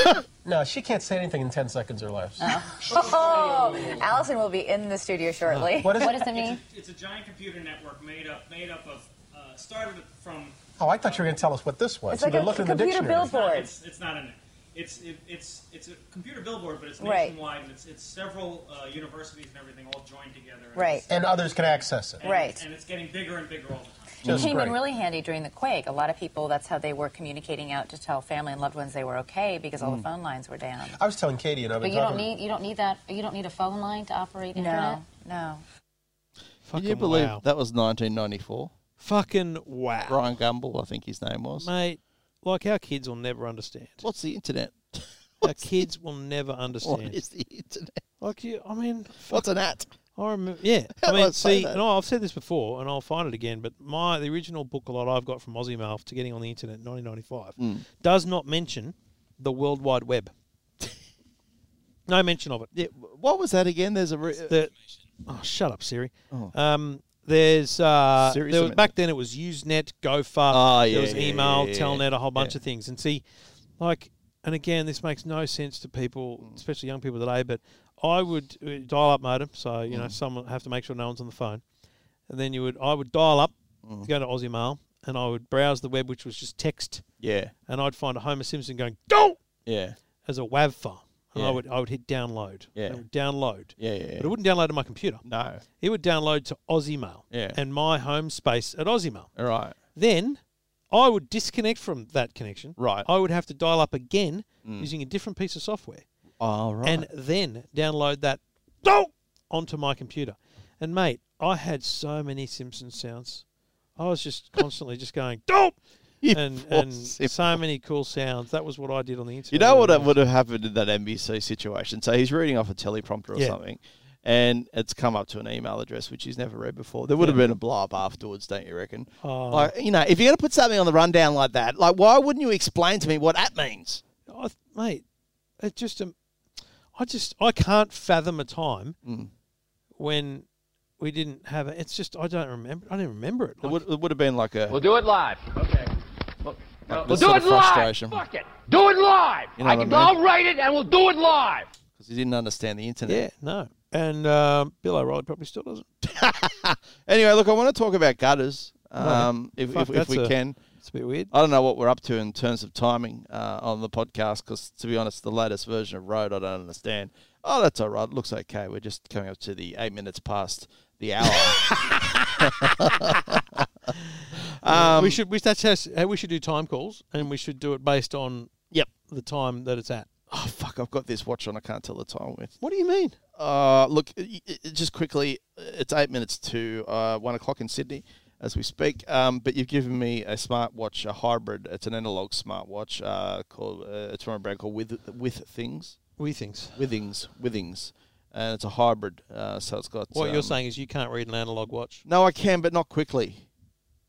Speaker 12: No, she can't say anything in ten seconds or less.
Speaker 7: Oh, Allison will be in the studio shortly.
Speaker 12: What is What it? does it
Speaker 7: mean?
Speaker 18: It's a giant computer network made up made up of uh, started from.
Speaker 12: Oh, I thought you were going to tell us what this was.
Speaker 18: It's
Speaker 12: you
Speaker 18: like
Speaker 12: were
Speaker 18: a
Speaker 12: looking in the
Speaker 18: computer
Speaker 12: dictionary.
Speaker 18: It's, it's not an. It's it, it's it's a computer billboard, but it's
Speaker 7: Right.
Speaker 18: nationwide, and it's it's several uh, universities and everything all joined together. and
Speaker 7: Right.
Speaker 18: it's-
Speaker 12: And others can access it.
Speaker 18: and-
Speaker 7: Right.
Speaker 18: And it's getting bigger and bigger all the time.
Speaker 7: It
Speaker 12: Just
Speaker 7: came
Speaker 12: great.
Speaker 7: in really handy during the quake. A lot of people, that's how they were communicating out to tell family and loved ones they were okay because all the
Speaker 12: Mm.
Speaker 7: phone lines were down.
Speaker 12: I was telling Katie and I've
Speaker 17: but
Speaker 12: been
Speaker 17: you don't
Speaker 12: talking.
Speaker 17: need you don't need that. You don't need a phone line to operate
Speaker 7: No,
Speaker 17: internet.
Speaker 7: No.
Speaker 2: Can you believe
Speaker 6: wow.
Speaker 2: that was 1994?
Speaker 6: Fucking wow.
Speaker 2: Brian Gumble, I think his name was.
Speaker 6: Mate, like our kids will never understand.
Speaker 2: What's the internet?
Speaker 6: our kids will never understand.
Speaker 2: What is the internet?
Speaker 6: Like you, I mean,
Speaker 2: what's an at?
Speaker 6: I remember. Yeah,
Speaker 2: How
Speaker 6: I
Speaker 2: do
Speaker 6: mean,
Speaker 2: I say
Speaker 6: see,
Speaker 2: that?
Speaker 6: and I've said this before, and I'll find it again. But my the original book a lot I've got from Aussie Mail to getting on the internet in 1995
Speaker 2: Mm.
Speaker 6: does not mention the World Wide Web. no mention of it.
Speaker 2: Yeah, what was that again? There's a re-
Speaker 6: oh, shut up, Siri.
Speaker 2: Oh.
Speaker 6: Um, there's uh,
Speaker 2: Siri's
Speaker 6: there
Speaker 2: the
Speaker 6: was,
Speaker 2: man.
Speaker 6: back then it was Usenet, Gopher,
Speaker 2: Ah, yeah,
Speaker 6: there was
Speaker 2: yeah,
Speaker 6: email,
Speaker 2: yeah, yeah,
Speaker 6: Telnet, a whole bunch
Speaker 2: yeah.
Speaker 6: of things. And see, like, and again, this makes no sense to
Speaker 2: Mm.
Speaker 6: people, especially young people today. But I would uh, dial up modem, so you know,
Speaker 2: Mm.
Speaker 6: someone have to make sure no one's on the phone, and then you would I would dial up
Speaker 2: Mm.
Speaker 6: to go to Aussie Mail, and I would browse the web, which was just text.
Speaker 2: Yeah.
Speaker 6: and I'd find a Homer Simpson going, "Don't."
Speaker 2: Yeah.
Speaker 6: as a WAV file. And I
Speaker 2: Yeah.
Speaker 6: would I would hit download. and
Speaker 2: Yeah.
Speaker 6: It would download.
Speaker 2: Yeah, yeah,
Speaker 6: But it wouldn't download to my computer.
Speaker 2: No.
Speaker 6: It would download to Aussiemail.
Speaker 2: Yeah.
Speaker 6: And my home space at Aussiemail.
Speaker 2: All right.
Speaker 6: Then I would disconnect from that connection.
Speaker 2: Right.
Speaker 6: I would have to dial up again
Speaker 2: Mm.
Speaker 6: using a different piece of software.
Speaker 2: All right.
Speaker 6: And then download that "Don't" onto my computer. And mate, I had so many Simpson sounds. I was just constantly just going "Don't." And, and so many cool sounds. That was what I did on the internet.
Speaker 2: You know what would have happened in that NBC situation? So he's reading off a teleprompter or
Speaker 6: Yeah.
Speaker 2: something, and it's come up to an email address which he's never read before. There would have
Speaker 6: Yeah.
Speaker 2: been a blow up afterwards, don't you reckon?
Speaker 6: Oh.
Speaker 2: Like, you know, if you're going to put something on the rundown like that, like why wouldn't you explain to me what that means?
Speaker 6: I, th- mate, it just, um, I just, I can't fathom a time
Speaker 2: Mm.
Speaker 6: when we didn't have it. It's just, I don't remember. I don't remember it.
Speaker 2: It would, it would have been like a.
Speaker 19: We'll do it live. Okay. We'll,
Speaker 2: Like
Speaker 19: we'll
Speaker 2: this
Speaker 19: do
Speaker 2: sort
Speaker 19: it
Speaker 2: of
Speaker 19: live.
Speaker 2: frustration.
Speaker 19: Fuck it. Do it live.
Speaker 2: You know
Speaker 19: I
Speaker 2: what
Speaker 19: can,
Speaker 2: I mean?
Speaker 19: will write it and we'll do it live.
Speaker 2: Because he didn't understand the internet.
Speaker 6: Yeah, no. And um, Bill O'Reilly probably still doesn't.
Speaker 2: Anyway, look, I want to talk about gutters
Speaker 6: Right.
Speaker 2: um, if,
Speaker 6: Fuck,
Speaker 2: if, if
Speaker 6: that's
Speaker 2: we
Speaker 6: a-
Speaker 2: can.
Speaker 6: It's a bit weird.
Speaker 2: I don't know what we're up to in terms of timing uh, on the podcast because, to be honest, the latest version of Road, I don't understand. Oh, that's all right. It looks okay. We're just coming up to the eight minutes past the hour. um,
Speaker 6: we should, we, that's how, s- how we should do time calls and we should do it based on
Speaker 2: yep
Speaker 6: the time that it's at.
Speaker 2: Oh, fuck. I've got this watch on. I can't tell the time with.
Speaker 6: What do you mean?
Speaker 2: Uh, look, y- y- just quickly, uh, it's eight minutes to uh, one o'clock in Sydney as we speak. Um, but you've given me a smartwatch, a hybrid. It's an analog smartwatch uh, called. Uh, it's from a brand called With With Things.
Speaker 6: Withings.
Speaker 2: Withings. Withings, and it's a hybrid. Uh, so it's got.
Speaker 6: What
Speaker 2: um,
Speaker 6: you're saying is you can't read an analog watch.
Speaker 2: No, I can, but not quickly.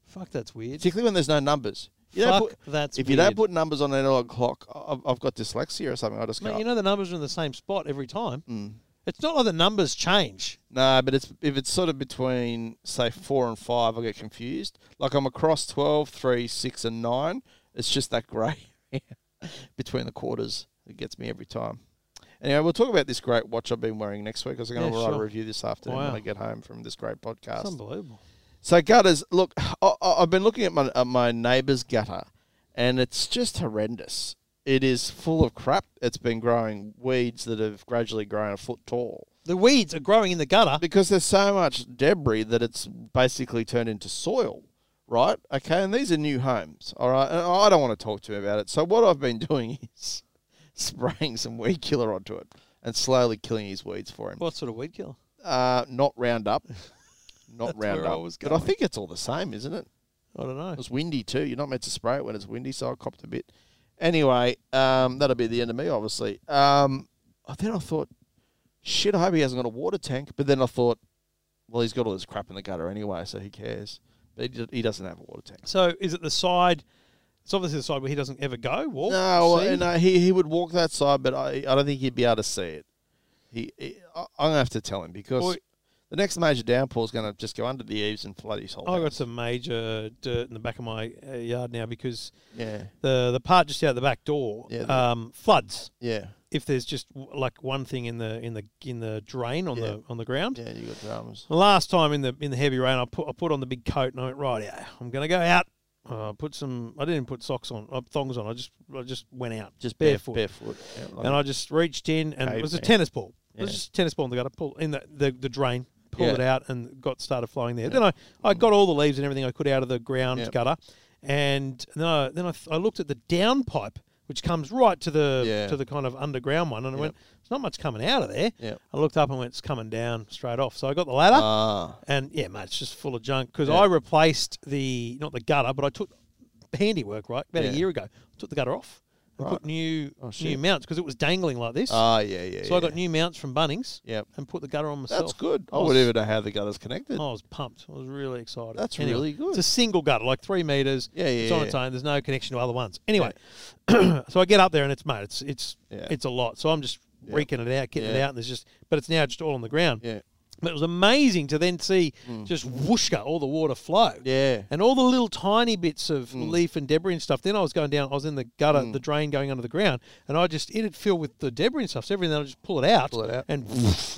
Speaker 6: Fuck, that's weird.
Speaker 2: Particularly when there's no numbers. You don't
Speaker 6: Fuck,
Speaker 2: put-
Speaker 6: that's
Speaker 2: if you don't
Speaker 6: weird.
Speaker 2: put numbers on an analog clock, I've, I've got dyslexia or something. I just
Speaker 6: Mate,
Speaker 2: can't.
Speaker 6: you know the numbers are in the same spot every time.
Speaker 2: Mm.
Speaker 6: It's not like the numbers change.
Speaker 2: No, but it's if it's sort of between say four and five, I get confused. Like I'm across 12, 3, 6, and nine. It's just that grey between the quarters. It gets me every time. Anyway, we'll talk about this great watch I've been wearing next week. I was going to
Speaker 6: Yeah,
Speaker 2: write a
Speaker 6: sure.
Speaker 2: review this afternoon
Speaker 6: Wow.
Speaker 2: when I get home from this great podcast.
Speaker 6: It's unbelievable.
Speaker 2: So gutters, look, I, I- I've been looking at my at my neighbour's gutter, and it's just horrendous. It is full of crap. It's been growing weeds that have gradually grown a foot tall.
Speaker 6: The weeds are growing in the gutter
Speaker 2: because there's so much debris that it's basically turned into soil, right? Okay, and these are new homes, all right. And I don't want to talk to him about it. So what I've been doing is spraying some weed killer onto it and slowly killing his weeds for him.
Speaker 6: What sort of weed killer?
Speaker 2: Uh, not Roundup. Not
Speaker 6: That's where I
Speaker 2: Roundup.
Speaker 6: was
Speaker 2: But I
Speaker 6: going.
Speaker 2: think it's all the same, isn't it?
Speaker 6: I don't know.
Speaker 2: It's windy too. You're not meant to spray it when it's windy, so I copped a bit. Anyway, um, that'll be the end of me, obviously. Um, I- then I thought, shit, I hope he hasn't got a water tank. But then I thought, well, he's got all this crap in the gutter anyway, so who cares? But he, d- he doesn't have a water tank.
Speaker 6: So is it the side? It's obviously the side where he doesn't ever go. Walk.
Speaker 2: No,
Speaker 6: see?
Speaker 2: well, no, he he would walk that side, but I I don't think he'd be able to see it. He, he I- I'm gonna have to tell him because
Speaker 6: Well-
Speaker 2: the next major downpour is gonna just go under the eaves and flood his whole.
Speaker 6: I got some major dirt in the back of my uh, yard now because
Speaker 2: Yeah.
Speaker 6: the the part just out the back door
Speaker 2: Yeah, the-
Speaker 6: um, floods.
Speaker 2: Yeah.
Speaker 6: If there's just w- like one thing in the in the in the drain on the on the ground.
Speaker 2: Yeah, you got dramas.
Speaker 6: The last time in the in the heavy rain, I put I put on the big coat and I went right. Yeah, I'm gonna go out. Uh, put some. I didn't even put socks on, uh, thongs on. I just I just went out,
Speaker 2: Just bare-
Speaker 6: barefoot,
Speaker 2: barefoot, yeah, like
Speaker 6: and
Speaker 2: a
Speaker 6: I just reached in, and it was a
Speaker 2: caveman.
Speaker 6: tennis ball. It
Speaker 2: Yeah.
Speaker 6: was just a tennis ball, and I got to pull in the, the, the drain, pull
Speaker 2: Yeah.
Speaker 6: it out, and got started flowing there. Then I, I got all the leaves and everything I could out of the ground
Speaker 2: Yep.
Speaker 6: gutter, and then I, then I, th- I looked at the downpipe, which comes right to the
Speaker 2: Yeah.
Speaker 6: to the kind of underground one, and I went, "There's not much coming out of there."
Speaker 2: Yep.
Speaker 6: I looked up and went, "It's coming down straight off." So I got the ladder,
Speaker 2: Ah.
Speaker 6: and yeah, mate, it's just full of junk because
Speaker 2: Yeah.
Speaker 6: I replaced the not the gutter, but I took handiwork right about
Speaker 2: Yeah.
Speaker 6: a year ago. took the gutter off. and
Speaker 2: Right. Oh,
Speaker 6: put new new
Speaker 2: shit.
Speaker 6: mounts because it was dangling like this.
Speaker 2: Ah, yeah, yeah,
Speaker 6: So I got new mounts from Bunnings.
Speaker 2: Yep.
Speaker 6: And put the gutter on myself.
Speaker 2: That's good. I
Speaker 6: was-
Speaker 2: wouldn't even know how the gutter's connected.
Speaker 6: I was pumped. I was really excited.
Speaker 2: That's
Speaker 6: Anyway,
Speaker 2: really good.
Speaker 6: It's a single gutter, like three meters.
Speaker 2: Yeah, yeah,
Speaker 6: It's on
Speaker 2: yeah.
Speaker 6: its own. There's no connection to other ones. Anyway, so I get up there and it's mate, it's it's
Speaker 2: Yeah.
Speaker 6: it's a lot. So I'm just
Speaker 2: Yeah.
Speaker 6: reeking it out, getting it
Speaker 2: Yeah.
Speaker 6: out, and there's just but it's now just all on the ground.
Speaker 2: Yeah. Mm.
Speaker 6: But it was amazing to then see just whooshka all the water flow.
Speaker 2: Yeah.
Speaker 6: And all the little tiny bits of
Speaker 2: Hmm.
Speaker 6: leaf and debris and stuff. Then I was going down, I was in the gutter, the drain going under the ground, and I just it'd fill with the debris and stuff. So everything I just pull it out,
Speaker 2: Pull it out.
Speaker 6: and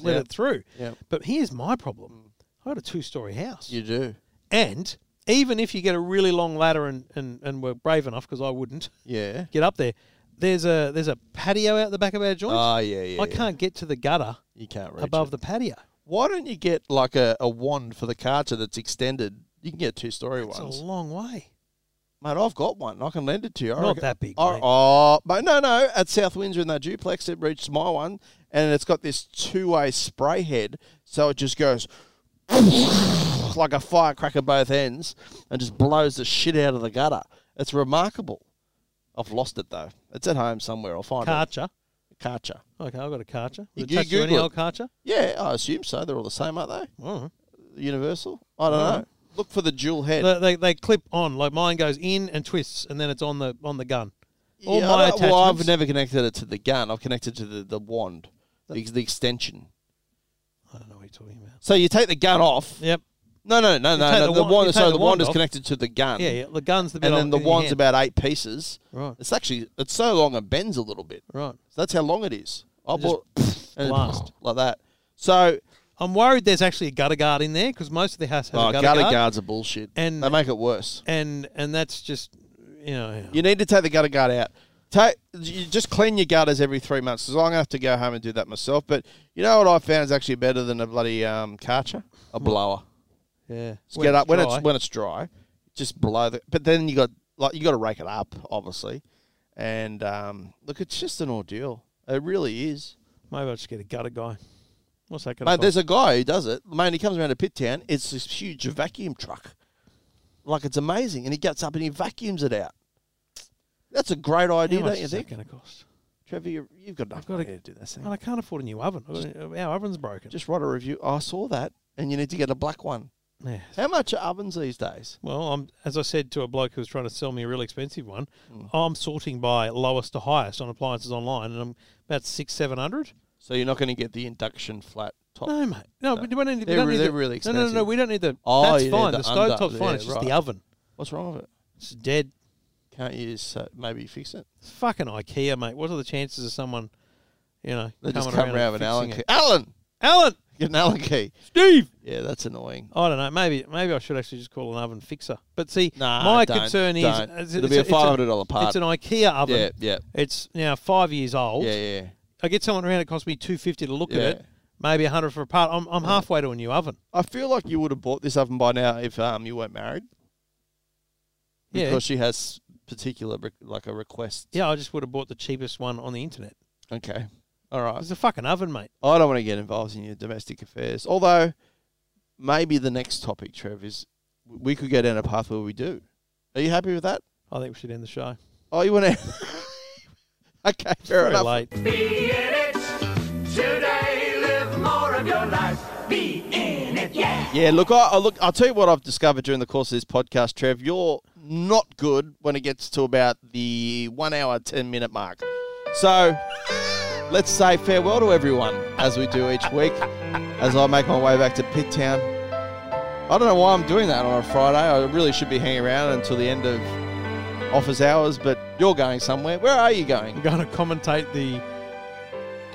Speaker 6: let
Speaker 2: Yep.
Speaker 6: it through.
Speaker 2: Yep. Hmm.
Speaker 6: But here's my problem. I got a two story house.
Speaker 2: You do.
Speaker 6: And even if you get a really long ladder and, and, and we're brave enough, because I wouldn't
Speaker 2: Yeah.
Speaker 6: get up there, there's a there's a patio out the back of our joint.
Speaker 2: Ah, yeah, yeah,
Speaker 6: I
Speaker 2: yeah.
Speaker 6: can't get to the gutter
Speaker 2: You can't reach
Speaker 6: above
Speaker 2: it.
Speaker 6: the patio.
Speaker 2: Why don't you get like a, a wand for the Karcher that's extended? You can get two story
Speaker 6: It's a
Speaker 2: ones.
Speaker 6: long way.
Speaker 2: Mate, I've got one. I can lend it to you. I
Speaker 6: Not
Speaker 2: reckon-
Speaker 6: that big,
Speaker 2: I,
Speaker 6: mate.
Speaker 2: oh, but no, no. At South Windsor in that duplex, it reached my one, and it's got this two-way spray head, so it just goes like a firecracker both ends, and just blows the shit out of the gutter. It's remarkable. I've lost it though. It's at home somewhere. I'll find
Speaker 6: Karcher.
Speaker 2: it. Karcher.
Speaker 6: Okay, I've got a Karcher.
Speaker 2: You-
Speaker 6: Does
Speaker 2: you
Speaker 6: it touch you any
Speaker 2: Google it.
Speaker 6: old Karcher?
Speaker 2: Yeah, I assume so. They're all the same, aren't they?
Speaker 6: Oh.
Speaker 2: Universal. I don't
Speaker 6: No.
Speaker 2: know. Look for the dual head.
Speaker 6: They, they, they clip on like mine goes in and twists and then it's on the on the gun. All
Speaker 2: Yeah, I
Speaker 6: my
Speaker 2: don't- well, I've
Speaker 6: attachments-
Speaker 2: never connected it to the gun. I've connected to the, the wand, the, the extension.
Speaker 6: I don't know what you're talking about.
Speaker 2: So you take the gun off.
Speaker 6: Yep.
Speaker 2: No, no, no,
Speaker 6: You
Speaker 2: no.
Speaker 6: take
Speaker 2: no
Speaker 6: the
Speaker 2: the,
Speaker 6: wand- you
Speaker 2: wand. So
Speaker 6: take
Speaker 2: the,
Speaker 6: the
Speaker 2: wand,
Speaker 6: wand
Speaker 2: is
Speaker 6: off.
Speaker 2: connected to the gun.
Speaker 6: Yeah, yeah, the gun's the bit
Speaker 2: and
Speaker 6: on-
Speaker 2: then the
Speaker 6: in your
Speaker 2: wand's
Speaker 6: hand.
Speaker 2: about eight pieces.
Speaker 6: Right.
Speaker 2: It's actually it's so long it bends a little bit.
Speaker 6: Right.
Speaker 2: So that's how long it is. I
Speaker 6: It just
Speaker 2: bought and it
Speaker 6: blast.
Speaker 2: like that. So
Speaker 6: I'm worried there's actually a gutter guard in there because most of the house has
Speaker 2: oh,
Speaker 6: a
Speaker 2: gutter,
Speaker 6: gutter guard.
Speaker 2: guards are bullshit.
Speaker 6: And-
Speaker 2: they make it worse.
Speaker 6: And and that's just you know
Speaker 2: You need to take the gutter guard out. Take, you just clean your gutters every three months. Because I'm gonna have to go home and do that myself. But you know what I found is actually better than a bloody um, karcher, a blower.
Speaker 6: yeah.
Speaker 2: Just get up when
Speaker 6: dry.
Speaker 2: it's when it's dry, just blow the. But then you got like you got to rake it up, obviously, and um, look, it's just an ordeal. It really is.
Speaker 6: Maybe I'll just get a gutter guy. What's that going
Speaker 2: Mate, there's a guy who does it. Mate, he comes around to Pitt Town. It's this huge vacuum truck, like it's amazing, and he gets up and he vacuums it out. That's a great idea,
Speaker 6: much
Speaker 2: don't you
Speaker 6: is that
Speaker 2: think?
Speaker 6: gonna cost?
Speaker 2: Trevor, you, you've got enough
Speaker 6: got
Speaker 2: money
Speaker 6: a-
Speaker 2: to do this thing.
Speaker 6: Well, I can't afford a new oven. I've got a- Our oven's broken.
Speaker 2: Just write a review. I saw that, and you need to get a black one.
Speaker 6: Yes.
Speaker 2: How much are ovens these days?
Speaker 6: Well, I'm as I said to a bloke who was trying to sell me a real expensive one,
Speaker 2: Hmm.
Speaker 6: I'm sorting by lowest to highest on appliances online, and I'm about six, seven hundred.
Speaker 2: So you're not going to get the induction flat top.
Speaker 6: No, mate. No, we don't need.
Speaker 2: They're,
Speaker 6: we don't need
Speaker 2: they're
Speaker 6: the-
Speaker 2: really
Speaker 6: no,
Speaker 2: expensive.
Speaker 6: no, no, we don't need the-
Speaker 2: Oh,
Speaker 6: that's
Speaker 2: you need
Speaker 6: fine,
Speaker 2: The
Speaker 6: the
Speaker 2: under-
Speaker 6: stovetop's fine,
Speaker 2: yeah,
Speaker 6: it's just
Speaker 2: right.
Speaker 6: the oven.
Speaker 2: What's wrong with it?
Speaker 6: It's dead.
Speaker 2: Can't you just uh, maybe fix it?
Speaker 6: It's fucking IKEA, mate. What are the chances of someone, you know,
Speaker 2: They
Speaker 6: coming
Speaker 2: just come
Speaker 6: around
Speaker 2: around
Speaker 6: and
Speaker 2: with an Allen
Speaker 6: fixing
Speaker 2: key.
Speaker 6: it?
Speaker 2: Alan,
Speaker 6: Alan,
Speaker 2: get an Allen key.
Speaker 6: Steve.
Speaker 2: Yeah, that's annoying.
Speaker 6: I don't know. Maybe maybe I should actually just call an oven fixer. But see,
Speaker 2: Nah,
Speaker 6: my
Speaker 2: don't,
Speaker 6: concern is
Speaker 2: don't.
Speaker 6: it's-
Speaker 2: It'll
Speaker 6: it's
Speaker 2: be a
Speaker 6: it's
Speaker 2: $500 part.
Speaker 6: It's an IKEA oven.
Speaker 2: Yeah, yeah.
Speaker 6: It's now five years old.
Speaker 2: Yeah, yeah.
Speaker 6: I get someone around. It costs me two fifty to look
Speaker 2: Yeah.
Speaker 6: at it. Maybe a hundred for a part. I'm I'm halfway to a new oven.
Speaker 2: I feel like you would have bought this oven by now if um you weren't married.
Speaker 6: Yeah.
Speaker 2: Because she has particular re- like a request.
Speaker 6: Yeah, I just would have bought the cheapest one on the internet.
Speaker 2: Okay. All right.
Speaker 6: It's a fucking oven, mate.
Speaker 2: I don't want to get involved in your domestic affairs. Although, maybe the next topic, Trev, is we could go down a path where we do. Are you happy with that?
Speaker 6: I think we should end the show.
Speaker 2: Oh, you want to? okay, fair
Speaker 6: very
Speaker 2: enough.
Speaker 6: late.
Speaker 19: Be in it today. Live more of your life. Be in it, yeah.
Speaker 2: Yeah, look, I, I look. I'll tell you what I've discovered during the course of this podcast, Trev. You're not good when it gets to about the one hour ten minute mark. So, let's say farewell to everyone as we do each week. As I make my way back to Pitt Town. I don't know why I'm doing that on a Friday. I really should be hanging around until the end of office hours, but you're going somewhere. Where are you going?
Speaker 6: I'm going to commentate the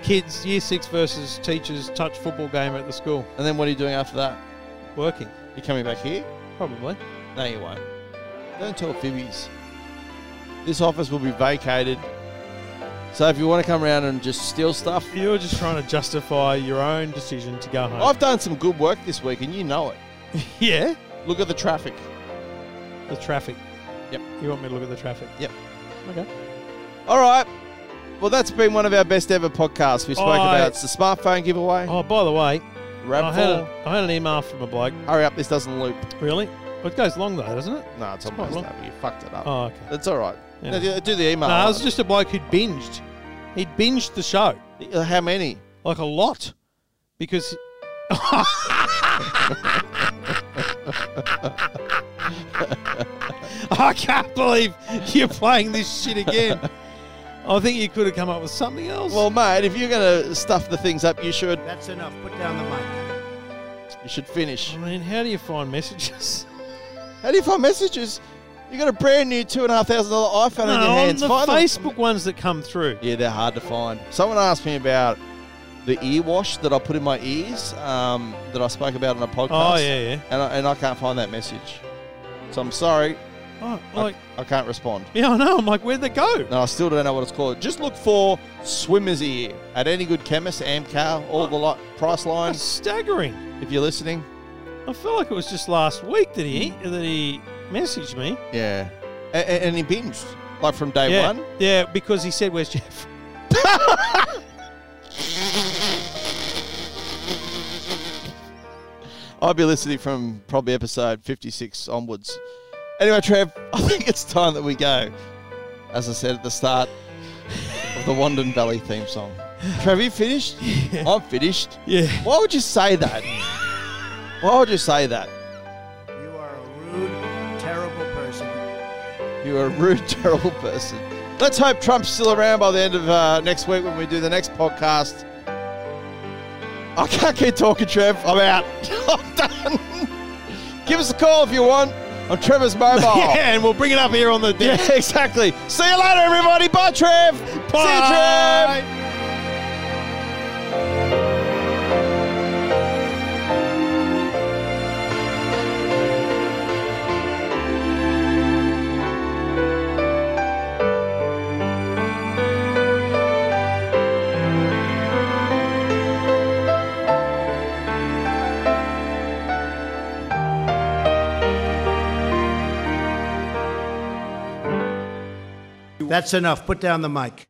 Speaker 6: kids year six versus teachers touch football game at the school.
Speaker 2: And then what are you doing after that?
Speaker 6: Working.
Speaker 2: You coming back here?
Speaker 6: Probably.
Speaker 2: No, you won't. Don't tell fibbies. This office will be vacated. So if you want to come around and just steal stuff,
Speaker 6: you're just trying to justify your own decision to go home.
Speaker 2: I've done some good work this week, and you know it.
Speaker 6: yeah.
Speaker 2: Look at the traffic.
Speaker 6: The traffic.
Speaker 2: Yep.
Speaker 6: You want me to look at the traffic?
Speaker 2: Yep.
Speaker 6: Okay.
Speaker 2: All right. Well, that's been one of our best ever podcasts. We spoke
Speaker 6: I-
Speaker 2: about it's the smartphone giveaway.
Speaker 6: Oh, by the way, I
Speaker 2: Rav
Speaker 6: had,
Speaker 2: Paul.
Speaker 6: a, I had an email from a bloke.
Speaker 2: Hurry up, this doesn't loop.
Speaker 6: Really? Well, it goes long though, doesn't it?
Speaker 2: No, it's
Speaker 6: quite
Speaker 2: almost
Speaker 6: long.
Speaker 2: over. You fucked it up.
Speaker 6: Oh, okay.
Speaker 2: That's all right.
Speaker 6: Yeah.
Speaker 2: No, do- do the email.
Speaker 6: No, I was just a bloke who'd binged. He'd binged the show.
Speaker 2: How many?
Speaker 6: Like a lot, because I can't believe you're playing this shit again. I think you could have come up with something else.
Speaker 2: Well, mate, if you're going to stuff the things up, you should.
Speaker 3: That's enough. Put down the mic.
Speaker 2: You should finish.
Speaker 6: I mean, how do you find messages?
Speaker 2: How do you find messages? You got a brand new two and a half thousand dollar iPhone in your
Speaker 6: on
Speaker 2: hands.
Speaker 6: the
Speaker 2: Find them.
Speaker 6: Facebook ones that come through.
Speaker 2: Yeah, they're hard to find. Someone asked me about the ear wash that I put in my ears um, that I spoke about on a podcast.
Speaker 6: Oh, yeah, yeah.
Speaker 2: And I, and I can't find that message, so I'm sorry.
Speaker 6: Oh,
Speaker 2: I-
Speaker 6: like
Speaker 2: I, can't respond.
Speaker 6: yeah, I know. I'm like, where'd they go?
Speaker 2: And I still don't know what it's called. Just look for swimmer's ear at any good chemist, Amcar, all the li- price
Speaker 6: That's
Speaker 2: lines.
Speaker 6: staggering.
Speaker 2: If you're listening,
Speaker 6: I feel like it was just last week that he that he messaged me.
Speaker 2: yeah. A- a- and he binged like from day
Speaker 6: yeah,
Speaker 2: one.
Speaker 6: yeah, because he said, "Where's Jeff?"
Speaker 2: I'll be listening from probably episode 56 onwards. Anyway, Trev, I think it's time that we go. As I said at the start of the Wandon Valley theme song. Trev, you finished? I'm finished.
Speaker 6: Yeah.
Speaker 2: Why would you say that? Why would you say that?
Speaker 3: You are a rude, terrible person.
Speaker 2: You're a rude, terrible person. Let's hope Trump's still around by the end of uh, next week when we do the next podcast. I can't keep talking, Trev. I'm out. I'm done. Give us a call if you want on Trevor's mobile.
Speaker 6: yeah, and we'll bring it up here on the
Speaker 2: Oh. Yeah, exactly. See you later, everybody. Bye, Trev. See you, Trev.
Speaker 3: That's enough. Put down the mic.